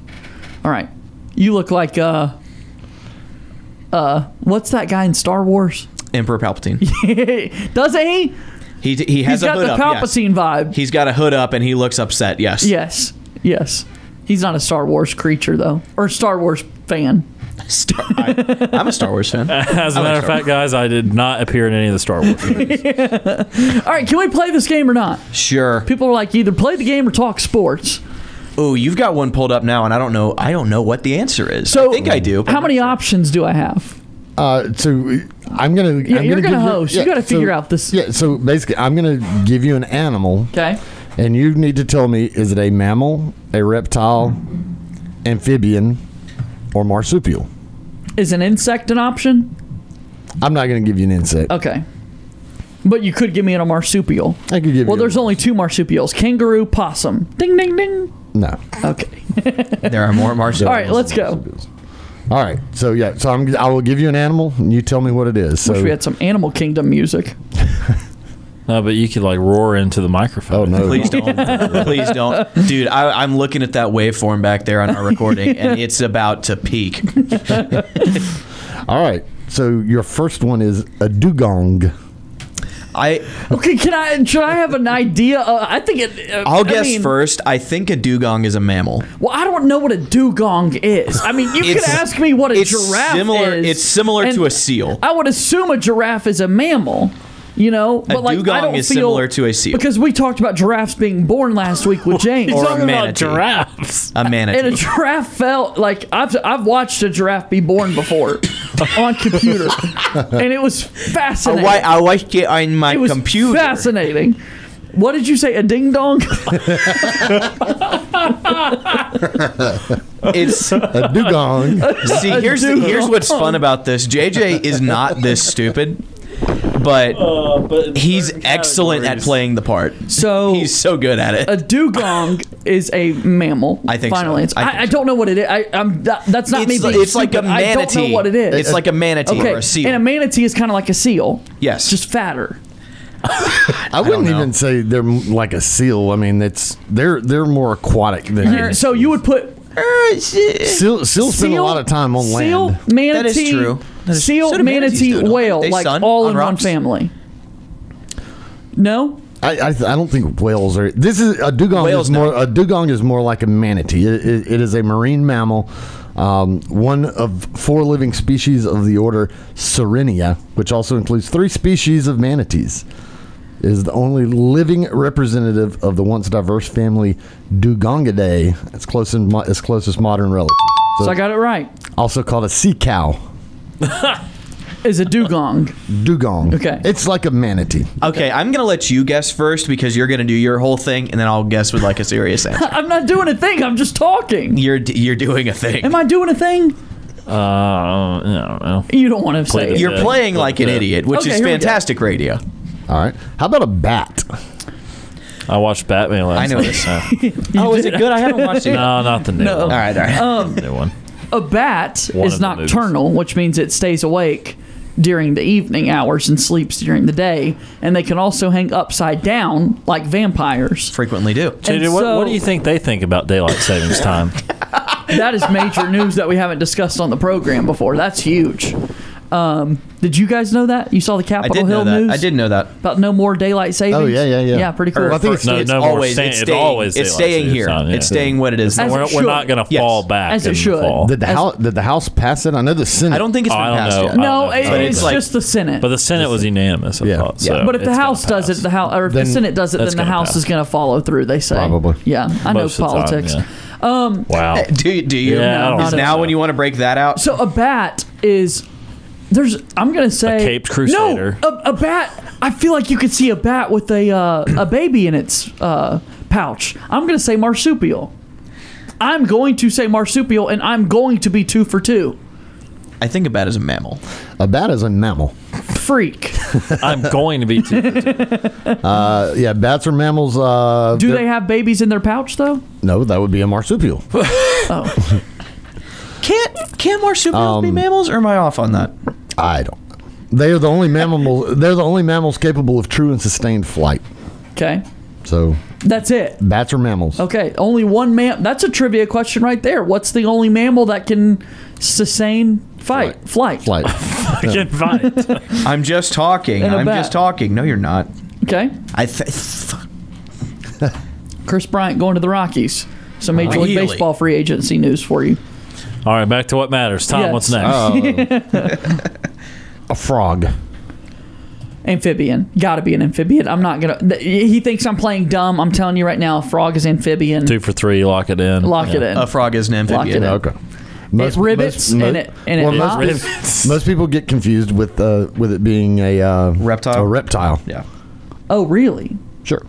All right. You look like uh uh what's that guy in Star Wars? Emperor Palpatine. Doesn't he? He, he has He's a got hood the up. yes. Palpatine vibe. He's got a hood up and he looks upset. Yes. Yes. Yes. He's not a Star Wars creature though. Or a Star Wars fan. Star I'm a Star Wars fan. As a matter of fact, guys, I did not appear in any of the Star Wars. movies. All right, can we play this game or not? Sure. People are like either play the game or talk sports. Oh, you've got one pulled up now, and I don't know. I don't know what the answer is. I think I do. How many options do I have? Uh, so I'm gonna. Yeah, I'm you're gonna gonna give host. You gotta figure out this. Yeah. So basically, I'm gonna give you an animal. Okay. And you need to tell me: is it a mammal, a reptile, amphibian, or marsupial? Is an insect an option? I'm not gonna give you an insect. Okay. But you could give me a marsupial. I could give Well, you. there's only two marsupials kangaroo, possum. Ding, ding, ding. no. Okay. There are more marsupials. All right, let's go. All right. So yeah. So I'm. I will give you an animal, and you tell me what it is. So Wish we had some Animal Kingdom music. No, but you could like roar into the microphone. Oh no! Please don't. Please don't. Dude, I, I'm looking at that waveform back there on our recording, and it's about to peak. All right. So your first one is a dugong. I, Okay, can I? Should I have an idea? Uh, I think it. Uh, I'll I guess mean, first. I think a dugong is a mammal. Well, I don't know what a dugong is. I mean, you could It's- ask me what a it's giraffe similar- is. it's similar and to a seal. I would assume a giraffe is a mammal. You know, but like I dugong don't is feel, similar to a seal. because we talked about giraffes being born last week with James. Or a manatee. A manatee. And a giraffe felt like I've I've watched a giraffe be born before on computer, and it was fascinating. I, wa- I watched it on my it was computer. fascinating. What did you say? A ding dong? It's A dugong. See, here's the, dugong. here's what's fun about this. JJ is not this stupid, but, Uh, he's excellent at playing the part. So He's so good at it. a dugong is a mammal. I think so. Final answer. I I, think I, don't know what it is. I, I'm that, that's not It's me. li- being it's like stupid. a I don't manatee. know what it is. It's like a manatee okay. or a seal. And a manatee is kind of like a seal. Yes. just fatter. I wouldn't even say they're m- like a seal. I mean, it's they're they're more aquatic than You're- Uh-huh. So you would put seal. Seal spend a seal- lot of time on seal, land. manatee, Oh, That is true. That is- seal, so do manatees manatee, do it, don't they? whale, They like sun all on in one rocks? family. No, I, I, I don't think whales are. This is a dugong. Whales, is more a dugong is more like a manatee. It, it, it is a marine mammal, um, one of four living species of the order Sirenia, which also includes three species of manatees. It Is the only living representative of the once diverse family Dugongidae, its closest mo- its closest modern relative. So I got it right. Also called a sea cow, Is a dugong. dugong. Okay. It's like a manatee. Okay, I'm gonna let you guess first because you're gonna do your whole thing, and then I'll guess with like a serious answer. I'm not doing a thing. I'm just talking. You're d- you're doing a thing. Am I doing a thing? Uh, I don't- I don't know. You don't want to say it. You're playing like an uh, Yeah. idiot, which Okay, is here we go. fantastic radio. All right. How about a bat? I watched Batman last I know night, this. so- oh, is it good? I haven't watched it. No, not the new No. one. All right, all right. Um, new one. A bat One is of the movies. nocturnal, which means it stays awake during the evening hours and sleeps during the day. And they can also hang upside down like vampires. Frequently do. JJ, what, what do you think they think about daylight savings time? that is major news that we haven't discussed on the program before. That's huge. Um, did you guys know that? You saw the I Capitol did Hill know that. news I did know that. about no more daylight savings. Oh, yeah, yeah, yeah. Yeah, pretty cool. Or- I think it's- no, it's no more always- staying- it's it's staying- it's always daylight staying savings here. time, It's staying what it is As now. it We're, we're not should. going to Yes. fall back. As it in the should. fall. Did the house did the House pass it? I know the Senate. I don't think it's been I don't passed know. yet. No, it- But it's, it's like- just the Senate. But the Senate was unanimous, I thought. So but if the House does it, the House or if Then the Senate does it, that's then the gonna House pass. is going to follow through. They say Probably. Yeah, I Most know of the time, politics. um, Wow. do you- do you? Yeah, I don't is know. now when you want to break that out? So a bat is there's I'm gonna say caped crusader. No, a, a bat. I feel like you could see a bat with a uh, a baby in its uh, pouch. I'm gonna say marsupial. I'm going to say marsupial, and I'm going to be two for two. I think a bat is a mammal. A bat is a mammal. Freak. I'm going to be too. Uh, yeah, bats are mammals. Uh, Do they're- they have babies in their pouch though? No, that would be a marsupial. Can't can marsupials be Um, mammals, or am I off on that? I don't. know. They are the only mammals. They're the only mammals capable of true and sustained flight. Okay, So that's it. bats are mammals. Okay, only one mam. That's a trivia question right there. What's the only mammal that can sustain fight flight? Flight. I'm just talking. And a I'm bat. just talking. No, you're not. Okay. I th- Chris Bryant going to the Rockies. Some Major League Really? Baseball free agency news for you. All right, back to what matters. Tom, Yes. what's next? Oh. a frog. Amphibian. Got to be an amphibian. I'm not going to. He thinks I'm playing dumb. I'm telling you right now, a frog is amphibian. Two for three. Lock it in. Lock it in. a frog is an Lock it amphibian. in. Okay. rivets and it- and it well, hops. most, people, most people get confused with uh, with it being a uh, reptile. A reptile. Yeah. Oh, really? Sure.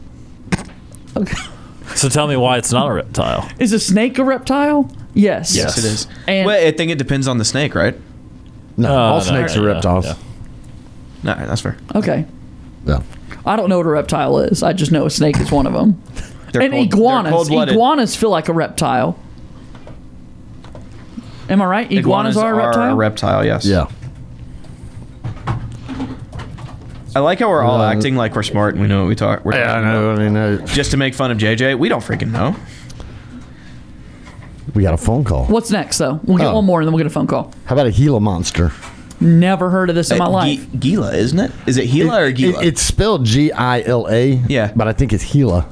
So tell me why it's not a reptile. Is a snake a reptile? Yes. Yes, it is. And Oh, well, I think it depends on the snake, right? No, Uh, all no, snakes yeah, are reptiles. yeah. No, that's fair. okay. Yeah. I don't know what a reptile is. I just know a snake is one of them. They're cold- and they're iguanas. cold-blooded. Iguanas feel like a reptile. Am I right? Iguanas, are a reptile. a reptile. Yes. Yeah. I like how we're all acting like we're smart and we know what we talk. We're Yeah, I know. I mean, uh, just to make fun of JJ. We don't freaking know. we got a phone call. What's next, though? We'll get Oh. one more and then we'll get a phone call. How about a Gila monster? Never heard of this in my life. Uh, Gila, isn't it? Is it Gila or Gila? It- it's spelled G I L A. Yeah. But I think it's Gila.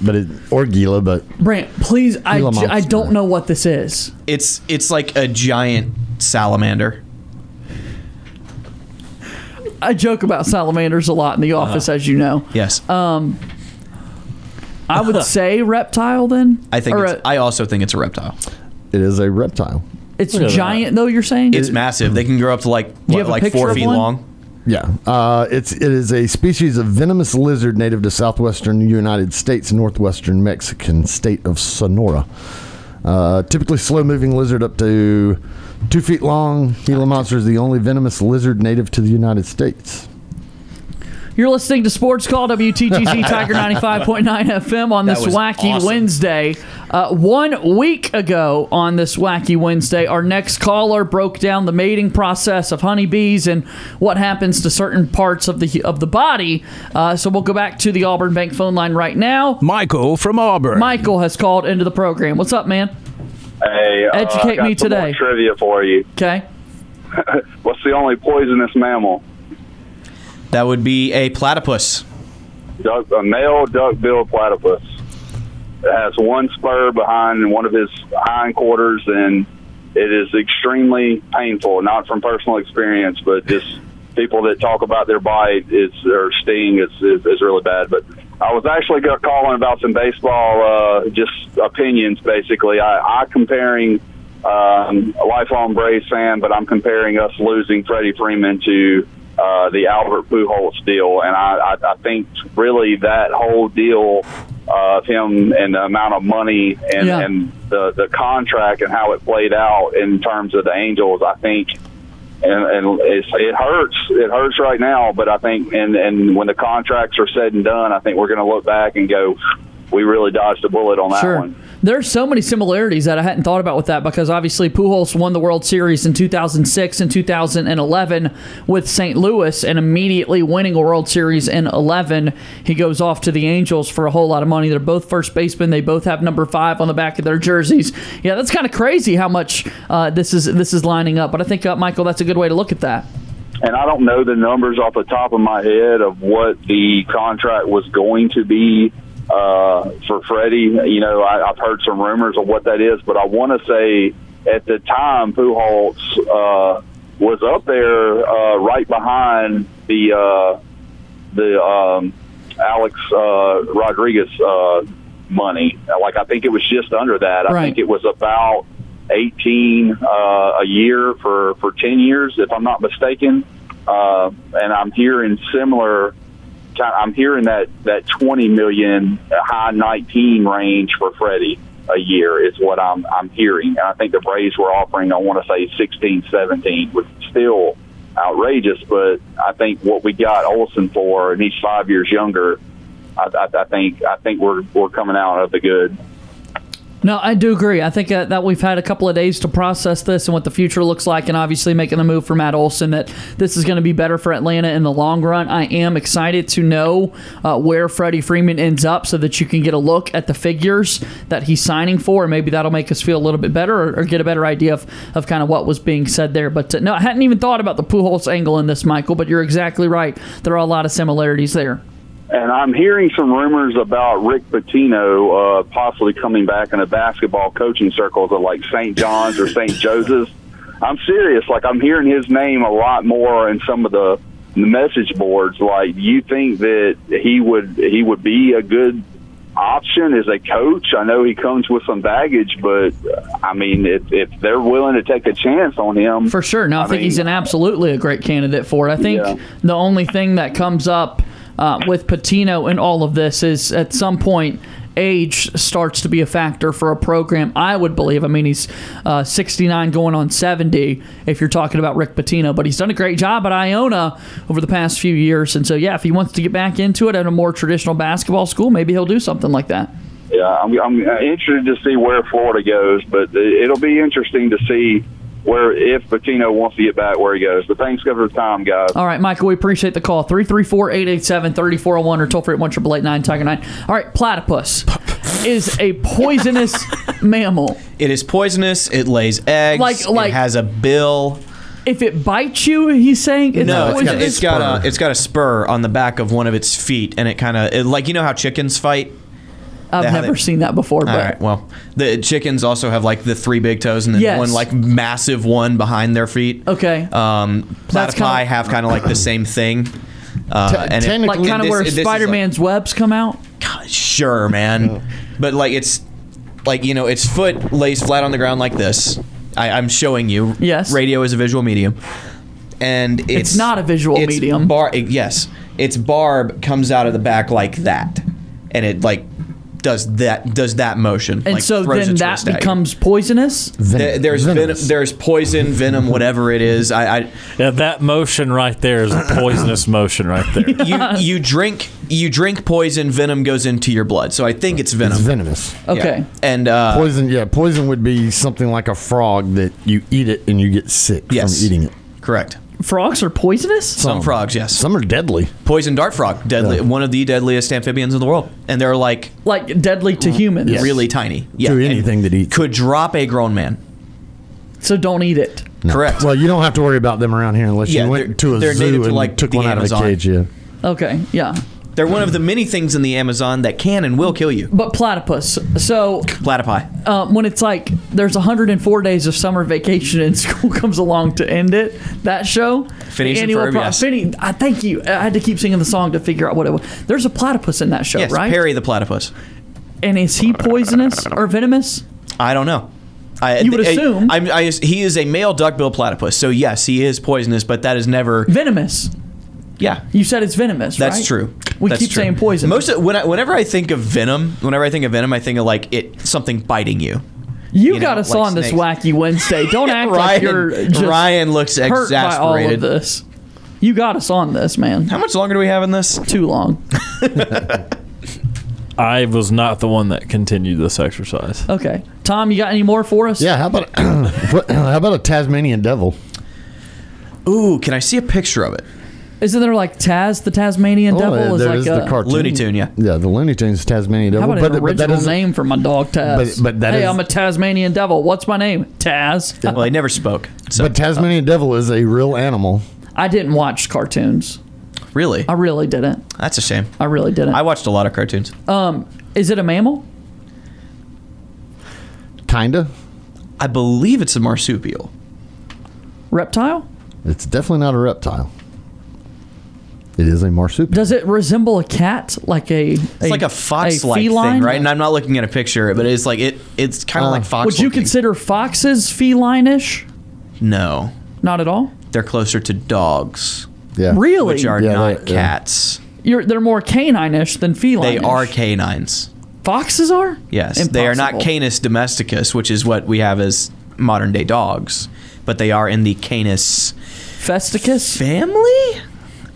But it or Gila, but Brant, please, I, Gila j- I monster. don't know what this is. it's it's like a giant salamander. I joke about salamanders a lot in the Uh-huh. office, as you know. Yes. Um, I would say reptile then. I think. Or It's, a- I also think it's a reptile. it is a reptile. it's Look at that. giant, though. You're saying It's massive. They can grow up to like you what, have a like picture four of feet one? long. Yeah. Uh, it's it is a species of venomous lizard native to southwestern United States, northwestern Mexican state of Sonora. Uh, typically slow-moving lizard up to two feet long. Gila monster is the only venomous lizard native to the United States. You're listening to Sports Call WTGC Tiger 95.9 FM on That this was wacky awesome. Wednesday. Uh, one week ago on this wacky Wednesday, our next caller broke down the mating process of honeybees and what happens to certain parts of the of the body. Uh, so we'll go back to the Auburn Bank phone line right now. Michael from Auburn. Michael has called into the program. What's up, man? Hey, uh, Educate I got me some more today. trivia for you. Okay. What's the only poisonous mammal? That would be a platypus. duck, a male duckbill platypus. It has one spur behind one of his hindquarters, and it is extremely painful. Not from personal experience, but just people that talk about their bite is or sting is, is is really bad. But I was actually go- calling about some baseball, uh, just opinions basically. I, I comparing um, a lifelong Braves fan, but I'm comparing us losing Freddie Freeman to uh, the Albert Pujols deal, and I, I, I think really that whole deal uh, of him and the amount of money and, Yeah. and the the contract and how it played out in terms of the Angels, I think. And, and it's, it hurts. It hurts right now, but I think, and, and when the contracts are said and done, I think we're going to look back and go, we really dodged a bullet on that sure. one. There's so many similarities that I hadn't thought about with that because obviously Pujols won the World Series in 2006 and 2011 with St. Louis, and immediately winning a World Series in 11, he goes off to the Angels for a whole lot of money. They're both first basemen. They both have number five on the back of their jerseys. Yeah, that's kind of crazy how much uh, this is this is lining up. But I think uh, Michael, that's a good way to look at that. and I don't know the numbers off the top of my head of what the contract was going to be uh, for Freddie. You know, I, I've heard some rumors of what that is, but I want to say at the time Pujols uh, was up there uh, right behind the uh, the um, Alex uh, Rodriguez uh, money. Like I think it was just under that. I Right. think it was about eighteen uh, a year for for ten years, if I'm not mistaken. Uh, and I'm hearing similar. ki- I'm hearing that that twenty million uh, high nineteen range for Freddie a year is what I'm I'm hearing. And I think the Braves were offering I want to say 16, 17, which is still outrageous. But I think what we got Olson for, and he's five years younger. I, I, I think I think we're we're coming out of the good. No, I do agree. I think uh, that we've had a couple of days to process this and what the future looks like, and obviously making the move for Matt Olson that this is going to be better for Atlanta in the long run. I am excited to know uh, where Freddie Freeman ends up so that you can get a look at the figures that he's signing for, and maybe that'll make us feel a little bit better or, or get a better idea of, of kind of what was being said there. But uh, no, I hadn't even thought about the Pujols angle in this, Michael, but you're exactly right. There are a lot of similarities there. And I'm hearing some rumors about Rick Pitino uh, possibly coming back in the basketball coaching circles of like St. John's or St. Joseph's. I'm serious. Like I'm hearing his name a lot more in some of the message boards. Like you think that he would he would be a good option as a coach. I know he comes with some baggage, but I mean, if, if they're willing to take a chance on him, For sure. No, I, think Um, mean- he's an absolutely a great candidate for it. I think Yeah. the only thing that comes up uh, with Patino and all of this is at some point age starts to be a factor for a program. I would believe. I mean, he's uh, 69 going on 70 if you're talking about Rick Patino, but he's done a great job at Iona over the past few years. And so, yeah, if he wants to get back into it at a more traditional basketball school, maybe he'll do something like that. Yeah, I'm, I'm interested to see where Florida goes, but it'll be interesting to see where if Patino wants to get back where he goes. But thanks for the time, guys. All right, Michael, we appreciate the call. 334 887 3401 or toll free at 1 Tiger 9. All right, platypus is a poisonous mammal. It is poisonous. It lays eggs. Like- like- it has a bill. If it bites you, he's saying it's no, it's got, poisonous. it's got a it's got a spur on the back of one of its feet, and it kind of like you know how chickens fight. I've They have never it- seen that before, but All right. Well, the chickens also have like the three big toes and then Yes. one like massive one behind their feet. Okay. Um, platypi have kind of like the same thing. Te- Uh, and it- like kind of this- where this is, like, Spider Man's webs come out. Sure, man. But like it's like you know, its foot lays flat on the ground like this. I, I'm showing you. Yes. Radio is a visual medium, and it's, not a visual its medium. Bar, yes, its barb comes out of the back like that, and it like does that does that motion. And like, so throws a then that twist at you. becomes poisonous. There- there's venom, there's poison, venom, whatever it is. I, I yeah, that motion right there is a poisonous motion right there. you you drink you drink poison, venom goes into your blood. So I think it's venom. It's venomous. Okay. And uh, poison, yeah, poison would be something like a frog that you eat it and you get sick Yes. from eating it. Correct. Frogs are poisonous? Some frogs, yes. Some are deadly. Poison dart frog, deadly, one of the deadliest amphibians in the world, and they're like Mm-hmm. like deadly to humans. Yes. really tiny. Yeah, to and anything that eats. could drop a grown man. So don't eat it. Correct. Well, you don't have to worry about them around here unless Yeah, you they're- went to a they're zoo native to, and like, took the one out Amazon. of a cage. Yeah. Okay, yeah. They're one of the many things in the Amazon that can and will kill you. But platypus. So platypi. um, when it's like there's 104 days of summer vacation and school comes along to end it, that show. Phineas and Annual Ferb, pro- yes. Phineas- I thank you. I had to keep singing the song to figure out what it was. There's a platypus in that show, yes, right? Perry the platypus. And is he poisonous or venomous? I don't know. I, You would I- assume. I, I- he is a male duckbill platypus, so yes, he is poisonous, but that is never venomous. Yeah, you said it's venomous. That's right? true. We That's keep true. saying poison. Most of, when I, whenever I think of venom, whenever I think of venom, I think of like it something biting you. You, you got know, us like on this snakes. wacky Wednesday. Don't act like Ryan- you're just Ryan looks hurt by all of exasperated. this. You got us on this, man. How much longer do we have in this? Too long. I was not the one that continued this exercise. Okay, Tom, you got any more for us? Yeah. How about what, how about a Tasmanian devil? Ooh, can I see a picture of it? Isn't there like Taz the Tasmanian Devil? Oh, there like is a, the cartoon. yeah. Yeah, the Looney Tunes Tasmanian How devil. about an but, but that original is name for my dog Taz? But- but that hey, is- I'm a Tasmanian Devil. What's my name? Taz. Uh, Well, he never spoke. but Tasmanian devil is a real animal. I didn't watch cartoons. Really? I really didn't. That's a shame. I really didn't. I watched a lot of cartoons. Um, is it a mammal? Kinda. I believe it's a marsupial. Reptile? It's definitely not a reptile. It is a marsupial. Does it resemble a cat? Like a It's like a fox-like feline? Oh. thing, right? And I'm not looking at a picture, but it's like it. It's kind of like fox. Would you consider foxes feline-ish? No, Not at all. they're closer to dogs. Yeah, Really? which are Yeah, not they- yeah. cats. You're, they're more canine-ish than feline. They are canines. Foxes are? Yes, they are not Impossible. Canis domesticus, which is what we have as modern day dogs, but they are in the Canis Festicus family.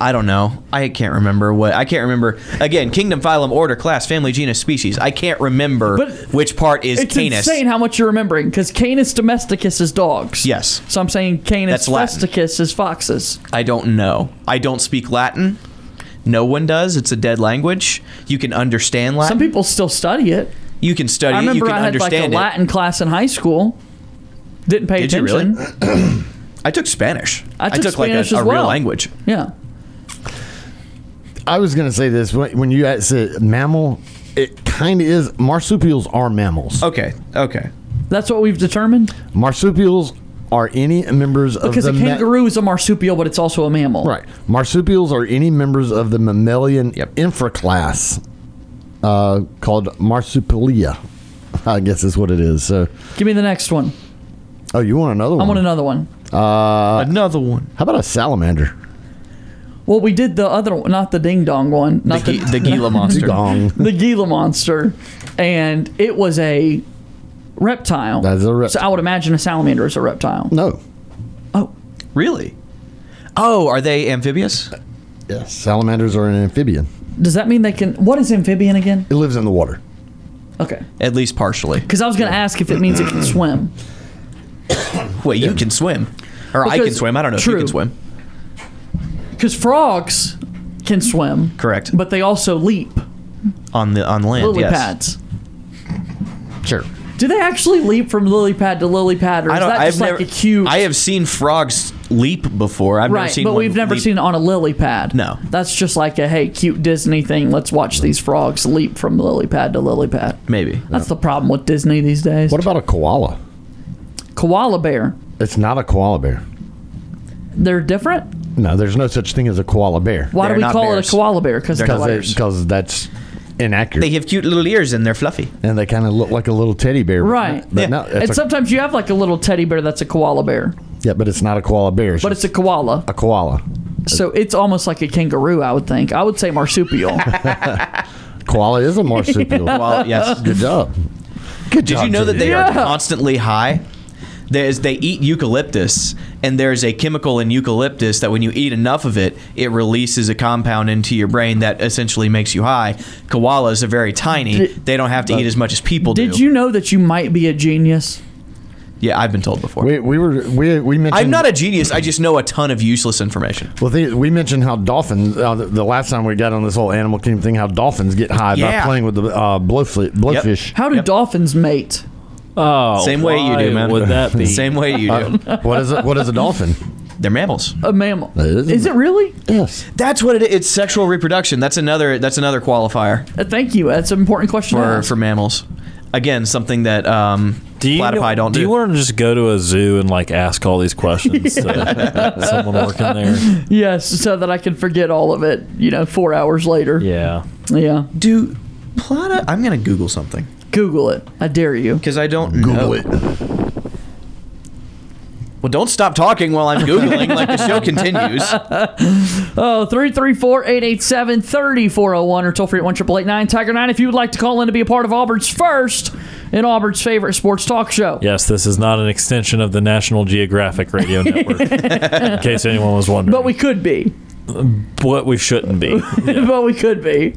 I don't know. I can't remember what I can't remember. Again, kingdom, phylum, order, class, family, genus, species. I can't remember which part is it's Canis. insane how much you're remembering because Canis domesticus is dogs. Yes. So I'm saying Canis That's Latin. domesticus is foxes. I don't know. I don't speak Latin. No one does. It's a dead language. You can understand Latin. Some people still study it. you can study I it. You remember can I had like a understand it. Latin class in high school. Didn't pay Did you attention. really? I took Spanish. I took Spanish like as a, a well. real language. Yeah. I was gonna say this when when you had said mammal. It kind of is. Marsupials are mammals. Okay. Okay. That's what we've determined. Marsupials are any members Because a of the ma- kangaroo is a marsupial, but it's also a mammal. Right. Marsupials are any members of the mammalian infraclass uh, called marsupialia. I guess is what it is. So, Give me the next one. oh, you want another one? I want another one. Uh, another one. How about a salamander? Well, we did the other one, not the ding dong one, not the Gi- the Gila monster. Ding-dong. the Gila monster, and it was a reptile. That is a reptile. So I would imagine a salamander is a reptile. No. Really? Oh, are they amphibious? Yes. Salamanders are an amphibian. Does that mean they can? What is amphibian again? It lives in the water. Okay. At least partially. Because I was going to ask if it means it can swim. Wait, you can swim, or I can Because- swim. I don't know if true. you can swim. Because frogs can swim. Correct. But they also leap. On the on land, Lily yes. pads. Sure. Do they actually leap from lily pad to lily pad, or is I don't. that I've just never. like a cute? I have seen frogs leap before. I've right, never seen. but one we've never leap. seen it on a lily pad. No. that's just like a hey, cute Disney thing. Let's watch these frogs leap from lily pad to lily pad. Maybe. That's the problem with Disney these days. What about a koala? Koala bear. It's not a koala bear. They're different. No, there's no such thing as a koala bear. Why do we call it a koala bear? Because Because that's inaccurate. They have cute little ears and they're fluffy. And they kind of look like a little teddy bear. but Right. not- But no, it's and a- sometimes you have like a little teddy bear that's a koala bear, yeah, but it's not a koala bear. but it's a koala. a koala. So it's almost like a kangaroo, I would think. I would say marsupial. Koala is a marsupial. Koala, yes. Good job. Good Did job, you know that Jimmy. they are constantly high? There's, they eat eucalyptus, and there's a chemical in eucalyptus that when you eat enough of it, it releases a compound into your brain that essentially makes you high. Koalas are very tiny; Did- they don't have to eat as much as people do. Did you know that you might be a genius? Yeah, I've been told before. We, we were we, we mentioned. I'm not a genius. I just know a ton of useless information. Well, they, we mentioned how dolphins. Uh, the, the last time we got on this whole animal kingdom thing, how dolphins get high by Yeah. playing with the uh, blowfish. blowfish. How do dolphins mate? Oh, Same way you do, man. Would that be Same way you do. Uh, what is a, what is a dolphin? They're mammals. A mammal. Is it really? Yes. That's what it is. It's sexual reproduction. That's another. That's another qualifier Uh, Thank you. That's an important question. to for ask. for mammals. Again, something that um, do you platypi know- don't do. you want to just go to a zoo and like ask all these questions to someone working there? Yes, so that I can forget all of it. You know, four hours later. Yeah. Yeah. Do platy? I'm gonna Google something. Google it. I dare you. Because I don't Google it. Well, don't stop talking while I'm googling. like the show continues. Oh, 334-887-3401 or toll free at oh one triple eight nine Tiger 9 if you would like to call in to be a part of Auburn's first and Auburn's favorite sports talk show. Yes, this is not an extension of the National Geographic Radio Network, in case anyone was wondering. But we could be. What we shouldn't be. but we could be.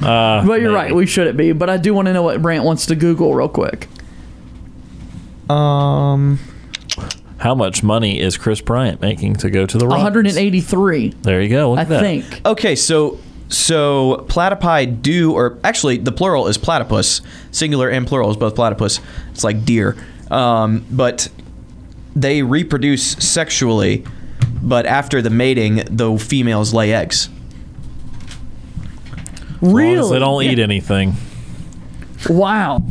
Uh, But you're right, we shouldn't be. But I do want to know what Brant wants to Google real quick. Um, how much money is Chris Bryant making to go to the Rock? 183. There you go. Look I at that. think. Okay, so so platypi do, or actually, the plural is platypus. Singular and plural is both platypus. It's like deer, um, but they reproduce sexually. But after the mating, the females lay eggs. As long as Really? They don't eat anything. Wow.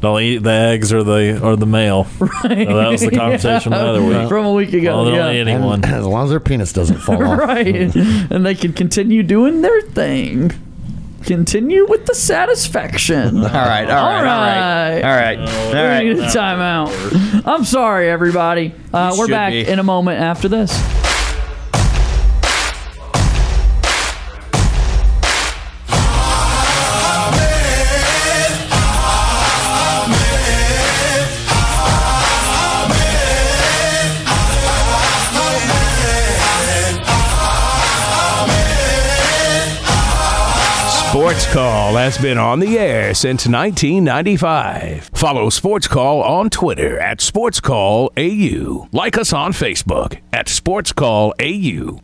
They'll eat the eggs or the or the male. Right. So that was the conversation the other week. From a week ago. Well, they yeah. don't eat anyone. As long as their penis doesn't fall off. right. and they can continue doing their thing. Continue with the satisfaction. All right, all right, all right, all right, all right. We need a timeout. I'm sorry, everybody. Uh, You we're should back be. in a moment after this. Sports Call has been on the air since 1995. Follow Sports Call on Twitter at Sports Call AU. Like us on Facebook at Sports Call AU.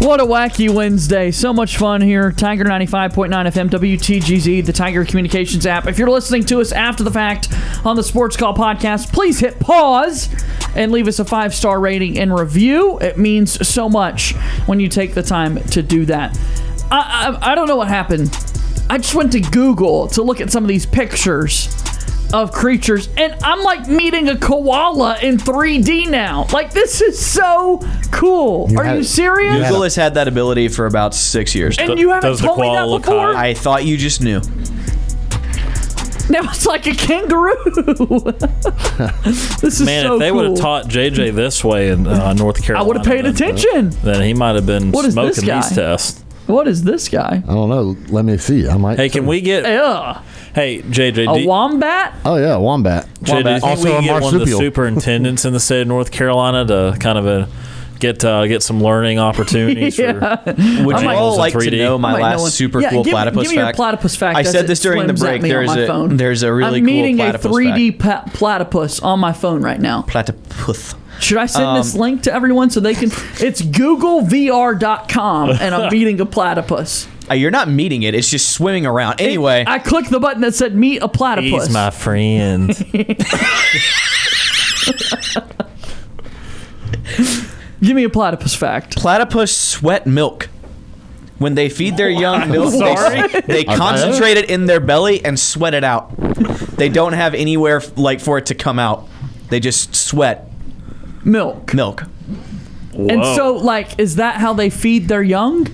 What a wacky Wednesday. So much fun here. Tiger 95.9 FM, WTGZ, the Tiger Communications app. If you're listening to us after the fact on the Sports Call podcast, please hit pause and leave us a five star rating and review. It means so much when you take the time to do that. I, I, I don't know what happened. I just went to Google to look at some of these pictures of creatures and I'm like meeting a koala in 3D now. Like this is so cool. Are you serious? Google has had that ability for about six years. And you haven't Does the told me that koala look before? hot? I thought you just knew. Now it's like a kangaroo. this is Man, so if they would cool. have taught JJ this way in uh, North Carolina, would've paid then- attention. Then he might have been What is this smoking these guy? tests. What is this guy? I don't know. Let me see. I might. Hey, can we get? Ugh. Hey, JJ, do A you- wombat? Oh yeah, wombat. JJ, do you think we Also a can get one of the marsupial. superintendents in the state of North Carolina to kind of uh get uh, get some learning opportunities? Yeah. for would I you might- all like to know my I might last know it. super Yeah, cool give me- platypus give me your fact? platypus fact. I as said it this during the swims at break. me on There's my a- phone. there's a really I'm cool meeting platypus a 3D pa- platypus on my phone right now. Platypus. Should I send this Um, link to everyone so they can? It's googlevr.com, and I'm meeting a platypus. Uh, You're not meeting it. It's just swimming around. Anyway, I clicked the button that said "Meet a platypus." He's my friend. Give me a platypus fact. platypus sweat milk. When they feed their young milk, they, Sorry? they I- concentrate it in their belly and sweat it out. They don't have anywhere f- like for it to come out. They just sweat milk. Milk. And so, like, is that how they feed their young?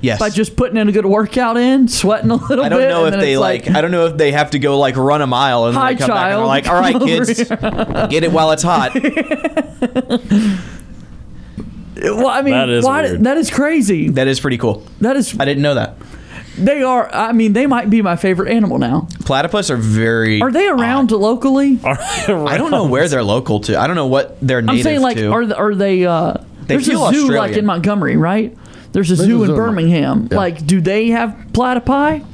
Yes. By just putting in a good workout in, sweating a little bit. I don't know and if then they it's like, I don't know if they have to go like run a mile and then Hi, they come back and they're child. like, all right, Come over kids, get it while it's hot. Well, I mean, That is why- weird. that is crazy. That is pretty cool. That is. I didn't know that. They are. I mean, they might be my favorite animal now. Platypus are very. Are they around locally? I don't know where they're local to. I don't know what they're I'm native saying, like, to. are th- are they? Uh, They there's a zoo feel like Australian. in Montgomery, right? There's a zoo in Birmingham. Like, do they have platypi?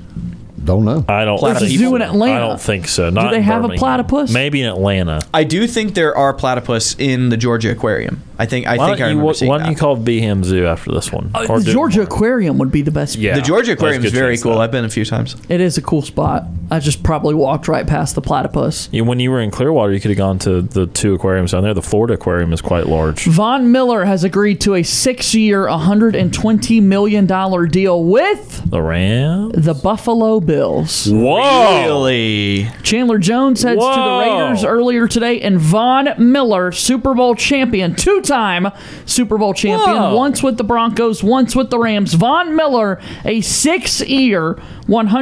Don't know. I don't. There's a think- zoo in Atlanta. I don't think so. Do Not they in have a Birmingham. platypus? Maybe in Atlanta. I do think there are platypus in the Georgia aquarium. I think I why think don't I you, remember why seeing don't that. you call Beeham Zoo after this one? Uh, Or the do- Georgia Aquarium would be the best. Yeah. The Georgia Aquarium is Let's get very chance cool. I've been a few times. It is a cool spot. I just probably walked right past the platypus. Yeah, when you were in Clearwater, you could have gone to the two aquariums down there. The Florida aquarium is quite large. Von Miller has agreed to a six-year, 120 million dollar deal with The Ram. the Buffalo Bills. Whoa! Really? Chandler Jones heads to the Whoa. Raiders earlier today, and Von Miller, Super Bowl champion, two-time Super Bowl champion, Whoa. once with the Broncos, once with the Rams. Von Miller, a six-year,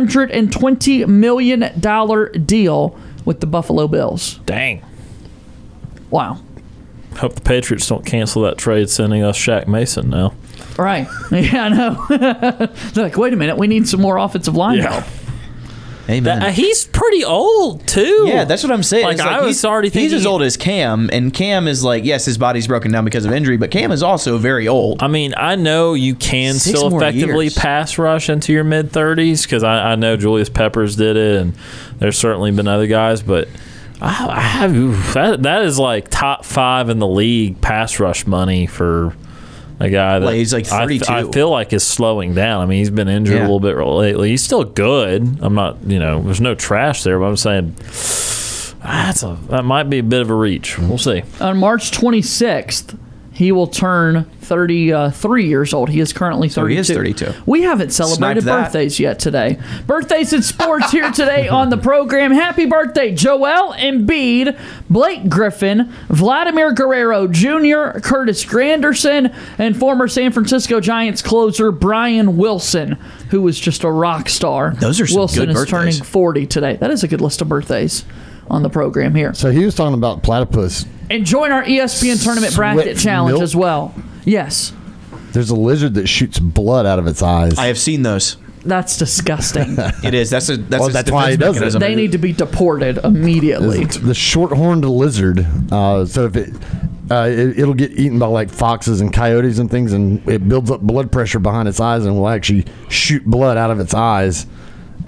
120 million dollar deal with the Buffalo Bills. Dang. Wow. Hope the Patriots don't cancel that trade, sending us Shaq Mason now. Right. Yeah, I know. They're like, wait a minute, we need some more offensive line help. Amen. Uh, he's pretty old too. yeah, that's what I'm saying. Like, It's I was he's, already he's thinking as old as Cam, and Cam is like, yes, his body's broken down because of injury, but Cam is also very old. I mean, I know you can Six still more effectively years. pass rush into your mid 30s because I, I know Julius Peppers did it, and there's certainly been other guys, but I, I have oof, that, that is like top five in the league pass rush money for a guy that Like, he's like I th- I, 32. feel like is slowing down. I mean, he's been injured Yeah. a little bit lately. He's still good. I'm not, you know, there's no trash there, but I'm saying. ah, That's a, that might be a bit of a reach. We'll see. On March 26th, he will turn 33 years old. He is currently 32. he is 32. We haven't celebrated Sniped that. birthdays yet today. Birthdays and sports here today on the program. Happy birthday, Joel Embiid, Blake Griffin, Vladimir Guerrero Jr., Curtis Granderson, and former San Francisco Giants closer Brian Wilson, who was just a rock star. Those are some Wilson good is birthdays. turning 40 today. That is a good list of birthdays on the program here. So he was talking about platypus. And join our E ESPN tournament bracket Sweat challenge milk? as well. Yes, There's a lizard that shoots blood out of its eyes. I have seen those. that's disgusting. It is. That's a that's, Well, a that's defense why he does it. mechanism. they need to be deported immediately. It's the short-horned lizard. Uh, so if it, uh, it it'll get eaten by like foxes and coyotes and things, and it builds up blood pressure behind its eyes, and will actually shoot blood out of its eyes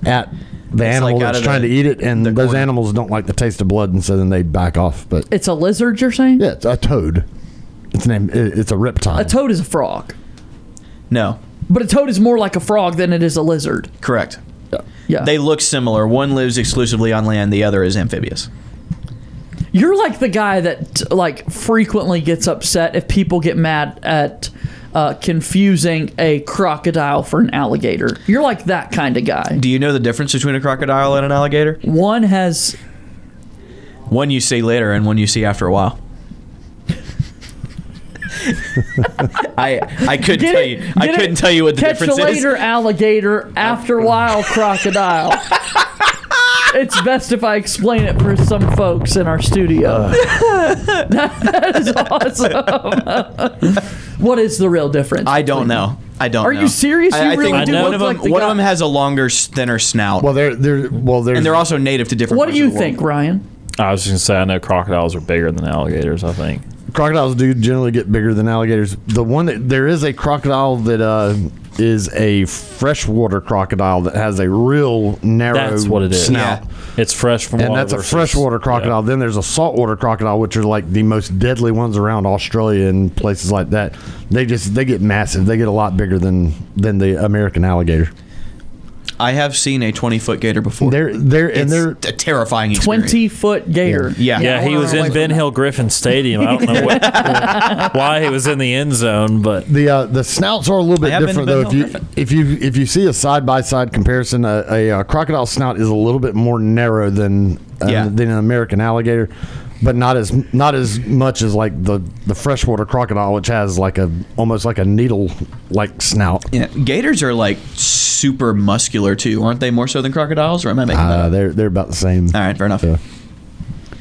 at the It's animal like out that's of trying the- to eat it. And those animals don't like the taste of blood, and so then they back off. But It's a lizard, you're saying? yeah, it's a toad. It's named. it- It's a reptile. A toad is a frog, no, but a toad is more like a frog than it is a lizard. correct. Yeah, They look similar. One lives exclusively on land. The other is amphibious. you're like the guy that like frequently gets upset if people get mad at uh, confusing a crocodile for an alligator. You're like that kind of guy. Do you know the difference between a crocodile and an alligator? One has One you see later, and one you see after a while. I I couldn't Get tell it? you. I Get it? couldn't tell you what the Catch difference a is. later alligator, after a while crocodile. it's best if I explain it for some folks in our studio. that is awesome. what is the real difference? I don't know. I don't. Are know. you serious? I, You I think really do one look of them. like the one guy- of them has a longer, s- thinner snout, well, they're they're well they're and they're also native to different. What do parts you of the world. think, Ryan? I was just gonna say I know crocodiles are bigger than alligators. I think. crocodiles do generally get bigger than alligators. The one that there is a crocodile that uh, is a freshwater crocodile that has a real narrow That's what it is. snout. It's fresh from And water that's a versus- freshwater crocodile. Then there's a saltwater crocodile, which are like the most deadly ones around Australia and places like that. They just they get massive. They get a lot bigger than than the American alligator. I have seen a twenty-foot gator before. They're they're and it's they're a terrifying experience. Twenty foot gator. Yeah. Yeah, I he wanna was run away in from Ben Hill Griffin Stadium. I don't know what, why he was in the end zone, but The uh, the snouts are a little bit have been to different though. If Bentonville you if you if you see a side by side comparison, a, a, uh crocodile snout is a little bit more narrow than uh, Yeah. than an American alligator, but not as not as much as like the the freshwater crocodile, which has like a almost like a needle like snout. Yeah, gators are like super muscular too, aren't they? More so than crocodiles, or am I making that Uh, up? they're they're about the same. All right, fair enough. Yeah.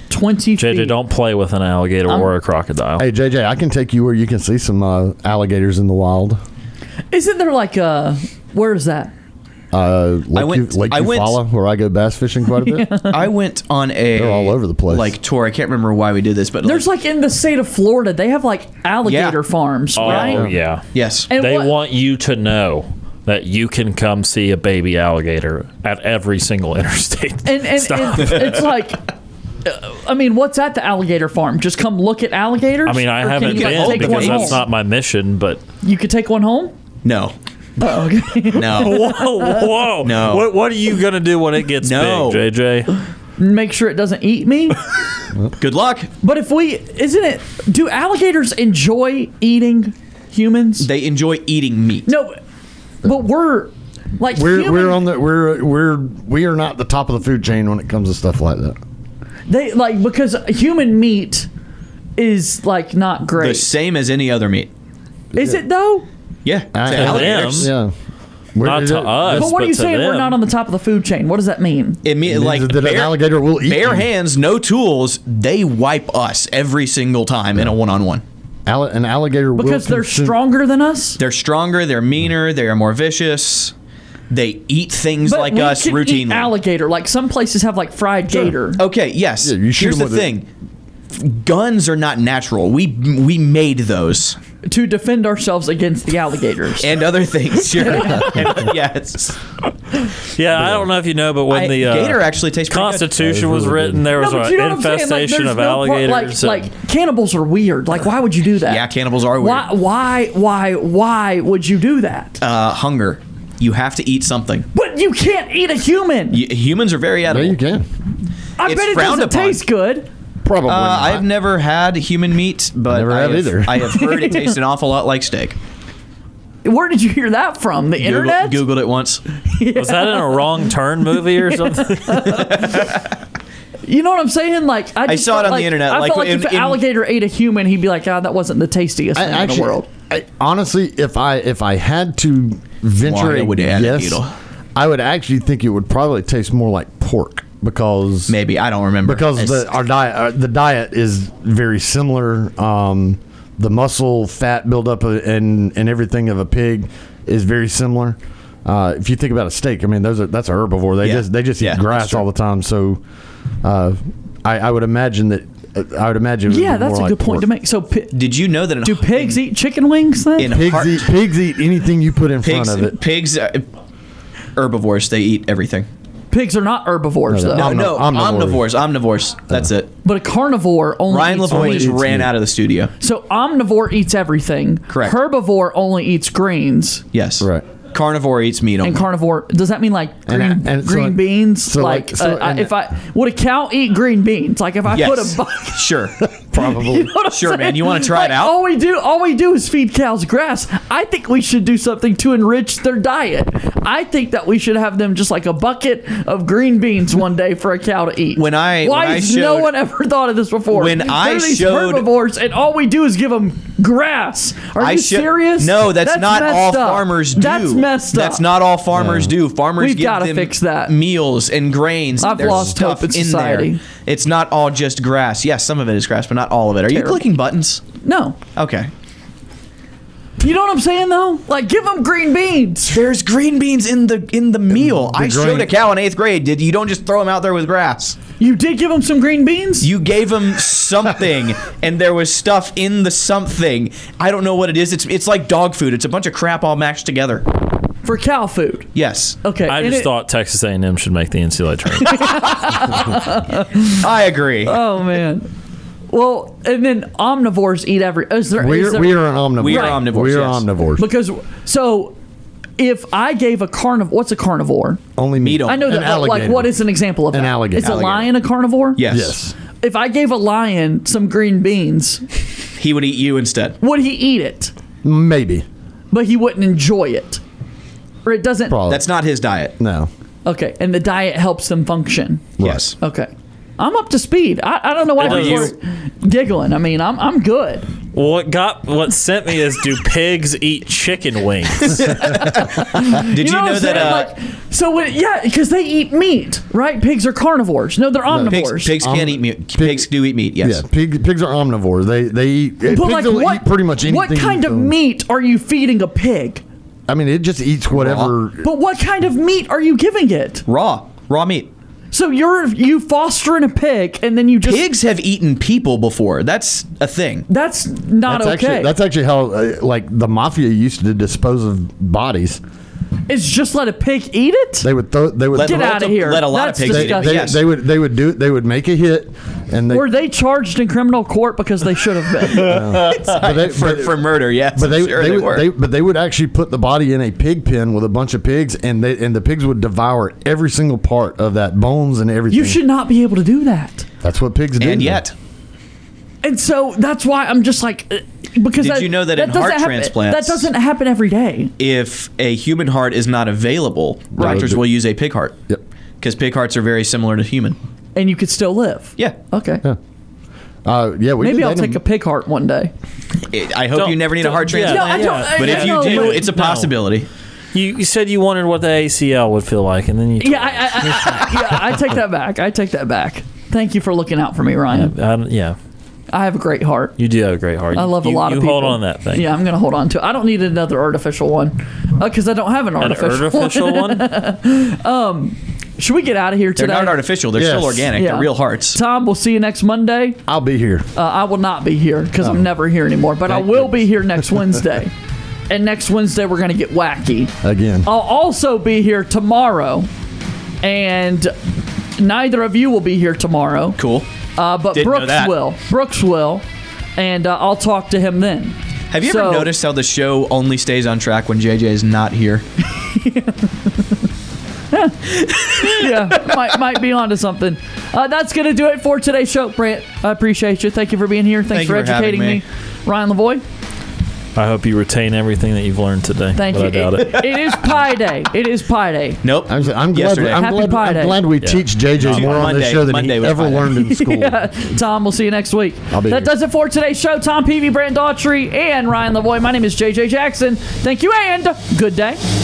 Twenty. JJ, feet. Um, don't play with an alligator or a crocodile. Hey JJ, I can take you where you can see some uh, alligators in the wild. Isn't there like a where is that? Uh, Lake, went- U- Lake I went- Eufaula, where I go bass fishing quite a bit. I went on a They're all over the place. like tour. I can't remember why we did this, but There's like in the state of Florida, they have like alligator Yeah. farms, oh right? yeah, yes, And they what- want you to know that you can come see a baby alligator at every single interstate. And, and, Stop. and it's like, uh, I mean, what's at the alligator farm? Just come look at alligators? I mean, I Or can haven't you take been one because home? that's not my mission, but You could take one home? no. Oh, okay. whoa, whoa. No. What, what are you going to do when it gets No. big, JJ? Make sure it doesn't eat me. Good luck. But if we, isn't it, do alligators enjoy eating humans? They enjoy eating meat. No, but we're like, we're human- we're on the we're we're we are not the top of the food chain when it comes to stuff like that. they like, because human meat is like not The great. same as any other meat. is it though? Yeah. I- to I- alligators. Yeah. Not to us. but what are you saying? We're not on the top of the food chain. What does that mean? It mean, like that an alligator will eat bare you. hands, no tools. They wipe us every single time in a one-on-one. An alligator Because they're stronger than us. They're stronger. They're meaner. They are more vicious. They eat things But like we us can eat routinely. alligator. Like some places have like fried gator. Okay, yes. you shoot Here's the them with a- thing. Guns are not natural. We we made those to defend ourselves against the alligators. and other things. Sure. And- yes. Yeah, I don't know if you know, but when I- the uh, gator actually tastes pretty good. Constitution That is was really written, there was No, but an you know what I'm saying? Like, infestation there's of no part- alligators. and- like, like cannibals are weird. Like why would you do that? Yeah, cannibals are weird. Why why why why would you do that? Uh, hunger. You have to eat something. But you can't eat a human. Y- humans are very edible. You can. I it's bet it frowned doesn't upon. taste good. Probably. Uh, not. I've never had human meat, but Never I, have have either. I have heard it tastes an awful lot like steak. Where did you hear that from? The Google- internet? Googled it once. Was that in a wrong turn movie or something? You know what I'm saying? Like I, I just saw it felt on the like- internet, I like, felt like in- if an in- alligator ate a human, he'd be like, "Ah, that wasn't the tastiest I thing in the world." I, honestly, if I if I had to venture Why a would it add a guess, needle? I would actually think it would probably taste more like pork because Maybe I don't remember because It's- the, our diet our, the diet is very similar. Um, the muscle fat buildup of- and and everything of a pig is very similar. Uh, if you think about a steak, I mean, those are that's a herbivore. They Yeah. just they just eat Yeah, that's grass true. all the time. So, uh, I, I would imagine that uh, I would imagine. it would Yeah, be that's more a like good point pork. to make. So, pi- Did you know that in, do pigs eat chicken wings then? in Pigs heart- eat, pigs eat anything you put in pigs, front of it. pigs uh, herbivores? They eat everything. Pigs are not herbivores No, though, they're No, Omni- no, omnivores, omnivores. omnivores. That's it. but a carnivore only. Ryan eats Lavoie meat. just ran out of the studio. So omnivore eats everything. Correct. Herbivore only eats greens, Yes. Right. Carnivore eats meat only. and carnivore does that mean like green, And I- and so green like- beans? so like like- so uh, I- and- if I would a cow eat green beans? Like if I yes. put a bucket. sure. Probably. Sure, man. You want to try Like, it out? All we do, all we do is feed cows grass. I think we should do something to enrich their diet. I think that we should have them just like a bucket of green beans one day for a cow to eat. When I- why when I has no showed- one ever thought of this before? When I They're these showed- herbivores, and all we do is give them grass. Are I you sho- serious? No, that's, not messed all up. farmers do. That's messed up. That's not all farmers do. Farmers We've give gotta them fix that. meals and grains. I've and their lost stuff hope in there. society. It's not all just grass. Yes, some of it is grass, but not all of it. Are Terrible. you clicking buttons? No, Okay. you know what I'm saying though. Like, give them green beans. There's green beans in the in the meal. I showed grain- a cow in eighth grade. Did you don't just throw them out there with grass? You did give them some green beans. You gave them something, and there was stuff in the something. I don't know what it is. It's it's like dog food. It's a bunch of crap all mashed together. for cow food. Yes, Okay, I and just it- thought Texas A&M should make the NCAA tournament. I agree. Oh man. Well, and then omnivores eat every. Is there? is We're, there- we are an omnivore. We are omnivores, We are yes. omnivores. because so if I gave a carnivore, what's a carnivore? Only meat. Meat only. I know An that. but, Like, alligator. what is an example of An that? alligator. Is Alligator. a lion a carnivore? Yes. Yes. If I gave a lion some green beans, He would eat you instead. would he eat it? Maybe. But he wouldn't enjoy it, or it doesn't. Probably. That's not his diet. no. Okay, and the diet helps them function. Yes. Okay. I'm up to speed. I, I don't know why Are people you- are giggling. I mean, I'm I'm good. what got what sent me is do pigs eat chicken wings? Did you, You know, know what that? I'm Uh, saying? like, so when, yeah, because they eat meat, right? Pigs are carnivores. No, they're omnivores. pigs, pigs can eat meat. pigs do eat meat. Yes. Yeah. Pig, pigs are omnivores. They they eat. pigs but like, will what eat pretty much anything. What kind you of throw in. meat are you feeding a pig? I mean, it just eats whatever. But what kind of meat are you giving it? Raw, raw meat. So you're you fostering a pig, and then you just Pigs have eaten people before. That's a thing. That's not That's okay. actually that's actually how uh, like the mafia used to dispose of bodies. It's just let a pig eat it. They would throw. They would Let- Get let outta the- here. let a lot of That's pigs eat it, They, they- yes. they would. They would do. They would make a hit, and they Were they charged in criminal court because they should have been? But they- for, but- for murder, yes. But they, I'm sure they, they would, were. they, but they would actually put the body in a pig pen with a bunch of pigs, and they and the pigs would devour every single part of that bones and everything. You should not be able to do that. That's what pigs do. And yet. And so that's why I'm just like, uh, because Did you know that in doesn't heart happen- transplants- that doesn't happen every day. if a human heart is not available, Right. doctors will use a pig heart. Yep. Because pig hearts are very similar to human. and you could still live. Yeah. Okay. Uh, yeah. We Maybe did I'll that in- take a pig heart one day. It- I hope you never need a heart yeah. transplant. No, I don't- but I- if no, you do, but- it's a no. possibility. You, you said you wondered what the ACL would feel like, and then you. Yeah, I, I, I, I- yeah, I take that back. I take that back. Thank you for looking out for me, Ryan. I don't- yeah, I have a great heart. you do have a great heart. I love a You- lot you of people. hold on to that thing. Yeah, I'm going to hold on to it. I don't need another artificial one because I don't have an An artificial, artificial one. um, should we get out of here They're today? not artificial. They're still organic. Yeah. They're real hearts. Tom, we'll see you next Monday. I'll be here. Oh. Uh, I will not be here because I'm never here anymore, but I will be here next Wednesday. and next Wednesday, we're going to get wacky. again. I'll also be here tomorrow, and neither of you will be here tomorrow. Cool. Uh, but Didn't know Brooks that. will. Brooks will, and uh, I'll talk to him then. Have you So- ever noticed how the show only stays on track when JJ is not here? yeah, might, might be onto something. Uh, that's going to do it for today's show, Brant. I appreciate you. Thank you for being here. Thanks Thank for you for educating having me. me. Ryan Lavoy. I hope you retain everything that you've learned today. Thank but you. I doubt it. it is Pi Day. It is Pi Day. Nope. I'm, I'm glad. Yesterday. We, I'm, Happy glad Pi Day. I'm glad we Yeah. teach JJ more on this show than he ever learned in school. Yeah. Tom, we'll see you next week. I'll be that here. does it for today's show. Tom Peavy, Brand Daughtry, and Ryan Lavoy. My name is JJ Jackson. Thank you and good day.